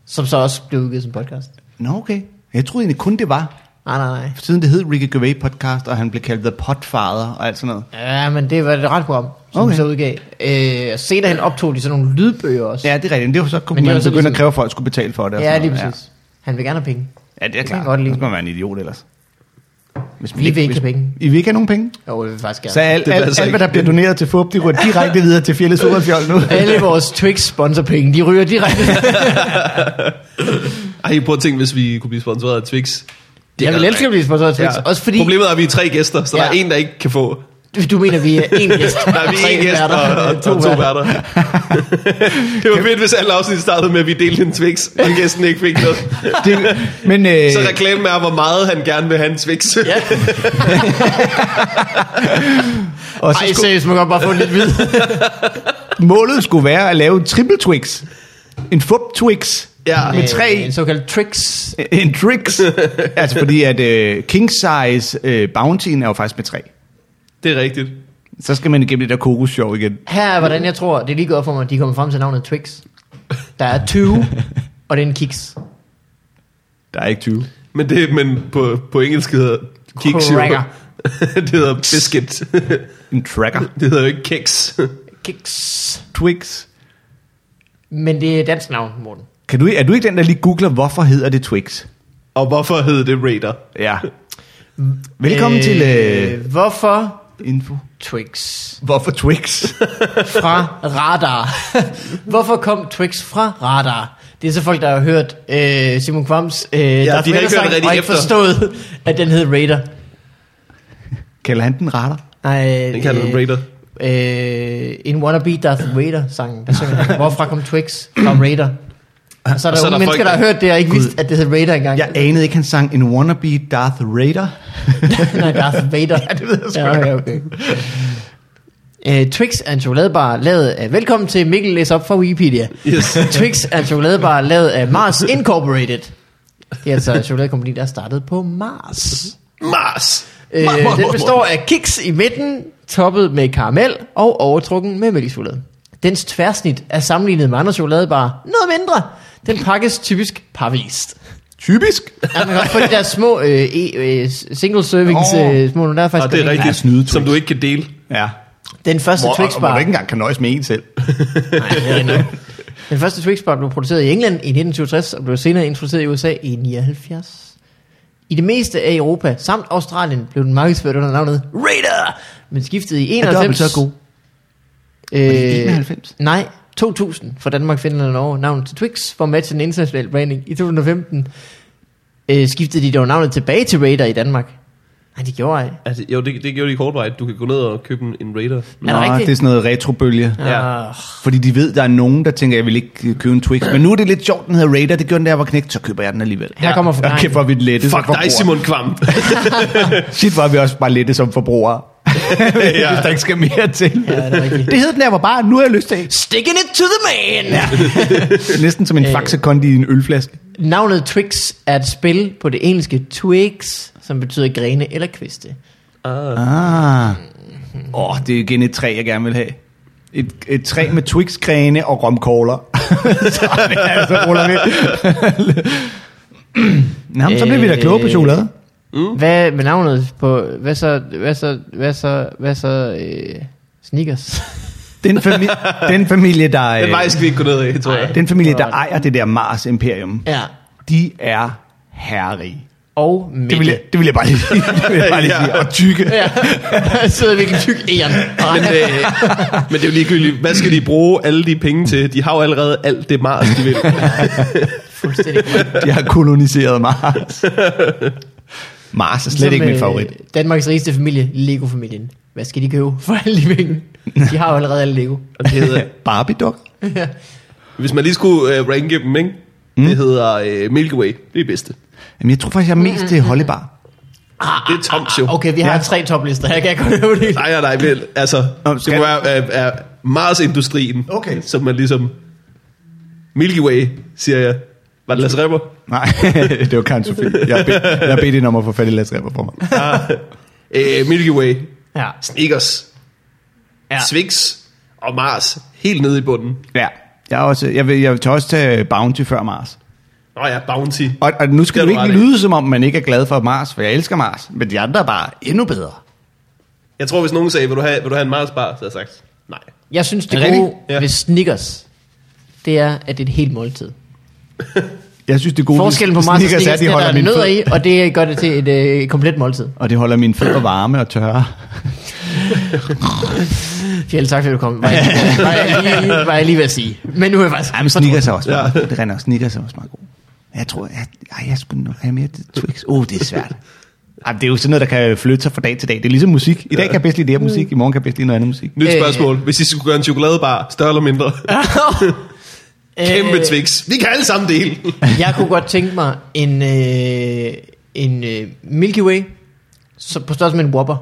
C: som så også blev udgivet som podcast.
A: Nå, okay. Jeg troede egentlig kun det var,
C: Nej, nej, nej.
A: siden det hed Ricky Gervais podcast, og han blev kaldt The Podfather og alt sådan noget.
C: Ja, men det var et radioprogram, som
A: Okay.
C: okay. så udgav. Øh, og senere hen optog de sådan nogle lydbøger også.
A: Ja, det er rigtigt. Men det var så, kunne
C: Men det
A: man
C: var så
A: begynde at
C: ligesom-
A: kræve, at folk skulle betale for det. og
C: ja
A: sådan
C: lige
A: noget.
C: præcis. Han vil gerne have penge.
A: Ja, det er
C: Det kan jeg
A: klart.
C: godt lide.
A: Så skal man være en idiot ellers. Hvis
C: Vi vil ikke
A: hvis-
C: have penge.
A: I vil ikke have nogen penge?
C: Jo, vi vil faktisk gerne.
A: Så alt,
B: Det
A: alt, alt,
C: altså
B: passer
A: hvad der
B: ikke.
A: bliver doneret til FUP, det går direkte videre til Fjellet Superfjold nu.
C: Alle vores Twix sponsorpenge, de ryger direkte.
B: Ej, prøv at tænke, hvis vi kunne blive sponsoreret af Twix. Det
C: jeg vil
B: er-
C: elske at blive sponsoreret af Twix. Ja. Også fordi,
B: Problemet er, at vi er tre gæster, så ja. der
C: Ja.
B: er en, der ikke kan få.
C: du mener, vi er én gæst.
B: Der er vi
C: tre
B: en gæst
C: værter,
B: og, og, og to
C: værter.
B: værter. det var fedt, hvis alle afsnit startede med, at vi delte en Twix, og gæsten ikke fik noget.
A: Det, men, øh,
B: Så reklamen er, hvor meget han gerne vil have en Twix. Ja.
A: og så
C: Ej,
A: skulle,
C: seriøst, man kan godt bare få lidt vid.
A: målet skulle være at lave en triple Twix. En FUP Twix.
B: ja.
A: Med tre
C: En såkaldt Twix.
A: Øh, En tricks. altså fordi at øh, king size øh, bountyen er jo faktisk med tre.
B: Det er rigtigt.
A: Så skal man igennem det der kokos-show igen.
C: Her er, hvordan jeg tror, det er lige gået op for mig, de kommer frem til navnet Twix. Der er 20, og det er en kiks.
A: Der er ikke 20.
B: Men, det, men på, på engelsk hedder kiks jo.
C: Cracker.
B: det hedder biscuit.
A: En tracker.
B: det hedder jo ikke kiks.
C: Kiks.
A: Twix.
C: Men det er dansk navn, Morten.
A: Kan du, er du ikke den, der lige googler, hvorfor hedder det Twix?
B: Og hvorfor hed det Raider?
A: Ja. Velkommen øh... til øh,
C: Hvorfor
A: info.
C: Twix?
A: Hvorfor Twix?
C: Fra radar. hvorfor kom Twix fra radar? Det er så folk, der har hørt øh, Simon Kvams øh, ja, der
B: har ikke hørt det rigtig
C: og ikke
B: efter.
C: forstået, at den hed Raider.
A: Kalder han den radar?
C: Nej,
B: Den kalder den Raider.
C: Øh, en wannabe Darth Vader sang, der synger han, Hvorfra kom Twix fra Raider? Og så er der,
B: så
C: så
B: er der
C: mennesker,
B: folk,
C: der har hørt det og ikke vidst, at det hed Raider engang.
A: Jeg anede ikke, han sang en wannabe Darth Raider.
C: Nej, Darth Vader. ja, det ved jeg sgu ja, ja, okay. Uh, Twix er en chokoladebar lavet af... Velkommen til Mikkel læs op fra Wikipedia.
B: Yes.
C: Twix er en chokoladebar lavet af Mars Incorporated. Det er altså en chokoladekompagni, der er startet på Mars.
B: Mars!
C: Øh,
B: Mor, mor,
C: den
B: mor.
C: består af kiks i midten, toppet med karamel og overtrukken med mælkechokolade. Dens tværsnit er sammenlignet med andre chokoladebarer noget mindre. Den pakkes typisk parvist.
A: Typisk.
C: Ja, man kan også få de der små øh, e- øh, single servings,
A: Åh.
C: øh, små nogle, der er faktisk
B: Og det er
C: godt
B: rigtigt,
A: er snyde
B: som
A: Twix.
B: du ikke kan dele.
A: Ja.
C: Den første
A: Hvor,
C: Twix
A: og, hvor
C: bar.
A: du ikke engang kan nøjes med en selv.
C: Den første Twix bar blev produceret i England i 1967 og blev senere introduceret i USA i 79. I det meste af Europa samt Australien blev den markedsført under navnet Raider, men skiftede i
A: Er dobbelt
C: 91.
A: så god.
C: Øh,
A: det 91?
C: Nej, 2000 for Danmark, Finland og Norge navnet til Twix for at matche den internationale branding. I 2015 øh, skiftede de dog navnet tilbage til Raider i Danmark. Nej, det gjorde jeg.
B: Altså, jo, det, det gjorde de kortvarigt. Du kan gå ned og købe en, en Raider.
C: Er det rigtigt?
A: det er sådan noget retrobølge.
C: Ja.
A: Fordi de ved, der er nogen, der tænker, jeg vil ikke øh, købe en Twix. Men nu er det lidt sjovt, den hedder Raider. Det gjorde den, der var knægt, så køber jeg den alligevel.
C: Her kommer
A: Og
C: forklaringen.
A: kæft, hvor er vi lette som
B: Fuck
A: forbrugere.
B: dig, Simon Kvam.
A: Shit, var vi også bare lette som forbrugere.
B: Ja.
A: Hvis der ikke skal mere til.
C: Ja, det er rigtigt.
A: Det hed den der var bare, nu har jeg lyst til.
C: Sticking it to the man! Ja.
A: Næsten som en
C: Øh.
A: faxekondi i en ølflaske.
C: Navnet Twix er et spil på det engelske twigs, som betyder grene eller kviste.
A: Ah.
C: Mm-hmm.
A: Åh, oh, det er igen et træ, jeg gerne vil have. Et, et træ med Twix-grene og romkogler. så er det altså ruller med. Nå, men så bliver vi da kloge på chokolade.
C: Mm. Hvad med navnet på... Hvad så... Hvad så... Hvad så... Hvad så... Øh, sneakers.
A: Den, fami- den familie, der,
B: Den vej
A: øh,
B: skal vi ikke gå ned af, tror jeg.
A: den familie, der ejer det der Mars Imperium,
C: ja.
A: de er herrige.
C: Og Mette.
A: Det vil, jeg, det vil jeg bare lige sige. Det vil jeg bare lige sige. Og tykke.
C: Ja. Jeg sidder virkelig tyk æren.
B: Men, øh, men det er jo ligegyldigt. Hvad skal de bruge alle de penge til? De har jo allerede alt det Mars, de vil.
C: Fuldstændig.
A: De har koloniseret Mars. Mars er slet
C: Som,
A: ikke min
C: øh,
A: favorit.
C: Danmarks rigeste familie, Lego-familien. Hvad skal de købe for alle de penge? De har jo allerede alle Lego. Ah,
B: Og det hedder,
A: Barbie-duk.
B: hvis man lige skulle øh, ranke dem, ikke? Mm. Det hedder øh, Milky Way. Det er det bedste.
A: Jamen, jeg tror faktisk, jeg er mest til Hollybar.
B: Det er tomt jo.
C: Ah, Okay, vi har ja. tre toplister her, kan jeg godt høre det.
B: Nej, nej, nej, vel, altså,
A: Nå,
B: det
A: skal-
B: må være øh, er Mars-industrien,
A: Okay.
B: som man ligesom, Milky Way, siger jeg. Var det Lasse Rebber?
A: Nej, det var Karen Sofie. Jeg bed, jeg bed det om at få fat i Lasse Rebber for mig.
B: Øh, Milky Way,
C: Ja.
B: Snickers,
C: Ja.
B: ja. Swix og Mars, helt nede i bunden.
A: Ja, jeg, er også, jeg, vil, jeg vil også tage Bounty før Mars.
B: Nå ja, Bounty.
A: Og, og nu
B: Det
A: skal
B: er
A: du
B: du
A: ikke
B: ret i.
A: lyde, som om man ikke er glad for Mars, for jeg elsker Mars. Men de andre er bare endnu bedre.
B: Jeg tror, hvis nogen sagde, vil du have, vil du have en Mars-bar, så havde jeg sagt, nej.
C: Jeg synes,
A: Er
C: det
A: det
C: gode
A: rigtigt?
B: Ja.
C: ved Snickers, det er, at det er et helt måltid.
A: Jeg synes, det gode
C: Forskellen på Mars og
A: Uh, Snickers er,
C: Snickers,
A: at
C: det
A: de
C: er, der
A: holder
C: er
A: min
C: nødder
A: fødder,
C: i, og det gør det til et øh, komplet måltid.
A: og det holder mine fødder varme og tørre.
C: Fjell, tak fordi du kom. Var jeg, lige- var jeg, lige, var jeg lige ved at sige. Men nu er jeg faktisk...
A: Ej, men Snickers er også meget ja. Det render Snickers er også meget god. Jeg tror, jeg, ej, jeg skulle nok have mere Twix. Åh, oh, det er svært. Ej, det er jo sådan noget, der kan flytte sig fra dag til dag. Det er ligesom musik. I dag kan jeg bedst lide det her musik, i morgen kan jeg bedst lide noget andet musik.
B: Nyt
C: Øh.
B: spørgsmål. Hvis I skulle gøre en chokoladebar, større eller mindre?
C: Øh,
B: Kæmpe Twix. Vi kan alle sammen dele.
C: Jeg kunne godt tænke mig en, øh, en øh, Milky Way, så på størrelse med en Whopper.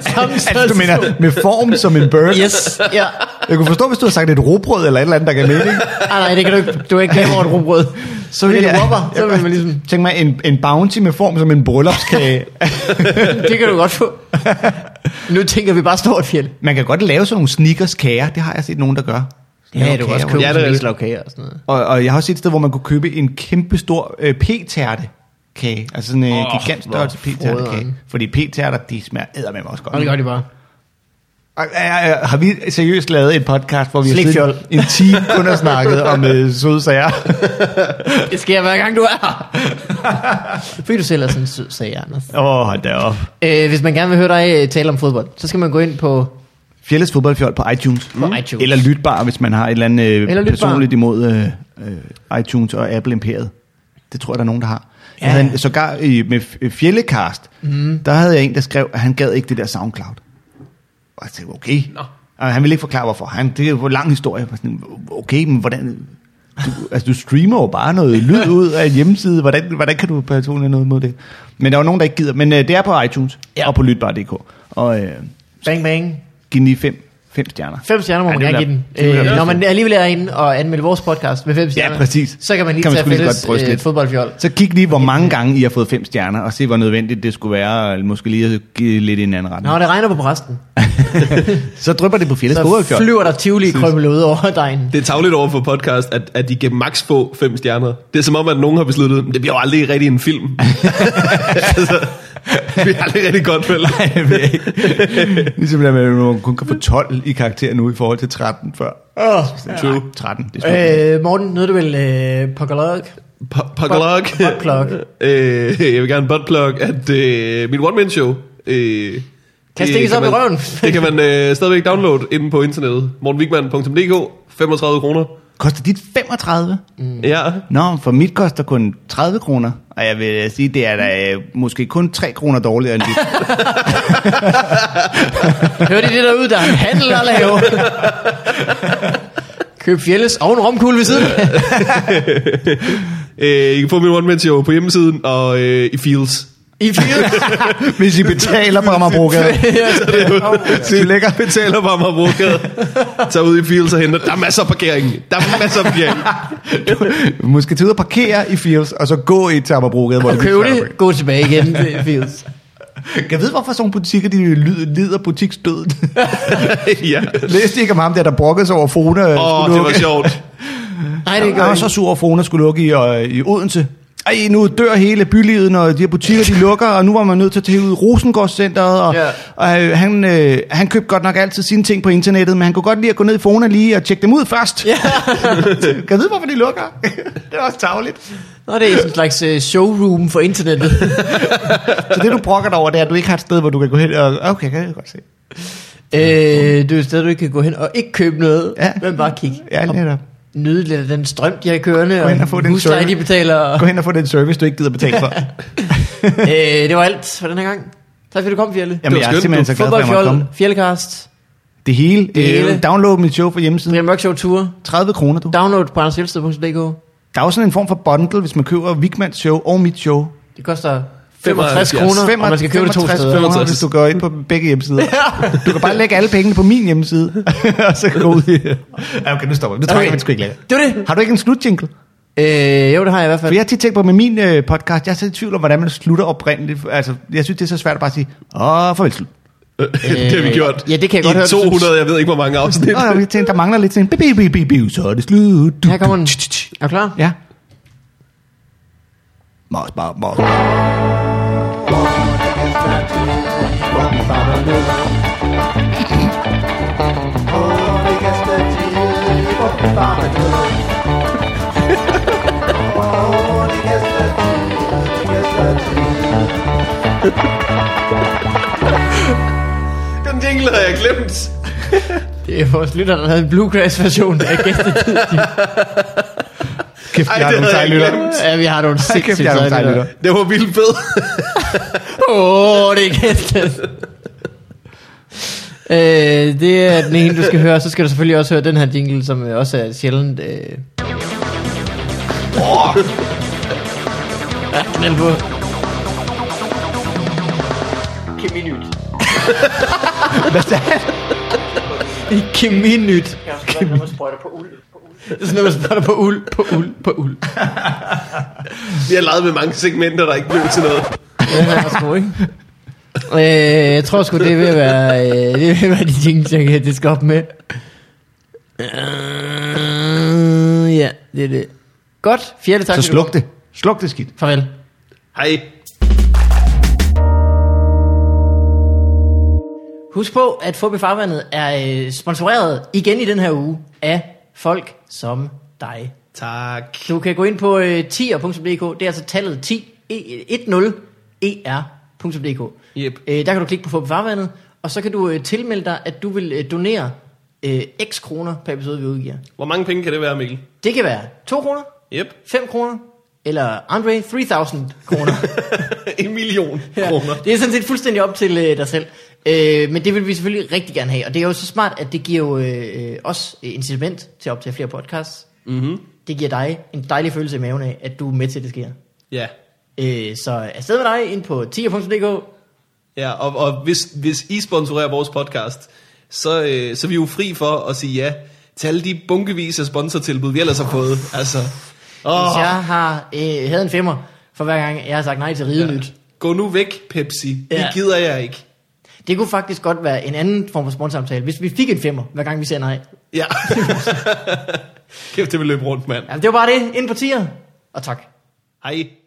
C: Samme
A: Altså, du
C: størrelse som-
A: mener, med form som en burger?
C: Yes, ja.
A: Jeg kunne forstå, hvis du havde sagt et robrød eller et eller andet, der kan mening.
C: Ah, nej, det kan du ikke. Du er ikke glemme over et rugbrød.
A: Så
C: Men en Whopper, så vil man ligesom...
A: Tænk mig, en, en bounty med form som en bryllupskage.
C: Det kan du godt få. Nu tænker vi bare stort fjeld.
A: Man kan godt lave sådan nogle sneakers kager. Det har jeg set nogen, der gør.
C: Ja, du kan
A: Kager,
C: også
A: hvor-
C: købe
B: Ja,
C: ja,
B: det er
C: en
B: det.
C: islagkage og sådan noget.
A: Og, og jeg har også set et sted, hvor man kunne købe en kæmpe stor øh, p-tærte kage. Altså sådan en oh, gigant størrelse p-tærte kage.
C: froderen.
A: Fordi p-tærter, de smager eddermame også godt.
C: Og det gør de bare.
A: Og, øh, øh, Har vi seriøst lavet en podcast, hvor vi har
C: Slikfjold.
A: siddet en time kun og snakket om øh, søde sager?
C: Det sker hver gang, du er her. Fordi du selv er sådan en sød, sagde Anders.
A: Åh, oh, hold da op.
C: Øh, hvis man gerne vil høre dig øh, tale om fodbold, så skal man gå ind på
A: Fjellets fodboldfjold på iTunes.
C: På iTunes.
A: Eller lytbar, hvis man har et eller andet øh,
C: Eller
A: eller
C: lytbar.
A: personligt imod øh, øh, iTunes og Apple Imperiet. Det tror jeg, der er nogen, der har. Ja. Jeg havde en, sågar i, med F- Fjellecast, mm. der havde jeg en, der skrev, at han gad ikke det der SoundCloud. Og jeg tænkte, okay.
B: Nå.
A: Og han ville ikke forklare, hvorfor. Han, det er jo en lang historie. Jeg var sådan, okay, men hvordan... Du, altså, du streamer jo bare noget lyd ud af en hjemmeside. Hvordan, hvordan kan du personligt have noget mod det? Men der var nogen, der ikke gider. Men øh, det er på iTunes ja. og på lytbar.dk. Og... Øh,
C: Bang Bang.
A: Give den lige fem, fem stjerner.
C: Fem stjerner må
A: Ja,
C: man
A: det
C: gerne
A: vil jeg-
C: give den.
A: det vil jeg
C: Øh,
A: i
C: når
A: hvert fald.
C: man alligevel er inde og anmelde vores podcast med fem stjerner,
A: præcis.
C: så kan man lige
A: Kan man
C: tage
A: sgu lige så
C: fælles
A: godt bryste
C: øh,
A: lidt. Mm.
C: fodboldfjold.
A: Så kig lige, hvor mange gange I har fået fem stjerner, og se, hvor nødvendigt det skulle være, og måske lige at give lidt i en anden retning.
C: Nå, det regner på præsten.
A: Så drypper det på fjellet
C: Så
A: hovedfjord.
C: flyver der tivoli krømmel ud over dejen.
B: Det er tavligt over for podcast, at, at de kan max få fem stjerner. Det er som om, at nogen har besluttet, "Men det bliver jo aldrig rigtig en film. altså, det bliver aldrig rigtig godt, vel?
A: ligesom det der med, at man kun kan få 12 i karakter nu i forhold til 13 før.
C: Oh.
A: True. 13, det er slut.
C: Øh, Morten, nåede du vel øh, pokalog?
B: Po- Pokalog.
C: Buttplug.
B: øh, jeg vil gerne buttplug, at øh, min one-man-show, øh,
C: Kan stikkes op i
B: man,
C: røven.
B: det kan man øh, stadigvæk downloade inde på internettet. mortenwigman.dk, 35 kroner.
A: Koster dit 35?
C: Mm.
B: Ja,
A: Nå, for mit koster kun 30 kroner. Og jeg vil øh, sige, det er da øh, måske kun 3 kroner dårligere end dit.
C: Hørte I det derude? Der er en handel at lave. Køb Fjelles og en romkugle ved siden. af.
B: øh, I kan få min one-man show på hjemmesiden og øh, i Fields.
C: I Fjelles.
A: Hvis I betaler på Amagerbrogade.
B: Så det lækker betaler bare mig brugt. Tager ud i Fields og henter. Der er masser af parkering. Der er masser af parkering.
A: Måske tage ud og parkere i Fields, og så gå i til Amagerbrogade, hvor
C: Og
A: det
C: køb
A: er
C: det. Gå tilbage igen til Fjelles.
A: Kan jeg vide, hvorfor sådan nogle butikker, de lyder- lider butiksdøden?
B: ja.
A: Læste I ikke om ham der, der brokkede sig over Fona? øh,
B: Åh,
A: skulle
B: oh, det var
A: lukke?
B: sjovt.
C: Nej, det
A: Jeg
C: gør
A: var
C: ikke.
A: så sur over, at Fona skulle lukke i, øh, i Odense. Ej, nu dør hele bylivet, når de her butikker de lukker, og nu var man nødt til at tage ud i Rosengårdscenteret. Og,
C: Ja.
A: ja. og øh, han, øh, han købte godt nok altid sine ting på internettet, men han kunne godt lide at gå ned i Fona lige og tjekke dem ud først. Ja. kan jeg vide, hvorfor de lukker? det er også tageligt.
C: Nå, det er sådan en slags øh, showroom for internettet.
A: Så det, du brokker dig over, det er, at du ikke har et sted, hvor du kan gå hen og... Okay, kan jeg godt se.
C: øh, det er et sted, du ikke kan gå hen og ikke købe noget,
A: Ja.
C: men bare kigge.
A: Ja,
C: Og
A: netop.
C: nyde lidt af den strøm, de har kørende,
A: Gå hen og få
C: og
A: den
C: husleje, de
A: service.
C: betaler. og-
A: Gå hen og få den service, du ikke gider betale for.
C: øh, det var alt for den her gang. Tak fordi du kom, Fjelle.
A: Jamen, jeg er
B: skønt,
A: simpelthen så glad for, at jeg måtte komme.
C: Fodboldfjold, Fjellcast,
A: Det hele.
C: Det
A: Det
C: hele.
A: hele. Download mit show fra hjemmesiden.
C: Brian Mørk Show Tour,
A: 30 kroner, du.
C: download på andersfjeldsted.dk.
A: Der er jo sådan en form for bundle, hvis man køber Vigmans show og mit show.
C: Det koster 65 kroner, og man skal købe det to
A: 65
C: steder.
A: Kroner, hvis du går ind på begge hjemmesider. Du kan bare lægge alle pengene på min hjemmeside, og så gå ud i... Ja, Okay, nu stopper vi. Nu trækker
C: Okay.
A: vi den sgu ikke længere.
C: Det var det.
A: Har du ikke en slutjingle?
C: Øh, jo, det har jeg i hvert
A: For
C: fald.
A: jeg har tit tænkt på med min øh, podcast, jeg er så i tvivl om, hvordan man slutter oprindeligt. Altså, jeg synes, det er så svært at bare sige, åh, farvel slut.
B: det har vi gjort.
C: Øh, ja, det kan jeg godt
B: I
C: høre, du
B: 200, jeg ved ikke, hvor mange afsnit.
A: Nå, jeg tænkte, der mangler lidt sådan en, bip, bip, bip, bip, så er det slut.
C: Her kommer den. Er du klar?
A: Ja. Mos, mos, mos.
B: Den jingle havde jeg glemt.
C: Det er vores lytter, der havde en bluegrass-version af gæstetid.
A: Kæft,
B: Ej,
A: jeg har
B: det
A: nogle
B: havde jeg
A: seje lytter.
B: glemt.
C: ja, vi har nogle
A: Kæft,
C: sindssygt
A: jeg har nogle
C: seje
A: seje
C: lytter.
A: lytter.
B: Det var vildt fedt.
C: Åh, oh, det er gæstetid. øh, det er den ene, du skal høre. Så skal du selvfølgelig også høre den her jingle, som øh, også er sjældent... Øh... Oh. Ja, knæl på. Keminyt. Hvad er det? Keminyt. Det er sådan noget, man sprøjter på uld. På uld, på uld.
B: Vi har leget med mange segmenter, der ikke blev til noget.
C: Den er også god, ikke? Øh, jeg tror sgu, det vil være, øh, det vil være de ting, jeg kan det skal op med. Øh, ja, det er det. Godt. Fjerde tak.
A: Så
C: skal du-
A: sluk det. Sluk det skidt.
C: Farvel.
B: Hej.
C: Husk på, at Fubi Farvandet er øh, sponsoreret igen i den her uge af folk som dig.
B: Tak.
C: Du kan gå ind på øh, 10er.dk. Det er altså tallet 10, e, 10er.dk.
B: Yep.
C: Øh, der kan du klikke på få på farvandet, og så kan du øh, tilmelde dig, at du vil øh, donere øh, x kroner per episode, vi udgiver.
B: Hvor mange penge kan det være, Mikkel?
C: Det kan være 2 kroner,
B: Yep.
C: 5 kroner, eller Andre 3000 kroner.
B: en million
C: Ja,
B: kroner.
C: Det er sådan set fuldstændig op til øh, dig selv. Øh, men det vil vi selvfølgelig rigtig gerne have. Og det er jo så smart, at det giver jo øh, øh, os øh, incitament til at optage flere podcasts.
B: Mhm.
C: Mm-hmm. Det giver dig en dejlig følelse i maven af, at du er med til, at det sker.
B: Ja.
C: Øh, så afsted med dig ind på 10.dk.
B: Ja, og, og hvis, hvis I sponsorerer vores podcast, så, øh, så er vi jo fri for at sige ja til alle de bunkevis af sponsortilbud, vi ellers har fået. Altså,
C: Hvis
B: åh,
C: jeg har øh, havde en femmer for hver gang, jeg har sagt nej til ridenyt. Ja.
B: gå nu væk, Pepsi. Det
C: Ja.
B: gider jeg ikke.
C: Det kunne faktisk godt være en anden form for sponsorsamtale, hvis vi fik en femmer, hver gang vi siger nej.
B: Ja. Kæft, det vil løbe rundt, mand.
C: Altså, Jamen, det var bare det. Ind på tier. Og tak.
B: Hej.